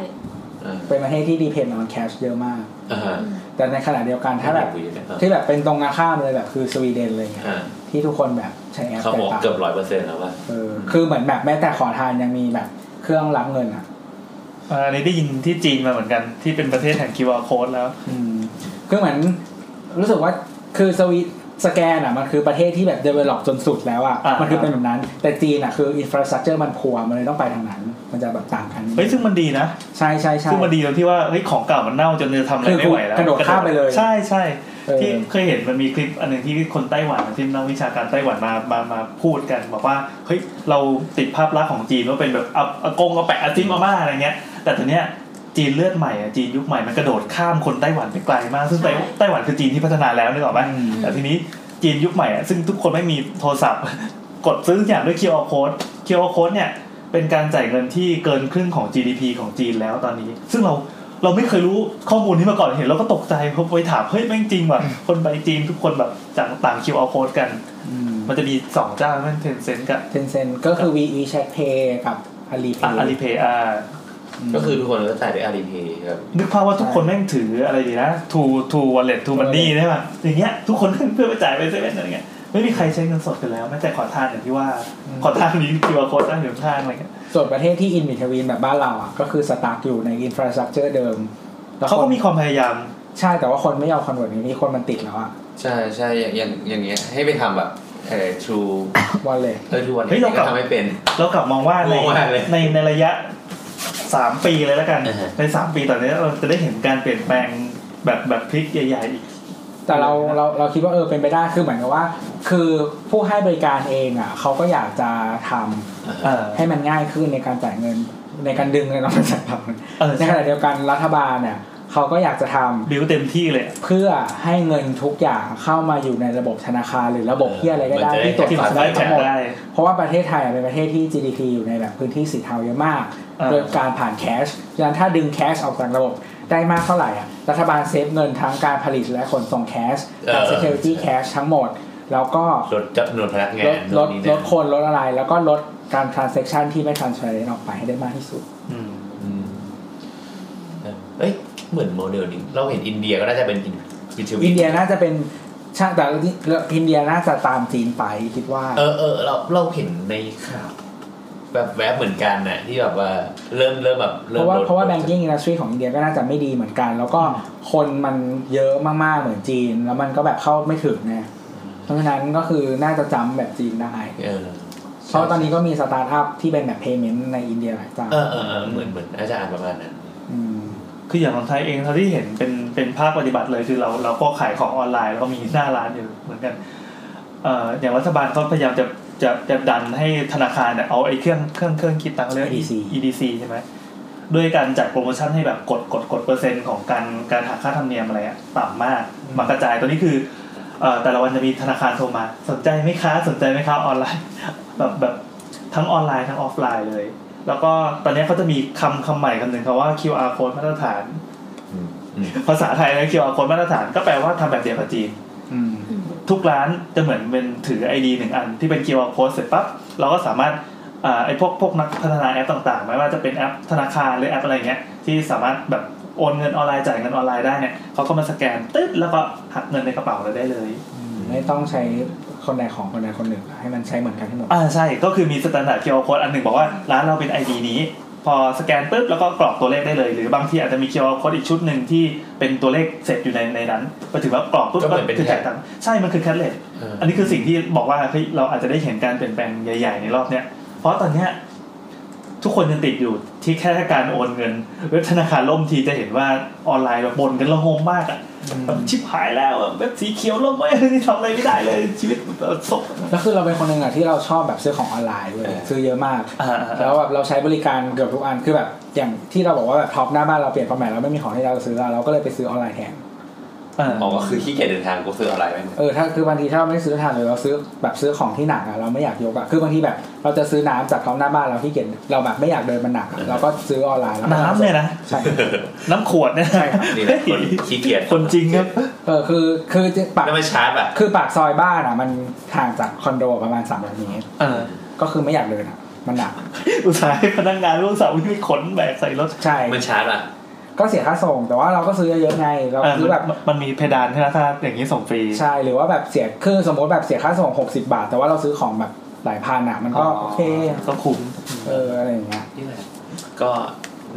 Speaker 4: เออ
Speaker 6: เป็นประเทศที่ depend on cash เยอะมาก
Speaker 4: อ่าฮะ
Speaker 6: แต่ในขณะเดียวกันถ้าแบบ
Speaker 4: คุยกัน
Speaker 6: ที่แบบเป็นตรงกันข้ามเลยแบบคือสวีเดนเลยไง
Speaker 4: อ่า
Speaker 6: ที่ทุกคนแบบใช้แอป
Speaker 4: เขาบอก
Speaker 6: จ่าย
Speaker 4: เกื
Speaker 6: ตั
Speaker 4: อง บ
Speaker 6: ค์
Speaker 4: ร้อยเปอร์เซ็นต์แล้วว่า
Speaker 6: เออคือเหมือนแบบแม้แต่ขอทานยังมีแบบเครื่องรับเงินอ่ะ
Speaker 5: อาอันนี้ได้ยินที่จีนมาเหมือนกันที่เป็นประเทศแห่ง QR code แล้ว
Speaker 6: อืมคือเหมือนรู้สึกว่าคือสวีสแกนอ่ะมันคือประเทศที่แบบ develop จนสุดแล้วอ่ะ
Speaker 5: อ่ามั
Speaker 6: มันคือเป็นแบบนั้น แต่จีนอ่ะคือ infrastructure มันพัวมันเลยต้องไปทางนั้น มันจะแบบต่างกัน
Speaker 5: เฮ้ยซึ่งมันดีนะ
Speaker 6: ใช่ใช่ใช่
Speaker 5: ซึ่งมันดีตรงที่ว่าเฮ้ยของเก่ามันเน่าจนจะทำอะไรไม่ไหวแล้ว
Speaker 6: คือกระโดดข้ามไปเลย
Speaker 5: ใช่ใช่
Speaker 6: เออ
Speaker 5: ที่เคยเห็นมันมีคลิปอันหนึ่งที่คนไต้หวันที่นักวิชาการไต้หวันมามามาพูดกัน บอกว่าเฮ้ยเราติดภาพลักษณ์ของจีนว่าเป็นแบบอับอากงอาแปะอาจิ้มอาม่าอะไรเงี้ย แต่ตอนเนี้ยจีนเลือดใหม่อะจีนยุคใหม่มันกระโดดข้ามคนไต้หวันไปไกลมากซึ่งไต้ไต้หวันคือจีนที่พัฒนาแล้วนึกออกไหม
Speaker 6: อืม
Speaker 5: แต่ทีนี้จีนยุคใหม่อะซึ่งทุกคนไม่มีโทรศัพท์ กดซื้อทุกอย่างด้วย QR code QR code เนี่ย เป็นการจ่ายเงินที่เกินครึ่งของ GDP ของจีนแล้วตอนนี้ ซึ่งเราเราไม่เคยรู้ข้อมูลนี้มาก่อนเห็นเราก็ตกใจเพราะไปถามเฮ้ยแม่งจริงว่ะคนไปจีนทุกคนแบบต่างต่าง QR code กัน
Speaker 6: อืม
Speaker 5: มันจะมีสองเจ้านั่นเทนเซ็นกับ
Speaker 6: เทนเซ็นก็คือ VE Chat Pay กับ Alipay
Speaker 5: อาลีเพย์อา
Speaker 4: ก็คือทุกคนก็จ่ายด้วยอารีเพย์ครับ
Speaker 5: นึกภาพว่าทุกคนแม่งถืออะไรดีนะทูทูวอลเล็ตทูมันนี่ใช่ไหมอย่างเงี้ยทุกคนเพื่อไปจ่ายไปเซเว่นอะไรเงี้ยไม่มีใครใช้เงินสดกันแล้วแม้แต่ขอทานอย่างที่ว่า ขอทานมี QR code ตั้งอยู่ข้างอะไรเงี้ย
Speaker 6: ส่วนประเทศที่อินมิทวีนแบบบ้านเราอ่ะ ก็คือสตาร์ทอยู่ในอินฟราส t ั u เจอร์เดิมแล้ว
Speaker 5: เขา
Speaker 6: ค
Speaker 5: ก็
Speaker 6: น
Speaker 5: มีความพยายาม
Speaker 6: ใช่แต่ว่าคนไม่ยอมคอนเวิร์ตนี้มีคนมันติดแล้วอ่ะ
Speaker 4: ใช่ใช่อย่างอย่างอย่างเงี้ยให้ไปทำแบบเออชู
Speaker 6: วอลเล็ต
Speaker 4: เออทุกวันนี้ก็ทำไม่เป็น
Speaker 5: เรากลับมองว่าใน
Speaker 4: มองว่าเลย
Speaker 5: ในในระยะสามปีเลยแล้วกัน
Speaker 4: อ่าฮะ
Speaker 5: ในสามปีตอนนี้เราจะได้เห็นการเปลี่ยนแปลงแบบแบบพลิกใหญ่ ๆ อีก
Speaker 6: แต่เราเราเราคิดว่าเออเป็นไปได้คือเหมือนกับว่า คือผู้ให้บริการเองอ่ะเขาก็อยากจะทำ
Speaker 5: เออ
Speaker 6: ให้มันง่ายขึ้นในการจ่ายเงินในการดึงเงินออกมาจากเรา
Speaker 5: เออ
Speaker 6: ในขณะเดียวกันรัฐบาลเนี่ยเขาก็อยากจะทำ
Speaker 5: บิวเต็มที่เลยอะ
Speaker 6: เพื่อให้เงินทุกอย่างเข้ามาอยู่ในระบบธนาคารหรือระบบเที่ยอะไรก็ได้
Speaker 4: มันจะได้
Speaker 6: ที่ตรวจ
Speaker 5: ที่
Speaker 6: ส
Speaker 5: มั
Speaker 6: อบ
Speaker 5: น
Speaker 6: ได้
Speaker 5: ได้
Speaker 6: ทั้
Speaker 5: แจ
Speaker 6: ง
Speaker 5: ก
Speaker 6: หมด
Speaker 5: ได้
Speaker 6: เพราะว่าประเทศไทยเป็นประเทศที่ GDP อยู่ในแบบพื้นที่สีเทาเยอะมาก
Speaker 5: เออ
Speaker 6: โดยการผ่านแคชฉะนั้นถ้าดึงแคชออกจากระบบได้มากเท่าไหร่อ่ะ รัฐบาลเซฟเงินทั้งการผลิตและขนส่งแคชทั้ง
Speaker 4: เออ
Speaker 6: security cash ทั้งหมด แล้วก็
Speaker 4: ลดจำนวนพนักงาน
Speaker 6: ลดลด
Speaker 4: นี่
Speaker 6: ล
Speaker 4: เนี่ย
Speaker 6: ดคนลดอะไร แล้วก็ลดการ transaction ที่ไม่ transparent ออกไปให้ได้มากที่สุด
Speaker 5: อืม
Speaker 4: อืมเออเอ้ยเหมือนโมเดลนี้เราเห็นอินเดียก็น่าจะเป็นอินวิท
Speaker 6: อิน
Speaker 4: วิ
Speaker 6: เดียน่าจะเป็นชาติแต่อินเดียน่าจะตามจีนไปคิดว่า
Speaker 4: เออเออเราเราเห็นในข่าวแบบแวบเหมือนกันน่ะที่แบบว่าเริ่มเริ่มแบบ
Speaker 6: เพ
Speaker 4: เริ่ม
Speaker 6: ราะว่า
Speaker 4: ลด
Speaker 6: เพราะว่า
Speaker 4: ลด
Speaker 6: banking industry ของอินเดียก็น่าจะไม่ดีเหมือนกัน แล้วก็คนมันเยอะมาก ๆ เหมือนจีน แล้วมันก็แบบเข้าไม่ถึงไงเพราะฉะนั้นก็คือน่าจะจำแบบจีนได้
Speaker 4: เออ
Speaker 6: เพราะตอนนี้ก็มีสตาร์ทอัพที่เป็นแบบ payment ในอินเดียหลายเจ้า
Speaker 4: เออเออเออเหมือนเหมือนอาจจะอ่านประมาณนั้น
Speaker 6: ม
Speaker 5: คืออย่างของไทยเองเท่าที่เห็นเป็นเป็นภาคปฏิบัติเลยคือเราเราก็ขายของออนไลน์แล้วก็มีหน้าร้านอยู่เหมือนกันเอ่ออย่างรัฐบาลเขาพยายามจะจะจะดันให้ธนาคารเนี่ยเอาไอ้เครื่องเครื่องเครื่องคิดตังค์เรื่อง EDC ใช่ไหมด้วยการจัดโปรโมชั่นให้แบบกดกดกดเปอร์เซ็นต์ของการการหักค่าธรรมเนียมอะไรอะต่ำมากมากระจายตัวนี้คือเอ่อแต่ละวันจะมีธนาคารโทรมา สนใจไหมคะสนใจไหมคะออนไลน์ แบบแบบทั้งออนไลน์ทั้งออฟไลน์เลย แล้วก็ตอนนี้เขาจะมีคำคำใหม่คำหนึ่งคำว่า QR code มาตรฐาน
Speaker 4: อืมอืม
Speaker 5: ภาษาไทยนะ QR code มาตรฐานก็แปลว่าทำแบบเดียวกับจีน
Speaker 6: อืม
Speaker 5: ทุกร้านจะเหมือนเป็นถือ ID หนึ่งอันที่เป็น QR code เสร็จปั๊บเราก็สามารถอ่าไอ้พวกพวกนักพัฒนาแอปต่างๆ ไม่ว่าจะเป็นแอปธนาคารหรือแอปอะไรเงี้ยที่สามารถแบบโอนเงินออนไลน์จ่ายเงินออนไลน์ได้เนี่ยเขาก็มาสแกนตึ๊ดแล้วก็หักเงินในกระเป๋าเราได้เลย
Speaker 6: ไม่ต้องใช้คนใดของคนใดคนหนึ่ง ให้มันใช้เหมือนกันทั้งหมด
Speaker 5: อ่าใช่ก็คือมีสแตนดาร์ด QR code อันหนึ่งบอกว่าร้านเราเป็น ID นี้ พอสแกนปุ๊บแล้วก็กรอกตัวเลขได้เลย หรือบางทีอาจจะมี QR code อีกชุดหนึ่งที่เป็นตัวเลขเสร็จอยู่ในในนั้นไปถึงว่ากรอกปุ๊บ
Speaker 4: ก็เหมือนเป็น
Speaker 5: คือ
Speaker 4: แท็บ
Speaker 5: จ่ายตังค์ใช่มันคือแคชเลส
Speaker 4: เออ
Speaker 5: อันนี้คือสิ่งที่บอกว่าเฮ้ยเราอาจจะได้เห็นการเปลี่ยนแปลงใหญ่ๆในรอบเนี้ยเพราะตอนเนี้ยทุกคนยังติดอยู่ที่แค่การโอนเงินเว็บธนาคารล่มทีจะเห็นว่าออนไลน์แบบบนกันระงมมากอะแบบชิบหายแล้วอะเว็บสีเขียวล่มไว้ยทำอะไรไม่ได้เลยชีวิตแบบซบ
Speaker 6: แล้วคือเราเป็นคนหนึ่งอะที่เราชอบแบบซื้อของออนไลน์เว้ย
Speaker 4: เออ
Speaker 6: ซื้อเยอะมาก
Speaker 5: อ่าๆๆ
Speaker 6: แล้วแบบเราใช้บริการเกือบทุกอันคือแบบอย่างที่เราบอกว่าแบบท็อปหน้าบ้านเราเปลี่ยนความหมายเราไม่มีของที่เราซื้อแล้วเราก็เลยไปซื้อออนไลน์แทน
Speaker 5: อ่า
Speaker 4: อ๋อก็คือขี้เกียจเดินทางกูซื้อออนไลน์ไปหมด
Speaker 6: เออถ้าคือบางทีถ้าเราไม่ซื้อทานหรือเราซื้อแบบซื้อของที่หนักอะเราไม่อยากยกอะคือบางทีแบบ เราจะซื้อน้ำจากเขาหน้าบ้านเราที่เกียจเราแบบไม่อยากเดินมันหนักอะเราก็ซื้อออนไลน์แล้วก็
Speaker 5: น้ำเนี่ยนะ
Speaker 6: ใช่
Speaker 5: น้ำขวดเนี่ย
Speaker 6: ใช่ครับ
Speaker 4: นี่แหละคนขี้เกียจ
Speaker 5: คนจริงครับ
Speaker 6: เออคือคือปาก
Speaker 4: แล้วมันชาร์จอ่ะ
Speaker 6: คือปากซอยบ้านอะมันห่างจากคอนโดประมาณ300เมตร
Speaker 5: เออ
Speaker 6: ก็คือไม่อยากเดินอะมันหนัก
Speaker 5: อุตส่าห์ให้พนักงานรู้สาววิ่งไปขนแบกใส่รถ
Speaker 6: ใช่
Speaker 4: มันชาร์จอ่ะ
Speaker 6: ก็เสียค่าส่ง แต่ว่าเราก็ซื้อเยอะๆไงเรา
Speaker 5: เออ
Speaker 6: ซื้อแบบ
Speaker 5: มันมันมีเพดานใช่ไหมถ้าอย่างนี้ส่งฟรี
Speaker 6: ใช่หรือว่าแบบเสียคือสมมติแบบเสียค่าส่ง 60 บาท แต่ว่าเราซื้อของแบบหลายพันอะมันก็โอเค
Speaker 5: ก็คุ้ม
Speaker 6: เอออะไรอย่างเงี้ย
Speaker 4: นี่แหละก็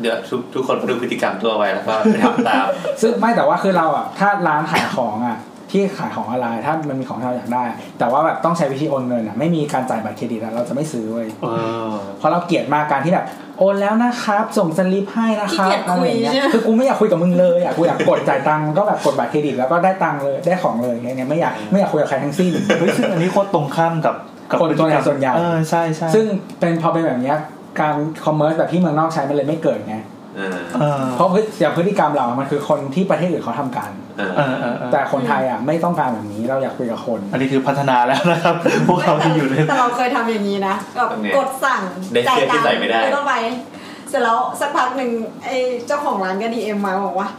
Speaker 4: เดี๋ยวทุกทุกคนดูพฤติกรรมตัวไว้แล้วก็ไปทำตาม
Speaker 6: ซึ่งไม่แต่ว่าคือเราอ่ะถ้าร้านขายของอ่ะที่ขายของออนไลน์ถ้ามันมีของที่เราอยากได้ แต่ว่าแบบต้องใช้วิธีโอนเงินอ่ะไม่มีการจ่ายบัตรเครดิตอะเราจะไม่ซื้อเว้ย
Speaker 5: เออ
Speaker 6: เพราะเราเกลียดมากการที่แบบโอนแล้วนะครับ ส่งสลิปให้นะครับ
Speaker 7: ขี้เกียจ
Speaker 6: อะ
Speaker 7: คุย
Speaker 6: ไรอย่างเงี้ย
Speaker 7: ใช่ไหม
Speaker 6: คือกูไม่อยากคุยกับมึงเลยอ่ะกูอยากกดจ่ายตังค์ก็แบบกดบัตรเครดิตแล้วก็ได้ตังค์เลยได้ของเลยอย่างเงี้ยไม่อยากไม่อยากคุยกับใครทั้งสิ้น
Speaker 5: เฮ้ยซึ่งอันนี้โคตรตรงข้ามกับกั
Speaker 6: คน
Speaker 5: พฤติกรรม
Speaker 6: ส่วนใหญ่
Speaker 5: เออใช่ใช่
Speaker 6: ซึ่งเป็นพอเป็นแบบเนี้ยการคอมเมอร์สแบบที่เมืองนอกใช้มันเลยไม่เกิดไง
Speaker 4: เออ
Speaker 5: เออ
Speaker 6: เพราะพฤติอย่างพฤติกรรมเรามันคือคนที่ประเทศอื่นเขาทำกัน
Speaker 4: เออ
Speaker 5: เออเออเออ
Speaker 6: แต่คนไทยอ่ะไม่ต้องการแบบนี้เราอยากคุยกับคน
Speaker 5: อันนี้คือพัฒนาแล้วนะครับ พวกเราที่อยู่ใน
Speaker 7: แต่เราเคยทำอย่างนี้นะแบบกดสั่ง
Speaker 4: ในเสื้อที่ใส่ไม่ได้
Speaker 7: ไม่ต้องไป เสร็จแล้วสักพักหนึ่งไอ้เจ้าของร้านก็ดีเอ็มมาบอกว่า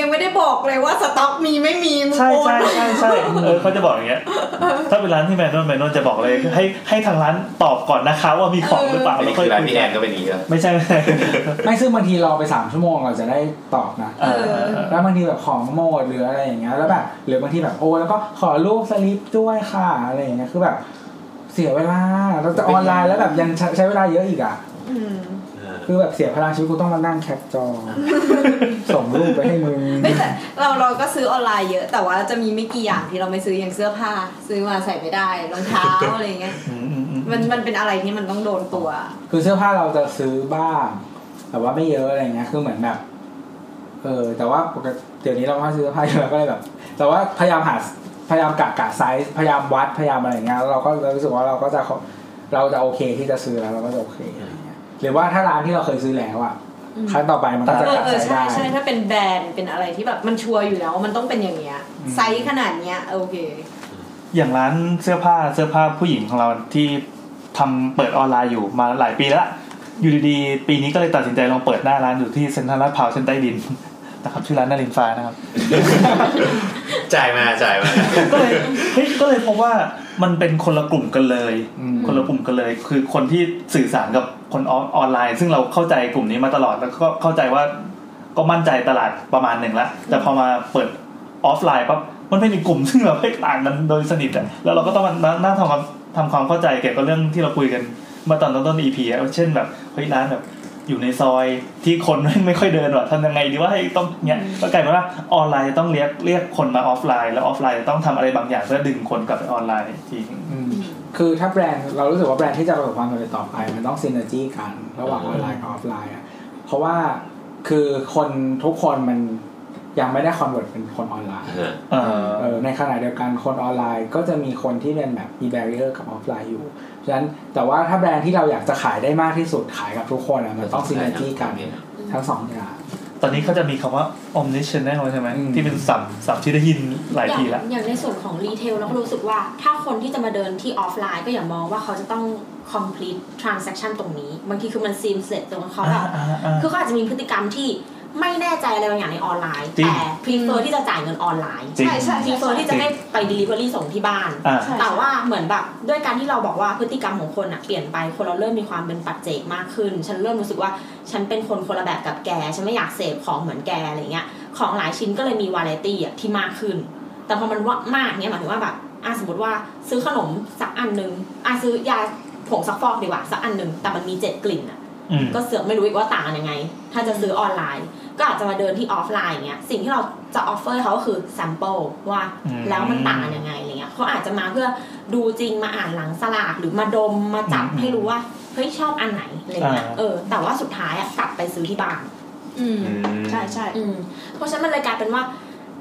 Speaker 7: ยังไม่ได้บอกเลยว่าสต็อกมีไม่มีมึง
Speaker 5: ใช่
Speaker 7: โอน
Speaker 5: ใช่ใช่ใช่เออเขาจะบอกอย่างเงี้ย ถ้าเป็นร้านที่แมนนวลแมนนวลจะบอกเลย ให้ให้ทางร้านตอบก่อนนะคะว่ามีของหรือเปล่า
Speaker 4: อัน
Speaker 5: แล้
Speaker 4: นี้
Speaker 5: วค่อ
Speaker 4: คื
Speaker 5: ย
Speaker 4: อร้าน
Speaker 5: คุย
Speaker 4: พี่แอ
Speaker 5: กัน
Speaker 4: นก็เป็นอย่างนี้แล้ว
Speaker 5: ไม่ใช่ไม่ใช่
Speaker 6: ไม่ซึ่งบางทีรอไปสามชั่วโมงเราจะได้ตอบนะ
Speaker 5: เออเออเออ
Speaker 6: แล้วบางทีแบบของโมดหรืออะไรอย่างเงี้ยแล้วแบบหรือบางทีแบบโอ้แล้วก็ขอรูปสลิปด้วยค่ะอะไรอย่างเงี้ยคือแบบ เสียเวลาเราจะออนไลน์แล้วแบบยังใช้ใช้เวลาเยอะอีกอ่ะ
Speaker 7: อืม
Speaker 4: เออ
Speaker 6: คือแบบเสียพลังชีวิตกูต้องมานั่งแคป จอ ส่งรูปไปให้มึง
Speaker 7: ไม่แต่เราเราก็ซื้อออนไลน์เยอะ แต่ว่าจะมีไม่กี่อย่างที่เราไม่ซื้ออย่างเสื้อผ้า ซื้อมาใส่ไม่ได้รองเท้าอะไรเงี้ย
Speaker 5: อืมอืมอืม
Speaker 7: มันมันเป็นอะไรที่มันต้องโดนตัว
Speaker 6: คือเสื้อผ้าเราจะซื้อบ้างแต่ว่าไม่เยอะอะไรเงี้ยคือเหมือนแบบ เออ แต่ว่าปกติเดี๋ยวนี้เราก็ซื้อเสื้อผ้าเยอะแล้วก็เลยแบบ แต่ว่าพยายามหาพยายามกะกะไซส์พยายามวัดพยายามอะไรอย่างเงี้ยแล้วเราก็รู้สึกว่าเราก็จะเราจะโอเคที่จะซื้อแล้วเราก็จะโอเคอะไรอย่างเงี้ยหรือว่าถ้าร้านที่เราเคยซื้อแล้วอ่ะครั้งต่อไปมันก็
Speaker 7: เออก
Speaker 6: จะะ
Speaker 7: เอ
Speaker 6: ไซ
Speaker 7: อ
Speaker 6: ส์ได้
Speaker 7: ใช่ใช่ถ้าเป็นแบรนด์เป็นอะไรที่แบบมันชัวร์อยู่แล้วว่ามันต้องเป็นอย่างเงี้ย
Speaker 6: อืม
Speaker 7: ไซส์ขนาดเนี้ยโอเค
Speaker 5: อย่างร้านเสื้อผ้าเสื้อผ้าผู้หญิงของเราที่ทำเปิดออนไลน์อยู่มาหลายปีแล้วอยู่ดีๆ ปีนี้ก็เลยตัดสินใจลองเปิดหน้าร้านอยู่ที่เซ็นทรัลลาดพร้าวเส้นใต้ดิน นะครับชื่อร้านนารินฟ้านะครับ
Speaker 4: จ่ายมาจ่ายมา
Speaker 5: ก็เลย เฮ้ยก็เลยพบว่ามันเป็นคนละกลุ่มกันเลย คนละกลุ่มกันเลย คือคนที่สื่อสารกับคนออนออนไลน์ ซึ่งเราเข้าใจกลุ่มนี้มาตลอดแล้วก็เข้าใจว่าก็มั่นใจตลาดประมาณหนึ่งละแต่พอมาเปิดออฟไลน์ปั๊บมันเป็นอีกกลุ่มซึ่งแบบเฮ้ยต่างกันโดยสนิทอะแล้วเราก็ต้องมานั่งทำความทำความเข้าใจเกี่ยวกับเรื่องที่เราคุยกันเมาตอนต้นต้น EP อะเช่นแบบเฮ้ยร้านแบบอยู่ในซอยที่คนไม่ไม่ค่อยเดินหรอกทำยังไงดีว่าให้ต้องเนี้ยก็กลายเป็นว่าออนไลน์จะต้องเรียกเรียกคนมาออฟไลน์ แล้วออฟไลน์จะต้องทำอะไรบางอย่างเพื่อดึงคนกลับไปออนไลน์อีกทีหนึ่ง
Speaker 6: อืมคือถ้าแบรนด์เรารู้สึกว่าแบรนด์ที่จะประสบความสำเร็จต่อไป มันต้องซินเนอร์จีกันระหว่างออนไลน์กับออฟไลน์อะเพราะว่าคือคนทุกคนมันยังไม่ได้คอนเวิร์ตเป็นคนออนไลน์
Speaker 5: เออ
Speaker 6: เออในขณะเดียวกันคนออนไลน์ก็จะมีคนที่เป็นแบบมีแบร r เ e อร์กับออฟไลน์อยู่ฉะนั้นแต่ว่าถ้าแบรนด์ที่เราอยากจะขายได้มากที่สุดขายกับทุกคนอะมันต้องซินเนอร์จีกันทั้งสองอย่าง
Speaker 5: ตอนนี้เขาจะมีคำว่า omnichannel ใช่ไหม
Speaker 6: อืม
Speaker 5: ที่เป็นศัพท์ศัพท์ที่ได้ยินหลาย
Speaker 2: อย่าง
Speaker 5: ทีแล้ว
Speaker 2: อย่างในส่วนของรีเทลเราก็รู้สึกว่าถ้าคนที่จะมาเดินที่ออฟไลน์ก็อย่ามองว่าเขาจะต้อง complete transaction ตรงนี้ บางทีคือมันซีมเสร็จตรงเขาแบบคือเขาอาจจะมีพฤติกรรมที่ไม่แน่ใจอะไรบางอย่างในออนไลน์
Speaker 5: จริง
Speaker 2: แต่ prefer ที่จะจ่ายเงินออนไลน์
Speaker 5: จริง
Speaker 7: ใช่ใช่
Speaker 2: prefer ที่จะให้ไป delivery ส่งที่บ้าน
Speaker 5: อ่า
Speaker 7: ใช่
Speaker 2: แต่ว่าเหมือนแบบด้วยการที่เราบอกว่าพฤติกรรมของคนอะเปลี่ยนไปคนเราเริ่มมีความเป็นปัจเจกมากขึ้น ฉันเริ่มรู้สึกว่าฉันเป็นคนคนละแบบกับแก ฉันไม่อยากเสพของเหมือนแกอะไรเงี้ยของหลายชิ้นก็เลยมีวาไรตี้อะที่มากขึ้น แต่พอมันว่ามากเนี้ยหมายถึงว่าแบบอ่ะสมมติว่าซื้อขนมสักอันหนึ่งอ่ะซื้อยาผงซักฟอกดีกว่าสักอันหนึ่งแต่มันมีเจ็ดกลิ่นอะ
Speaker 5: อืม
Speaker 2: ก็เสือกไม่รู้อีกว่าต่างกันยังไง ถ้าจะซื้อออนไลน์ ก็อาจจะมาเดินที่ออฟไลน์อย่างเงี้ย สิ่งที่เราจะออฟเฟอร์เขาก็คือ s ัมเปิลว่า
Speaker 5: อืม
Speaker 2: แล้วมันต่างกันยังไงอะไรเงี้ยเขาอาจจะมาเพื่อดูจริงมาอ่านหลังสลากหรือมาดมมาจับให้รู้ว่า เฮ้ยชอบอันไหนอะไรเงี้ย เออ แต่ว่าสุดท้ายอะกลับไปซื้อที่บ้าน
Speaker 7: อืม
Speaker 4: อืม
Speaker 7: ใช่ใช่
Speaker 2: อืมเพราะฉะนั้นมันเลยกลายเป็นว่า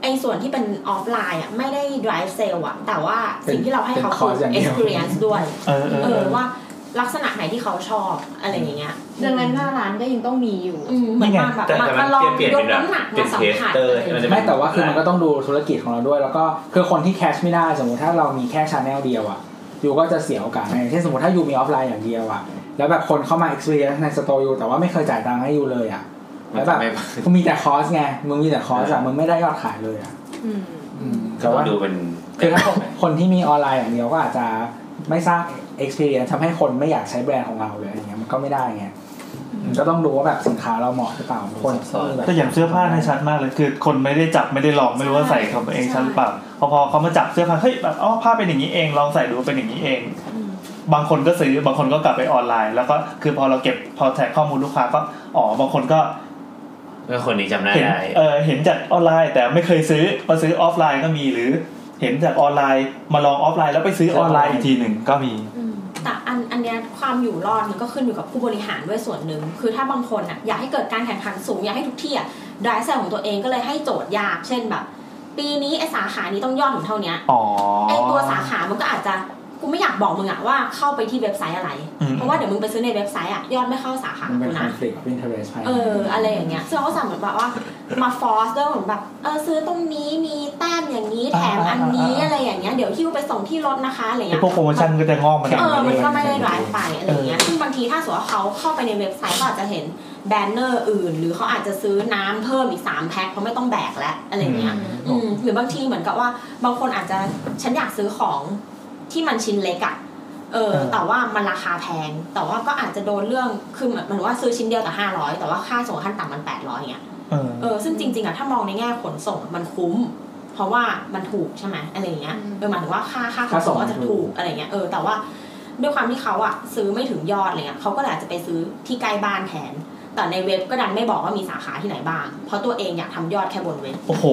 Speaker 2: ไอ้ส่วนที่เป็นออฟไลน์อะไม่ได้ drive sale อะแต่ว่าสิ่งที่เราให้เขา
Speaker 6: เป็นค
Speaker 2: คื
Speaker 6: อร์ส
Speaker 2: อ
Speaker 6: อย่างเดียว
Speaker 2: experience ด้วย
Speaker 5: เออเออ
Speaker 2: เอ
Speaker 5: เอ
Speaker 2: อ
Speaker 5: อ
Speaker 2: ว่าลักษณะไหนที่เขาชอบอะไรอย่างเงี้ย
Speaker 7: ดังนั้นหน้าร้านก็ยังต้องมีอยู่
Speaker 2: อืมเหมือนมาแบบ
Speaker 4: แต่แต่มั
Speaker 2: มาน ลอง
Speaker 4: เปลี่ย
Speaker 2: ย
Speaker 4: นเป็
Speaker 2: ก
Speaker 4: นแบบ
Speaker 2: น้ำหนัก
Speaker 4: เป็
Speaker 2: มาน สัมผัส
Speaker 4: taster ใช่ไหม
Speaker 6: ไม่แต่ว่าคือมันก็ต้องดูธุรกิจของเราด้วย แล้วก็คือคนที่แคชไม่ได้สมมติถ้าเรามีแค่ชาแนลเดียวอะยูก็จะเสียโอกาสในเช่นสมมติถ้ายูมีออฟไลน์อย่างเดียวอะแล้วแบบคนเข้ามา experience ในสตอร์ยูแต่ว่าไม่เคยจ่ายตังค์ให้ยูเลยอะแล้วแบบ
Speaker 4: มันจะไม่
Speaker 6: มึงมีแต่คอสไงมึงมีแต่คอสอะมึงไม่ได้ยอดขายเลยอะ
Speaker 7: อืม
Speaker 6: อืม
Speaker 4: ก็
Speaker 6: แต่ว่า
Speaker 4: ดูเป็น
Speaker 6: คือถ้าคนคนที่มีออนไลน์อย่างเดียวก็อาจจะไม่สร้าง experience ทำให้คนไม่อยากใช้แบรนด์ของเราเลยอย่างเงี้ยมันก็ไม่ได้ไงมันก็ต้องดูว่าแบบสินค้าเราเหมาะหรือเปล่าคนมีแบบ
Speaker 5: แต่อย่างเสื้อผ้าเนยชัดมากเลย คือคนไม่ได้จับไม่ได้ลองไม่รู้ว่าใส่เขาเอง
Speaker 7: ใช่
Speaker 5: ชัดหรือเปล่าพอพอเขามาจับเสื้อผ้าเฮ้ยแบบอ๋อผ้าเป็นอย่างนี้เองลองใส่ดูเป็นอย่างนี้เอง บางคนก็ซื้อบางคนก็กลับไปออนไลน์ แล้วก็คือพอเราเก็บพอแท็กข้อมูลลูกค้าก็อ๋อบางคนก็
Speaker 4: เมื่อคนนี้จำหน้า
Speaker 5: เห็น
Speaker 4: ได้
Speaker 5: เออเห็นจากออนไลน์แต่ไม่เคยซื้อมาซื้อออฟไลน์ก็มีหรือ เห็นจากออนไลน์มาลองออฟไลน์แล้วไปซื้อออนไลน์อีกทีหนึ่งก็มี
Speaker 2: แต่อันอันเนี้ยความอยู่รอดมันก็ขึ้นอยู่กับผู้บริหารด้วยส่วนหนึ่ง คือถ้าบางคนอ่ะอยากให้เกิดการแข่งขันสูง อยากให้ทุกที่อ่ะดายแซลของตัวเองก็เลยให้โจทย์ยาก เช่นแบบ ปีนี้ไอสาขานี้ต้องยอดถึงเท่าเนี้ย
Speaker 5: อ๋อ
Speaker 2: ไอตัวสาขา มันก็อาจจะกูไม่อยากบอกมึงอ่ะว่าเข้าไปที่เว็บไซต์อะไร
Speaker 5: อืม
Speaker 2: เพราะว่าเดี๋ยวมึงไปซื้อในเว็บไซต์อ่ะยอดไม่เข้าสาขา
Speaker 6: มันเป็
Speaker 2: กู
Speaker 6: น
Speaker 2: นะ
Speaker 6: conflict of interest ภายใน
Speaker 2: เอออะไรอย่างเงี้ยซึ่งเขาก็สั่งเหมือนแบบว่ามาฟอสด้วยเหมือนแบบเออซื้อตรงนี้มีแต้มอย่างนี้แถมอันนี้อะไรอย่างเงี้ยเดี๋ยวที่ไปส่งที่รถนะคะอะไร
Speaker 5: ไอ
Speaker 2: เงี้ย
Speaker 5: พวกโปรโมชั่นก็จะงอกมาดัง
Speaker 2: เออ
Speaker 5: มา
Speaker 2: มัน
Speaker 5: เรื่อย
Speaker 2: ก็ไม่ได้ร้ายไปอะไรเงี้ยซึ่งบางทีถ้าสมมติว่าเขาเข้าไปในเว็บไซต์ก็อาจจะเห็นแบนเนอร์อื่น หรือเขาอาจจะซื้อน้ำเพิ่มอีกสามแพ็คเพราะไม่ต้องแบกแล้วอะไรเงี้ยอืมหรือบางทีเหมือนกับว่าบางคนอาจจะฉันอยากซื้อของที่มันชิ้นเล็กอะเออแต่ว่ามันราคาแพง แต่ว่าก็อาจจะโดนเรื่องคือเหมือนเหมือนว่าซื้อชิ้นเดียวแต่ห้าร้อยแต่ว่าค่าส่งขั้นต่ำมันแปดร้อยเงี้ย
Speaker 5: เออ
Speaker 2: เออซึ่งจริงๆอะถ้ามองในแง่ขนส่งอะมันคุ้ม เพราะว่ามันถูกใช่ไหมอะไรอย่างเงี้ยเออหมายถึงว่าค่าค่าขนส่งก็จะถูกอะไรเงี้ยเออแต่ว่าด้วยความที่เขาอะซื้อไม่ถึงยอดอะไรเลยอะเขาก็เลยอาจจะไปซื้อที่ใกล้บ้านแทน แต่ในเว็บก็ดันไม่บอกว่ามีสาขาที่ไหนบ้าง เพราะตัวเองอยากทำยอดแค่บนเว็บ
Speaker 5: โอ้โห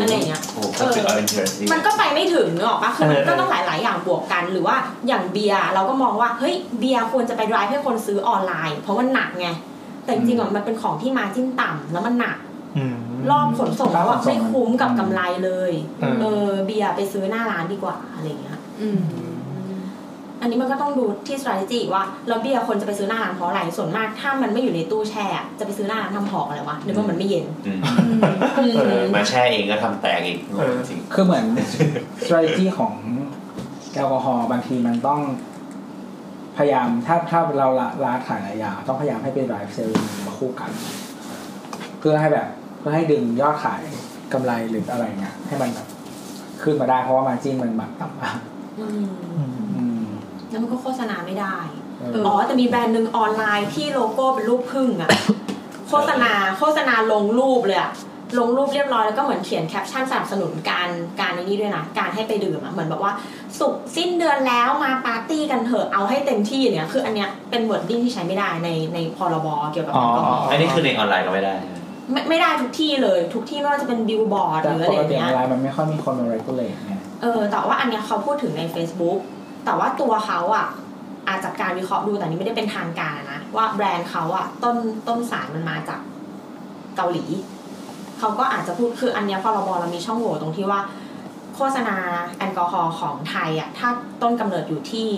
Speaker 2: อะไรเงี้ย
Speaker 4: โอ้โหเขาถือว่าเป็นเทรนด์ที่
Speaker 2: มันก็ไปไม่ถึงนึกออกปะคือมัน
Speaker 5: เออเออ
Speaker 2: ก็ต้องหลาย ๆ อย่างบวกกันหรือว่าอย่างเบียร์เราก็มองว่าเฮ้ยเบียร์ควรจะไป drive ให้คนซื้อออนไลน์ เพราะมันหนักไงแต่จริงๆอะมันเป็นของที่มาจิ้นต่ำแล้วมันหนัก
Speaker 5: อืม
Speaker 2: รอบขนส่งแล้วอะ
Speaker 6: ค่าขนส่ง
Speaker 2: ไม่คุ้มกับกำไรเลย
Speaker 5: อืม
Speaker 2: เออเบียร์ไปซื้อหน้าร้านดีกว่าอะไรอย่างเงี้ย
Speaker 7: อืม
Speaker 2: อันนี้มันก็ต้องดูที่ strategy อีกว่าแล้วเบียร์คนจะไปซื้อหน้าร้านเพราะอะไรส่วนมากถ้ามันไม่อยู่ในตู้แช่อะจะไปซื้อหน้าร้านทำหอกอะไรวะหรือว่ามันไม่เย็น
Speaker 8: อืม
Speaker 5: เออ
Speaker 8: มาแช่เองก็ทำแตกอีก
Speaker 5: เออ
Speaker 8: จริง
Speaker 6: คือเหมือน strategy ของแอลกอฮอล์บางทีมันต้อง พยายามถ้าถ้าเราละละขายหลายอย่างต้องพยายามให้เป็นหลายเซลล์มาคู่กัน เพื่อให้แบบ เพื่อให้ดึงยอดขายกำไรหรืออะไรเงี้ยให้มันแบบขึ้นมาได้เพราะว่ามาจิ้นมันแบบต่ำมาก
Speaker 2: อืม
Speaker 5: อืม
Speaker 6: อืม
Speaker 2: แล้วมันก็โฆษณาไม่ได้
Speaker 6: เอ
Speaker 7: เอ
Speaker 6: อ
Speaker 2: อ๋อ แต่มีแบรนด์หนึ่งออนไลน์ที่โลโก้เป็นรูปพึ่งอะโฆษณาโฆษณาลงรูปเลยอะลงรูปเรียบร้อยแล้วก็เหมือนเขียนแคปชั่นสนับสนุนการการในนี้ด้วยนะ การให้ไปดื่มอะเหมือนแบบว่า สุกร์สิ้นเดือนแล้วมาปาร์ตี้กันเถอะเอาให้เต็มที่เนี่ยคืออันเนี้ยเป็นวอร์ดดิ้งที่ใช้ไม่ได้ในในพรบเกี่ยวกับแอลกอฮอล์
Speaker 8: อันนี้คือในออนไลน์ก็ไม่ได้ใช่ไหม
Speaker 2: ไม่ไม่ได้ทุกที่เลย ทุกที่ไม่ว่าจะเป็นบิลบอร์ด
Speaker 6: แต่
Speaker 2: หรือ
Speaker 6: ป
Speaker 2: อะไรอ
Speaker 6: ก
Speaker 2: ย่า
Speaker 6: ติ
Speaker 2: ง
Speaker 6: อ
Speaker 2: เงี้
Speaker 6: อน
Speaker 2: ย
Speaker 6: ไลน์มันไม่ค่อยมีคน regulate ไง
Speaker 2: เออแต่ว่าอันเนี้ยเขาพูดถึงใน Facebook แต่ว่าตัวเขาอ่ะ อาจจากการวิเคราะห์ดูแต่อันนี้ไม่ได้เป็นทางการอะนะ ว่าแบรนด์เขาอ่ะ ต้นต้นสายมันมาจากเกาหลี เขาก็อาจจะพูดคืออันเนี้ยพรบเรามีช่องโหว่ตรงที่ว่า โฆษณาแอลกอฮอล์ของไทยอ่ะ ถ้าต้นกำเนิดอยู่ที่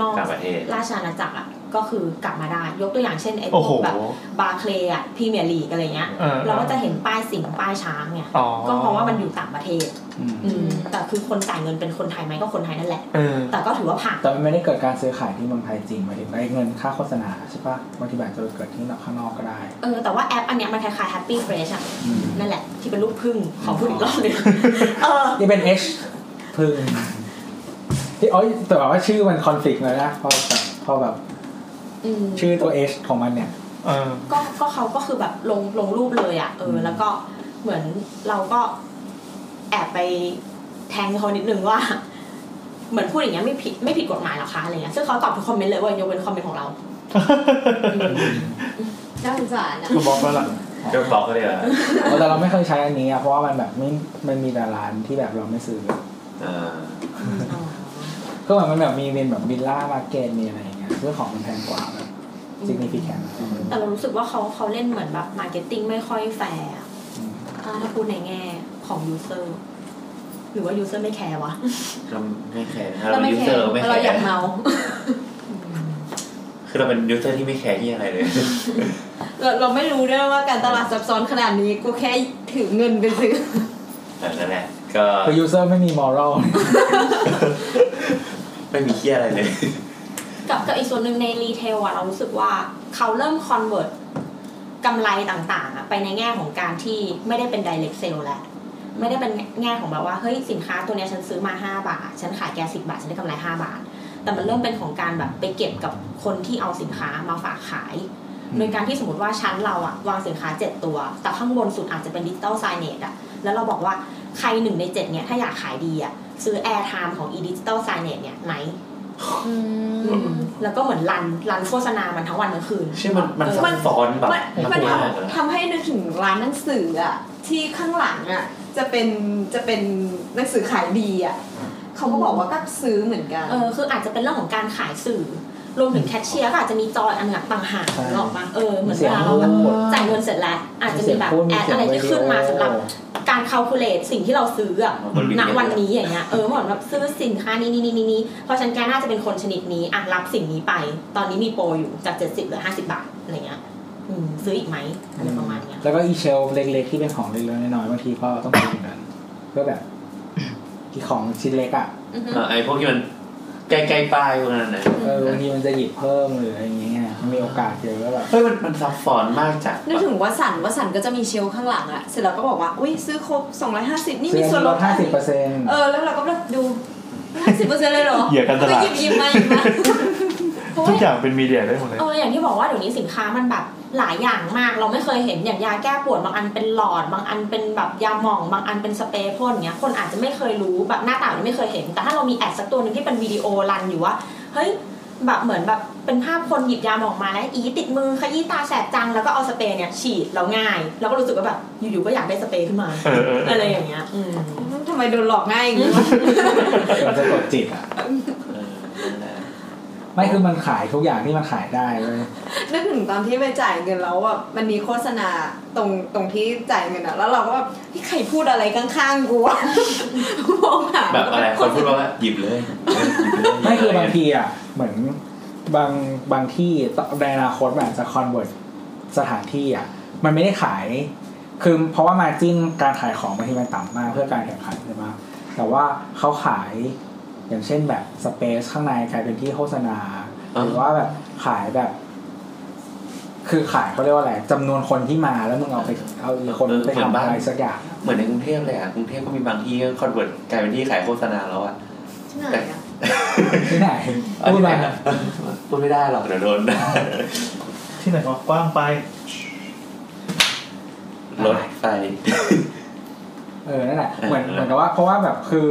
Speaker 2: นอก
Speaker 8: ต่างประเทศ
Speaker 2: ราชอาณาจักรอ่ะ ก็คือกลับมาได้ ยกตัวอย่างเช่นไอ้พ
Speaker 5: โอ้โห
Speaker 2: วกแบบบาร์เคลย์อ่ะพรีเมียร์ลีกอะไรเงี้ย
Speaker 5: ออ
Speaker 2: เราก็จะเห็นป้ายสิงห์ป้ายช้างเนี่ย
Speaker 5: อ๋อ
Speaker 2: ก็เพราะว่ามันอยู่ต่างประเทศ
Speaker 6: อืม
Speaker 2: อืมแต่คือคนจ่ายเงินเป็นคนไทยไหมก็คนไทยนั่นแหละ
Speaker 5: เออ
Speaker 2: แต่ก็ถือว่าผ่าน
Speaker 6: แต่มันไม่ได้เกิดการซื้อขายที่เมืองไทยจริงหมายถึงไอ้เงินค่าโฆษณาใช่ปะบางทีมันอาจจะเกิดที่ข้างนอกก็ได้
Speaker 2: เออแต่ว่าแอปอันเนี้ยมันคล้ายๆ Happy Fresh อ่ะ
Speaker 6: อืม
Speaker 2: นั่นแหละ ที่เป็นรูปพึ่งขอพูดอีกรอบหนึงเออ
Speaker 6: นี่เป็น H พึ่งที่เอ้ยแต่ว่าชื่อมันคอนฟ lict เลยนะพอแบบพอแบบ
Speaker 2: อืม
Speaker 6: ชื่อตัว H ของมันเนี่ย
Speaker 5: เออ
Speaker 2: ก็ก็เขาก็คือแบบลงลงรูปเลยอ่ะเออ แล้วก็เหมือนเราก็แอบไปแทงเขานิดนึงว่า เหมือนพูดอย่างเงี้ยไม่ผิดไม่ผิดกฎหมายหรอคะอะไรเงี้ยซึ่งเขาตอบทุกคอมเมนต์เลยเว่ายกเว้นคอมเมนต์ของเรา
Speaker 7: น่าสงสารนะ
Speaker 5: ก็บล็อกแล้วล่ะ
Speaker 8: ยกบล็อกก็ได้เหรอ
Speaker 6: เอาแต่เราไม่เคยใช้อันนี้อะเพราะว่ามันแบบไม่มันมีแต่ร้านที่แบบเราไม่ซื้อ
Speaker 8: อ่า
Speaker 6: ก็เหมือนมันแบบมีเป็นแบบบิลล่ามาเก็ตมีอะไรอย่างเงี้ยเรื่องของมันแพงกว่าแบบ significant
Speaker 2: แต่เรารู้สึกว่าเขาเขาเล่นเหมือนแบบมาร์เก็ตติ้งไม่ค่อยแฟร์อะ
Speaker 6: อืม
Speaker 2: ถ้าถ้าพูดในแง่ของยูเซอร์หรือว่ายูเซอร์ไม่แคร์วะ
Speaker 8: เราไม่แคร์เรายูเซอร์ไม่แค
Speaker 7: เราอยาก
Speaker 8: ร์
Speaker 7: เมา
Speaker 8: คือเราเป็นยูเซอร์ที่ไม่แคร์ที่อะไรเลย
Speaker 7: เราเราไม่รู้ด้วยว่าการตลาดซับซ้อนขนาดนี้กูแค่ถือเงินไปซื้อ
Speaker 8: แต่นั่นแหละก็
Speaker 6: คือ user ไม่มี moral
Speaker 8: ไม่มีเที่ยอะไรเลย
Speaker 2: กับกับอีกส่วนหนึ่งในรีเทลอะเรารู้สึกว่าเขาเริ่มคอนเวิร์ตกำไรต่างๆอะไปในแง่ของการที่ไม่ได้เป็น direct sale แล้ว ไม่ได้เป็นแง่ของแบบว่า เฮ้ย สินค้าตัวเนี้ยฉันซื้อมา 5 บาท ฉันขายแกสิบาท ฉันได้กำไร 5 บาท แต่มันเริ่มเป็นของการแบบไปเก็บกับคนที่เอาสินค้ามาฝากขาย โดยการที่สมมติว่าชั้นเราอะวางสินค้า 7 ตัว แต่ข้างบนสุดอาจจะเป็นดิจิตอลไซเนตอะแล้วเราบอกว่าใครหนึ่งใน7เนี่ยถ้าอยากขายดีอะซื้อ air time ของ e digital signage เนี่ยไหม แล้วก็เหมือนรันรันโฆษณามันทั้งวันทั้งคืน
Speaker 8: ใช่มันมันซับ
Speaker 7: มัน
Speaker 8: ซ้อนแบบ
Speaker 7: มัน
Speaker 8: มาก
Speaker 7: มัน
Speaker 8: มาก
Speaker 7: ทำทำให้นึกถึงร้านหนังสืออะที่ข้างหลังอะจะเป็นจะเป็นหนังสือขายดีอะเขาก็บอกว่าก็ซื้อเหมือนกัน
Speaker 2: เออคืออาจจะเป็นเรื่องของการขายสื่อ รวมถึงแคชเชียร์ก็อาจจะมีจอยอันหนักต่างหาก
Speaker 6: ใช่
Speaker 2: หรอกปะเออเหมือน
Speaker 6: เสี
Speaker 2: เวย
Speaker 6: ง
Speaker 2: ลาเรา
Speaker 6: พูด
Speaker 2: แบบจ่ายเงินเสร็จแล้ว อาจจะ
Speaker 6: เสี
Speaker 2: มี
Speaker 6: ยง
Speaker 2: แบบ
Speaker 6: พูดมี
Speaker 2: แอด
Speaker 6: เสีย
Speaker 2: อะ
Speaker 6: ง
Speaker 2: ไร
Speaker 6: วิ
Speaker 2: ที่
Speaker 6: ดี
Speaker 2: ขึ้น
Speaker 6: โอ
Speaker 2: มาสำหรับการค l c u l a t e สิ่งที่เราซื้ออะณวันนี้อย่างเงี้ยเออเหมือนแบบซื้อสินค้านี้นี้นี้นี้เพราะฉันแกน่าจะเป็นคนชนิดนี้อ่ะรับสิ่งนี้ไป ตอนนี้มีโปรอยู่จากเจ็ดสิบเหลือห้าสิบบาทอะไรเงี้ยอืมซื้ออีกไหมอะไรประมาณเนี้ย
Speaker 6: แล้วก็อีเชลฟ์เล็กๆที่เป็นของเล็กๆน้อยๆบางทีก็ต้องเป็นแบบนั้นเพื่อแบบที่ของชิ้นเล็กอ่ะ
Speaker 8: เออไอพวกที่มันใกล้ๆป้ายพวกนั้นนะ
Speaker 6: เออบางทีมันจะหยิบเพิ่มหรืออะไรอย่างเงี้ยมันมีโอกาสเยอะแล้วแบบ
Speaker 8: เฮ้ยมันมันซับซ้อนมากจาก
Speaker 7: นึกถึงว่าสันว่าสันก็จะมีเชลฟ์ข้างหลังอะเสร็จแล้วก็บอกว่า อุ้ยซื้อครบ 250 นี่
Speaker 6: ซื้
Speaker 7: มี
Speaker 6: อ
Speaker 7: ส่วน
Speaker 6: ล
Speaker 7: ล
Speaker 6: ด
Speaker 7: ด
Speaker 6: ห้าสิบเปอร์เซ็นต์
Speaker 7: เออ แล้วเราก็แบบดู 50%เลยเหรอ
Speaker 5: เหยื่อการตลาด
Speaker 7: เฮ้ยหยิบหยิบมาหยิบมา เพราะ
Speaker 5: ทุ
Speaker 7: ว่าก
Speaker 5: อย่างเป็นมีเดียได้หมดเลย
Speaker 2: เอออย่างที่บอกว่าเดี๋ยวนี้สินค้ามันแบบหลายอย่างมากเราไม่เคยเห็นอย่างยาแก้ปวดบางอันเป็นหลอด บางอันเป็นแบบยาหม่องบางอันเป็นสเปรย์พ่นเงี้ยคนอาจจะไม่เคยรู้แบบหน้าตาหรือไม่เคยเห็น แต่ถ้าเรามีแอดสักตัวหนึ่งที่เป็นวิดีโอรันอยู่ว่าเฮ้ยแบบเหมือนแบบเป็นภาพคนหยิบยาหม่องมาแล้วอีติดมือขยี้ตาแสบจังแล้วก็เอาสเปรย์เนี่ยฉีดเราง่าย แล้วก็รู้สึกว่าแบบอยู่ๆก็อยากได้สเปรย์ขึ้นมา
Speaker 5: เออเออ
Speaker 2: อะไรอย่างเงี้ยอืม
Speaker 7: ทำไมโดนหลอกง่ายอย่างนี้วะ
Speaker 6: มันจะกดจิตอ่ะ
Speaker 8: เออนั่นแหละ
Speaker 6: ไม ไม่คือมันขายทุกอย่างที่มันขายได้เลย
Speaker 7: นึกถึงตอนที่ไปจ่ายเงินแล้วแบบมันมีโฆษณาตรงตรงที่จ่ายเงินอะแล้วเราก็แบบที่ใครพูดอะไรข้างๆกูวะมองหา
Speaker 4: แบบอะไรคนพูดว่าหยิบเลยหยิบเลย
Speaker 6: ไม่คือบางทีอ่ะเหมือนบางบางที่ในอนาคตมันอาจจะคอนเวิร์ตสถานที่อ่ะมันไม่ได้ขาย คือเพราะว่ามาจิ้นการขายของบางทีมันต่ำมากเพื่อการแข่งขันใช่ไหมแต่ว่าเขาขายอย่างเช่นแบบสเปซข้างในกลายเป็นที่โฆษณา หรือว่าแบบขายแบบ คือขายเขาเรียกว่าอะไรจำนวนคนที่มาแล้วมึงเอาไปเอาอีกคนไปทำอะไรสักอย่าง
Speaker 4: เหมือนในกรุงเทพเลยอ่ะกรุงเทพก็มีบางที่ก็คอนเวิร์ตกลายเป็นที่ขายโฆษณาแล้วอ่ะ
Speaker 7: ที่ไหนอะ
Speaker 6: ที่ไหน
Speaker 4: เอา
Speaker 6: พูด
Speaker 4: ที่ไหน
Speaker 6: มา
Speaker 4: นะพูดไม่ได้หรอกเดี๋ยวโดน
Speaker 5: ที่ไหนก็กว้างไป
Speaker 4: รถไฟ
Speaker 6: เออ นั่นแหละ
Speaker 4: เออ
Speaker 6: เหมือนเหมือนกับว่า เพราะว่าแบบคือ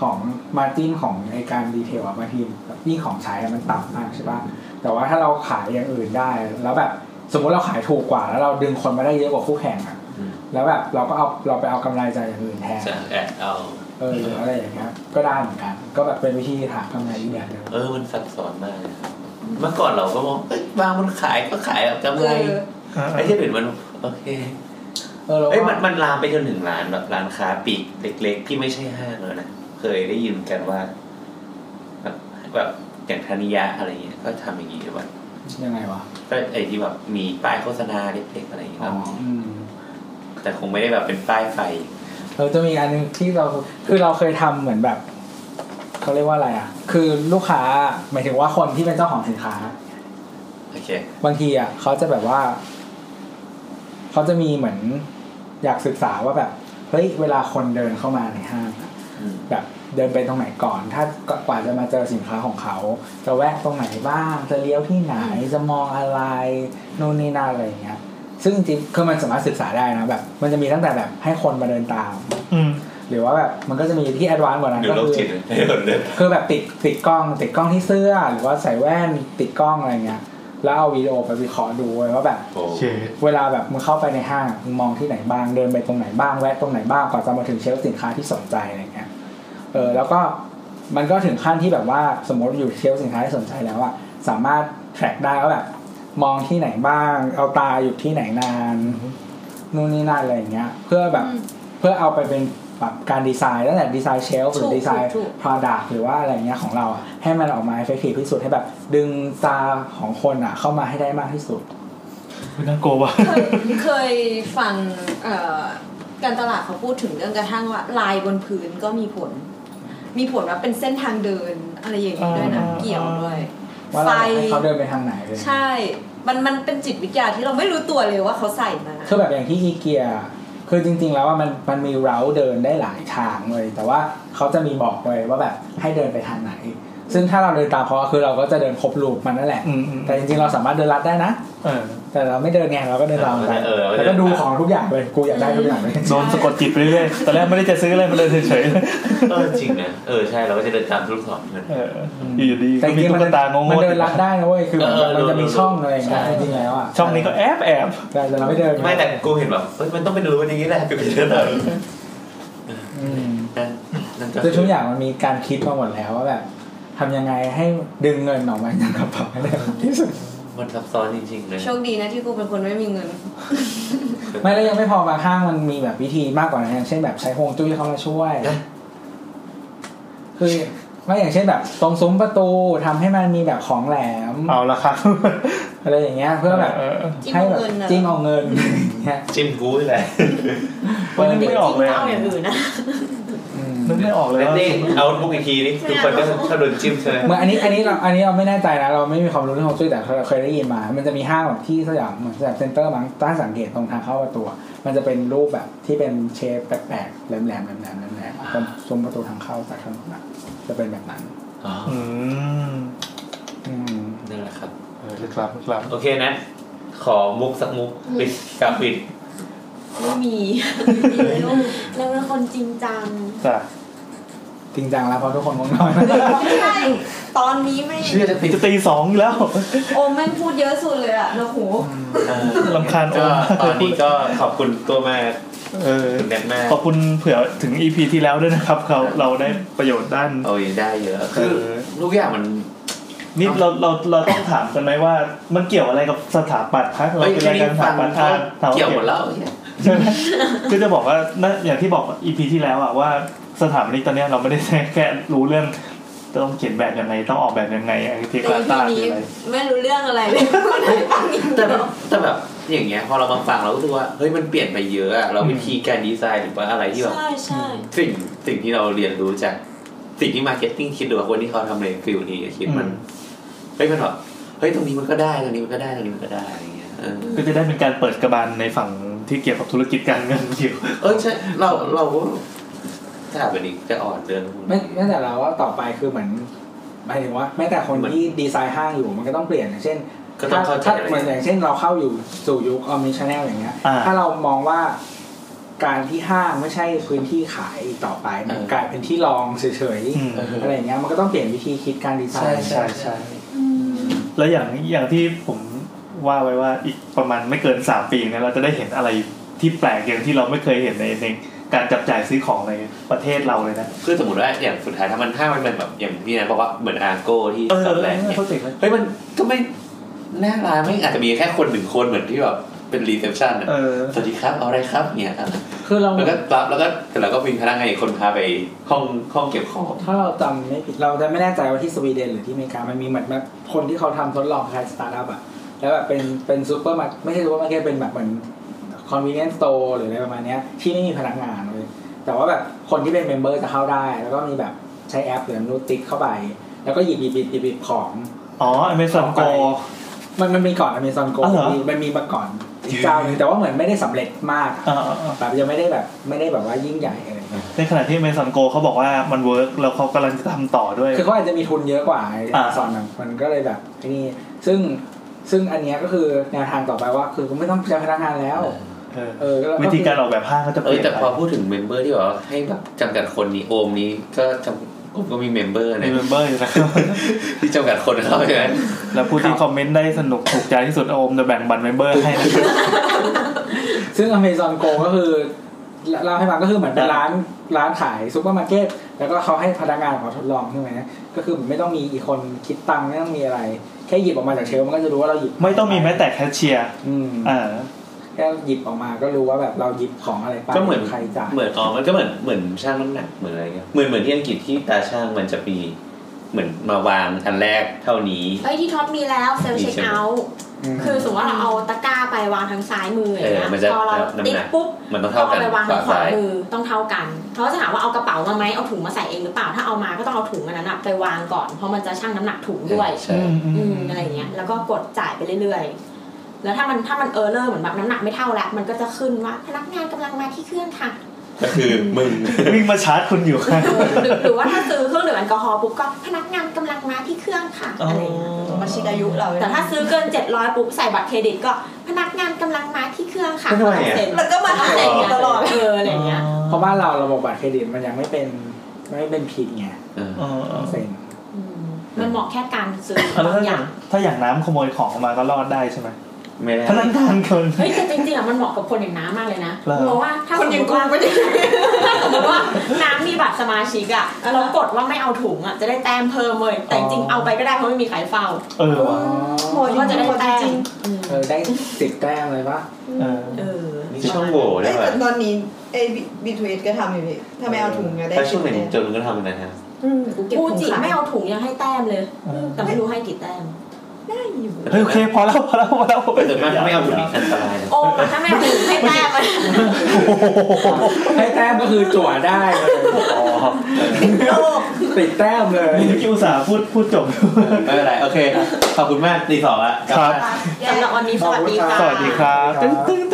Speaker 6: ของมาจิ้นของไอการดีเทลอะบางทีแบบนี่งของใช้อะมันต่ำมากใช่ป่ะ แต่ว่าถ้าเราขายอย่างอื่นได้ แล้วแบบสมมุติเราขายถูกกว่า แล้วเราดึงคนมาได้เยอะกว่าคู่แข่งอะ
Speaker 9: อืม
Speaker 6: แล้วแบบเราก็เอาเราไปเอากำไรจากอย่างอื่นแทน
Speaker 9: จะแอดเอา
Speaker 6: เออหรืออะไรอย่างเงี้ย ก็ได้เหมือนกัน ก็แบบเป็นวิธีหากำไรอีกแบบหนึง
Speaker 4: เออ มันซับซ้อนมาก เมื่อก่อนเราก็มองเอ้ยวางมันขายก็ขายเอากำไร
Speaker 5: อ่า
Speaker 4: ไอ้ที่อื่นมันโอเค
Speaker 6: เออเรา
Speaker 4: เอ้ยมัน
Speaker 6: ว่า
Speaker 4: มันลามไปจนถึงร้านแบบร้านค้าปลีกเล็ก ๆ ที่ไม่ใช่ห้างแล้วนะ เคยได้ยินกันว่า แบบแบบอย่างธนิยะอะไรเงี้ยก็ทำอย่างนี้ด้วยว่า
Speaker 6: ยังไงวะ
Speaker 4: ก็ไอ้ที่แบบมีป้ายโฆษณาเล็กๆอะไรอย่างเงี้ย
Speaker 6: อ๋อ
Speaker 4: ครับ
Speaker 6: อืม
Speaker 4: แต่คงไม่ได้แบบเป็นป้ายไฟ
Speaker 6: เราจะมีอันนึงที่เราคือเราเคยทำเหมือนแบบเขาเรียกว่าอะไรอ่ะ คือลูกค้าหมายถึงว่าคนที่เป็นเจ้าของสินค้า
Speaker 4: โอเค
Speaker 6: บางทีอ่ะเขาจะแบบว่าเขาจะมีเหมือนอยากศึกษาว่าแบบเฮ้ยเวลาคนเดินเข้ามาในห้างอะ
Speaker 4: อืม
Speaker 6: แบบเดินไปตรงไหนก่อน ถ้ากว่าจะมาเจอสินค้าของเขาจะแวะตรงไหนบ้าง จะเลี้ยวที่ไหนจะมองอะไรนู่นนี่นั่นอะไรอย่างเงี้ย ซึ่งจริงๆคือมันสามารถศึกษาได้นะแบบ มันจะมีตั้งแต่แบบให้คนมาเดินตาม
Speaker 5: อืม
Speaker 6: หรือว่าแบบมันก็จะมีที่แอดวานซ์กว่านั้น
Speaker 4: เดี๋ยว
Speaker 6: ก็
Speaker 4: โรค
Speaker 6: คื
Speaker 4: จิต
Speaker 6: อ
Speaker 4: ให้หมดเลย
Speaker 6: คือแบบติดติดกล้อง ติดกล้องที่เสื้อ หรือว่าใส่แว่นติดกล้องอะไรเงี้ย แล้วเอาวิดีโอไปวิเคราะห์ดูเว้ยว่าแบบ
Speaker 4: โอ้
Speaker 5: เชด
Speaker 6: เวลาแบบมึงเข้าไปในห้างมึงมองที่ไหนบ้างเดินไปตรงไหนบ้างแวะตรงไหนบ้างก่อนจะมาถึงเชลฟ์สินค้าที่สนใจอะไรเงี้ยเออแล้วก็มันก็ถึงขั้นที่แบบว่าสมมติอยู่เชลฟ์สินค้าที่สนใจแล้วอะสามารถแทร็กได้ว่าแบบมองที่ไหนบ้าง เอาตาอยู่ที่ไหนนานนู่นนี่นั่นอะไรเงี้ย เพื่อแบบเพื่อเอาไปเป็นแบบการดีไซน์ตั้งแต่ดีไซน์เชลฟ์หรือดีไซน์ Product หรือว่าอะไรเงี้ยของเราอะให้มันออกมาเอฟเฟกตีฟที่สุดให้แบบ ดึงตาของคนอะเข้ามาให้ได้มากที่สุด
Speaker 5: คุณน่ากลัววะ
Speaker 7: เคยเคยฟังเอ่อการตลาดเขาพูดถึงเรื่องกระทั่งว่าลายบนพื้นก็มีผล มีผลว่าเป็นเส้นทางเดินอะไรอย่างนี้ด้วยนะเกี่ยวด้วย
Speaker 6: ว่าเราอยากให้เขาเดินไปทางไหนเลย
Speaker 7: ใช่ มันมันเป็นจิตวิทยาที่เราไม่รู้ตัวเลยว่าเขาใส่มา
Speaker 6: คือแบบอย่างที่อีเกีย คือจริง ๆ แล้วว่ามันมันมีเราเดินได้หลายทางเลย แต่ว่าเขาจะมีบอกเลยว่าแบบให้เดินไปทางไหน ซึ่งถ้าเราเดินตามเขาคือเราก็จะเดินครบลูปมันนั่นแหละ
Speaker 5: อืมอืม
Speaker 6: แต่จริงๆเราสามารถเดินลัดได้นะ
Speaker 5: เออ
Speaker 6: แต่เราไม่เดินไงเราก็เดินตามไป
Speaker 4: เออเออ
Speaker 6: แล้วก็ดูของทุกอย่างเลย กูอยากได้ทุกอย่างเลย
Speaker 5: โดนสะกดจิตไปเรื่อยๆตอนแรกไม่ได้จะซื้ออะไรมาเดินเฉย
Speaker 4: เออจริงนะเออใช่เราก็จะเดินตามทุกสองเงิน
Speaker 5: ๆเอออยู่ดี
Speaker 6: แต่
Speaker 5: ก็
Speaker 6: จ
Speaker 5: มี
Speaker 6: ริงๆ
Speaker 5: ตุ๊
Speaker 6: มัน
Speaker 5: กตางง
Speaker 6: มัน
Speaker 5: ๆ
Speaker 6: เดินลัดได้นะเว้ย คือแบบ
Speaker 4: เออเออ
Speaker 6: มันจะมี
Speaker 4: เออ
Speaker 6: ช่องอะไรอย่างเงี้ย
Speaker 4: ใช่
Speaker 6: จริงๆแล้วอ่ะ
Speaker 5: ช่องนี้ก็แอบแอบ
Speaker 6: แต่เราไม่เดิน
Speaker 4: ไม่แต่กูเห็นแบบเฮ้ยมันต้องเป็นรูปอย่างนี้แหละกูจะเดิน
Speaker 6: อืม
Speaker 4: นั่นนั่นก็
Speaker 6: คือทุกอย่างมันมีการคิดมาหมดแล้วว่าแบบทำยังไงให้ดึงเงินออกมาจากกระเป๋าให้ได้มากที่ สุด
Speaker 4: มันซับซ้อนจริงๆเลย
Speaker 7: โชคดีนะที่กูเป็นคนไม่มีเงิน
Speaker 6: ไม่แล้วยังไม่พอบางห้างมันมีแบบวิธีมากกว่านั้นอย่างเช่นแบบใช้ฮวงจุ้ยเข้ามาช่วย
Speaker 4: ฮะ
Speaker 6: คือไม่อย่างเช่นแบบ ตรงซุ้มประตูทำให้มันมีแบบของแหลม
Speaker 5: เอาละครับ
Speaker 6: อะไรอย่างเงี้ย เพื่อแบบ
Speaker 5: เออเออ
Speaker 7: จิ้ม
Speaker 6: ให้
Speaker 7: เอา
Speaker 6: แบบ
Speaker 7: เงินนะ
Speaker 6: จิ้มเอาเงินอย่างเงี้ย
Speaker 4: จิ้มกูนี่แหละ
Speaker 5: เออนึกไม่ออกเลยอะ
Speaker 2: เอาอย่างอื่นนะ
Speaker 6: อืม
Speaker 5: นึกไม่ออกเลย
Speaker 4: แล้ว
Speaker 5: ว่า
Speaker 4: นี่เอาทุกอีกทีนี่ทุกคนก็ชอบโดนจิ้มใช่ไหม
Speaker 6: เหมื่อนอันนี้อันนี้เราอันนี้เราไม่แน่ใจนะเราไม่มีความรู้เรื่องฮวงจุ้ยแต่เราเคยได้ยินมา มันจะมีห้างแบบที่สยามเหมือนสยามเซ็นเตอร์มั้งถ้าสังเกตตรงทางเข้าประตูอะมันจะเป็นรูปแบบที่เป็นเชฟแปลกๆแหลมๆแหลมๆแหลมๆแหลมๆตรงซุ้มประตูทางเข้าจากข้างนอกอะจะเป็นแบบนั้น
Speaker 4: อ๋อ
Speaker 5: อืม
Speaker 6: อืม
Speaker 4: นั่นแหละครับ
Speaker 5: เออลึกลับลึกลับ
Speaker 4: โอเคนะ ขอมุกสักมุกปิดกับปิด
Speaker 2: ไม่ มีเรื่องเป็นคนจริงจัง
Speaker 5: จ้ะ
Speaker 6: จริงจังแล้วเพราะทุกคนง่วงนอน
Speaker 7: ไม่ใช่ ตอนนี้ไม่
Speaker 4: เชื่อจะปิด
Speaker 5: จะตีสองอยู่แล้ว
Speaker 7: โอมแม่งพูดเยอะสุดเลยอะนะโห
Speaker 5: รำคาญ
Speaker 4: ก็ตอนนี้ก็ขอบคุณตัวมาก
Speaker 5: เออ
Speaker 4: คุณแนทมาก
Speaker 5: ขอบคุณเผื่อถึง EP ที่แล้วด้วยนะครับ เราเราได้ประโยชน์ด้าน
Speaker 4: โอ้ยได้เยอะ
Speaker 5: คื
Speaker 4: คือ
Speaker 5: อ
Speaker 4: ทุกอย่างมัน
Speaker 5: นี่เราเราเราต้องถามกันไหมว่า มันเกี่ยวอะไรกับสถาปัตย์คะเรา
Speaker 4: เฮ้ย
Speaker 5: เป็น
Speaker 4: แค่
Speaker 5: ราย
Speaker 4: นี้
Speaker 5: การส
Speaker 4: ฟั
Speaker 5: ถาง ปัตย์
Speaker 4: ก็
Speaker 5: อ่ะถามว่า
Speaker 4: เกี่
Speaker 5: เกี่
Speaker 4: ย
Speaker 5: ยวว
Speaker 4: หมดแล้วไอ้เหี้ย
Speaker 5: ใช่ไหมก็จะบอกว่านั่นอย่างที่บอก EP ที่แล้วอะว่าสถาปนิกตอนเนี้ยเราไม่ได้แค่รู้เรื่องต้องเขียนแบบยังไงต้องออกแบบยังไงไอ้ที่กาตาหรืออะไร
Speaker 2: ไม่รู้เรื่องอะไรเลย
Speaker 4: แต่แบบแต่แบบอย่างเงี้ยพอเรามาฟังเราก็รู้สึกว่าเฮ้ยมันเปลี่ยนไปเยอะอะเรา
Speaker 5: อืม
Speaker 4: วิธีการดีไซน์หรือว่าอะไรที่แบบ
Speaker 2: ใช่ใช่
Speaker 4: สิ่งสิ่งที่เราเรียนรู้จากสิ่งที่มาร์เก็ตติ้งคิดหรือว่าคนที่เขาทำเลนฟิลนี้คิดมันเฮ้ยมันแบบเฮ้ยตรงนี้มันก็ได้ตรงนี้มันก็ได้ตรงนี้มันก็ได้อะไรเงี้ยเออ
Speaker 5: ก็จะได้เป็นการเปิดกระบาลในฝั่งที่เกี่ยวกับธุรกิจการเงินอยู่
Speaker 4: เออใช่เราเราก็ถ้าแบบนี้จะอ่อนเรื่องพวก
Speaker 6: ไม่
Speaker 4: นี้
Speaker 6: ไม่แต่เราว่าต่อไปคือเหมือนหมายถึงว่าแม้แต่คน
Speaker 4: เหมือน
Speaker 6: ที่ดีไซน์ห้างอยู่มันก็ต้องเปลี่ยนอย่างเช่น
Speaker 4: ก็ต้องเข้าใจ
Speaker 6: ถ้า
Speaker 4: อะไร
Speaker 6: เหมือนอย่างเช่นเราเข้าอยู่สู่ยุคออมนิชแนลอย่างเงี้ย
Speaker 5: อ่า
Speaker 6: ถ้าเรามองว่าการที่ห้างไม่ใช่พื้นที่ขายอีกต่อไปมันกลายเป็นที่รองเฉย
Speaker 5: อืม
Speaker 6: ๆอะไรอย่างเงี้ยมันก็ต้องเปลี่ยนวิธีคิดการดีไซ
Speaker 10: ใช่
Speaker 6: น์
Speaker 10: ใช่ใช่
Speaker 5: แล้วอย่างอย่างที่ผมว่าไว้ว่าอีกประมาณไม่เกินสามปีเนะเราจะได้เห็นอะไรที่แปลกอย่างที่เราไม่เคยเห็นในในการจับจ่ายซื้อของในประเทศเราเลยนะ
Speaker 4: คือสมมติว่าอย่างสุดท้ายถ้ามันถ้ามันเป็นแบบอย่างที่นั้นบอกว่าเหมือนอาโก้ที่
Speaker 5: เออ
Speaker 4: สแลนด์เนี่ย
Speaker 5: เขาเจ๋งเลย
Speaker 4: เฮ้ยมันก็ไม่หน้าร้านไม่อาจจะมีแค่คนหนึ่งคนเหมือนที่แบบเป็นรีเซพชันอะ
Speaker 5: เออ
Speaker 4: สวัสดีครับเอาอะไรครับเนี่ยอ่ะ
Speaker 6: คือเรา
Speaker 4: แล้วก็รับแล้วก็แต่เราก็พิงพนักงานอีกคนพาไปห้องห้องเก็บของ
Speaker 6: ถ้าเราจำไม่ผิดเราจะไม่แน่ใจว่าที่สวีเดนหรือที่อเมริกามันมีเหมือนแบบคนที่เขาทำทดลองคล้ายสตาร์ทอัพอะแล้วแบบเป็นเป็นซูเปอร์มาร์เก็ตไม่ใช่ซูเปอร์มาร์เก็ตเป็นแบบเหมือนคอนเวเนียนสโตร์หรืออะไรประมาณเนี้ยที่ไม่มีพนักงานเลยแต่ว่าแบบคนที่เป็นเมมเบอร์จะเข้าได้ แล้วก็มีแบบใช้แอปหรือนูติกเข้าไป แล้วก็หยิบหยิบหยิบหยิบหยิบของ
Speaker 5: อ๋ออเมซอนโก
Speaker 6: มันมันมีก่อนอเมซอนโก
Speaker 5: อ๋อเหรอ
Speaker 6: มันมีมาก่อนอีกเจ้าหนึงแต่ว่าเหมือนไม่ได้สำเร็จมากอะแบบยังไม่ได้แบบไม่ได้แบบว่ายิ่งใหญ่อะไรเงี้ย
Speaker 5: ในขณะที่อเมซอนโกเขาบอกว่ามันเวิร์กแล้วเขากำลังจะทำต่อด้วย
Speaker 6: คือเขาอาจจะมีทุนเยอะกว่าไ
Speaker 5: อ่า
Speaker 6: อซอนมันก็เลยแบบไอ้นี่ซึ่งซึ่งอันเนี้ยก็คือแนวทางต่อไปว่า คือไม่ต้องใช้พนักงานแล้ว
Speaker 5: เออ
Speaker 6: เออแล้วก็
Speaker 5: วิธีการออกแบบห้างก็จะเป
Speaker 4: เออ
Speaker 5: ลี่
Speaker 4: ย
Speaker 5: น
Speaker 4: แต่พอ
Speaker 5: ไป
Speaker 4: พูดถึงเมมเบอร์ที่บอกว่าให้แบบจำกัดคนนี้โอมนี้ก็จำผมก็มีเมมเบอร์
Speaker 5: ใน
Speaker 4: นะ
Speaker 5: เมมเบอร์อยู่นะครับ
Speaker 4: ที่จำกัดคนเข้าใช่ไหม
Speaker 5: แล้วผู้ที่คอมเมนต์ได้สนุกถูกใจที่สุดโอมจะแบ่งบัตรเมมเบอร์ให้นะ
Speaker 6: ซึ่งอเมซอนโกก็คือเล่าให้ฟังก็คือเหมือนเป็นร้านร้านขายซูเปอร์มาร์เก็ตแล้วก็เขาให้พนักงานของเขาทดลองใช่ไหมก็คือไม่ต้องมีอีกคนคิดตังค์ไม่ต้องมีอะไร แค่หยิบออกมาจากเชลฟ์มันก็จะรู้ว่าเราหยิบ
Speaker 5: ไม่ต้องมีแม้แต่แคชเชียร์
Speaker 6: อืม
Speaker 5: อ่า
Speaker 6: แค่หยิบออกมาก็รู้ว่าแบบเราหยิบของอะไรไป
Speaker 4: ก็เหมือน
Speaker 6: ใครจ่าย
Speaker 4: เหมือนอ๋อมันก็เหมือนเหมือนช่างน้ำหนักเหมือนอะไรเงี้ยเหมือนเหมือนที่อังกฤษที่ตาช่างมันจะมีเหมือนมาวางอันแรกเท่านี้
Speaker 2: เอ้ยที่ท็อปมีแล้วเซลเช็คเอาท์
Speaker 6: ม
Speaker 2: คือสมมติว่าเราเอาตะกร้าไปวางทางซ้ายมืออ
Speaker 4: เอย่าง อ
Speaker 2: เงี้ย
Speaker 4: มันจะ
Speaker 2: พอเรา
Speaker 4: น้ำ
Speaker 2: ติ๊ก
Speaker 4: หนัก
Speaker 2: ปุ๊บ
Speaker 4: มันต้อง
Speaker 2: ต้
Speaker 4: เท่า
Speaker 2: อง
Speaker 4: กั
Speaker 2: เอา
Speaker 4: น
Speaker 2: ไปวางทาว
Speaker 4: ขาง
Speaker 2: ขวา
Speaker 4: ซ้าย
Speaker 2: มือต้องเท่ากันเขาจะถามว่าเอากระเป๋ามาไหมเอาถุงมาใส่เองหรือเปล่าถ้าเอามาก็ต้องเอาถุงอันนั้นอะไปวางก่อนเพราะมันจะชั่งน้ำหนักถุงด้วย
Speaker 4: ใช่
Speaker 2: อืมอะไรเงี้ยแล้วก็กดจ่ายไปเรื่อยๆ แล้วถ้ามันถ้ามันเออเลอร์เหมือนแบบน้ำหนักไม่เท่าแล้วมันก็จะขึ้นว่าพนักงานกำลังมาที่เครื่องค่ะ
Speaker 4: ก็คือมึง
Speaker 5: วิ่งมาชาร์จคุณอยู่
Speaker 2: เออหรือหรือว่าถ้าซื้อเครื่องดื่มแอลกอฮอล์ปุ๊บก็พนักงานกำลังมาที่เครื่องค่ะอะไรเงี้ย
Speaker 7: มาชิดอายุเรา
Speaker 2: แต่ถ้าซื้อเกิน 700ปุ๊บใส่บัตรเครดิตก็พนักงานกำลังมาที่เครื่องค่ะ
Speaker 4: ทำไมอะ
Speaker 2: เซ็น
Speaker 7: แล้วก็มาถ่ายอยู่ตลอด
Speaker 2: เอออะไรเงี้ย
Speaker 6: เพราะบ้านเราระบบบัตรเครดิตมันยังไม่เป็นไม่เป็นผิดไง
Speaker 4: เออ
Speaker 5: อ๋ออ๋อ
Speaker 6: เซ็น
Speaker 2: อืมมันเหมาะแค่การซื้อ
Speaker 5: อ๋อแล้ว
Speaker 2: บาอ
Speaker 5: ถ้าง
Speaker 2: ย่ย่า
Speaker 5: อา
Speaker 2: ง ง
Speaker 5: ถ้าอย่างน้ำขโมยของมาก็รอดได้ใช่ไหม
Speaker 4: ไม่ได้
Speaker 5: พนักงานคน
Speaker 2: เฮ้ยแต่จริงๆอ่ะมันเหมาะกับคนอย่างน้ำมากเลยนะ
Speaker 5: เหรอ
Speaker 2: เพราะว่าถ้า
Speaker 7: คนอย่างกูไม่ได้
Speaker 2: ถ้าสม มติว่าน้ำมีบัตรสมาชิกอ่ะเรากดว่าไม่เอาถุงอ่ะจะได้แต้มเพิ่มเลยแต่จริงๆเอาไปก็ได้เพราะไม่มีใครเฝ้า
Speaker 5: เออว่ะ
Speaker 7: โหย
Speaker 2: ก็จะได้แต้
Speaker 7: จริ
Speaker 2: ม
Speaker 7: ง
Speaker 6: เออได้สิบแต้มเลยปะ
Speaker 5: เออ
Speaker 2: เออ
Speaker 4: มีช่องโหว่
Speaker 7: แต่
Speaker 4: ได้ป่ะ
Speaker 7: ตอนนี้ไอ้บีทเอสก็ทำอยู่นี่ถ้าไม่เอาถุงอะได้
Speaker 4: ถ้าช่วงไหน
Speaker 7: ถุง
Speaker 4: จนก็ทำนะฮะ
Speaker 7: อืมกูเก็บ
Speaker 2: กู
Speaker 7: ถุง
Speaker 2: จิ
Speaker 7: ขาย
Speaker 2: ไม่เอาถุงยังให้แต้มเลย
Speaker 5: เออ
Speaker 2: แต่ไม่รู้ให้กี่แต้ม
Speaker 7: ได้อยู่
Speaker 5: เฮ้ยโอเคพอแล้วพอแล้วพอแล้ว
Speaker 4: แต่ส่วนมากไม่เอาถุงนี้อันตรายนะ
Speaker 2: โอ้แต่ถ้าไม่เอาถุงให้แต้มอะ
Speaker 6: ให้แต้มก็คือจั่วได้เลย
Speaker 5: อ๋อ
Speaker 6: ติดแต้มเลย
Speaker 5: นี่คิวสาห์พูดพูดจบ
Speaker 4: ไม่เป็นไรโอเค ขอบคุณมากตีสองละ
Speaker 5: ครับ
Speaker 2: สำหรับวันนี้สวัสดีค่ะ
Speaker 5: สวัสดีครับ
Speaker 6: สวัสดีครับ
Speaker 5: ตึ้งตึ้ง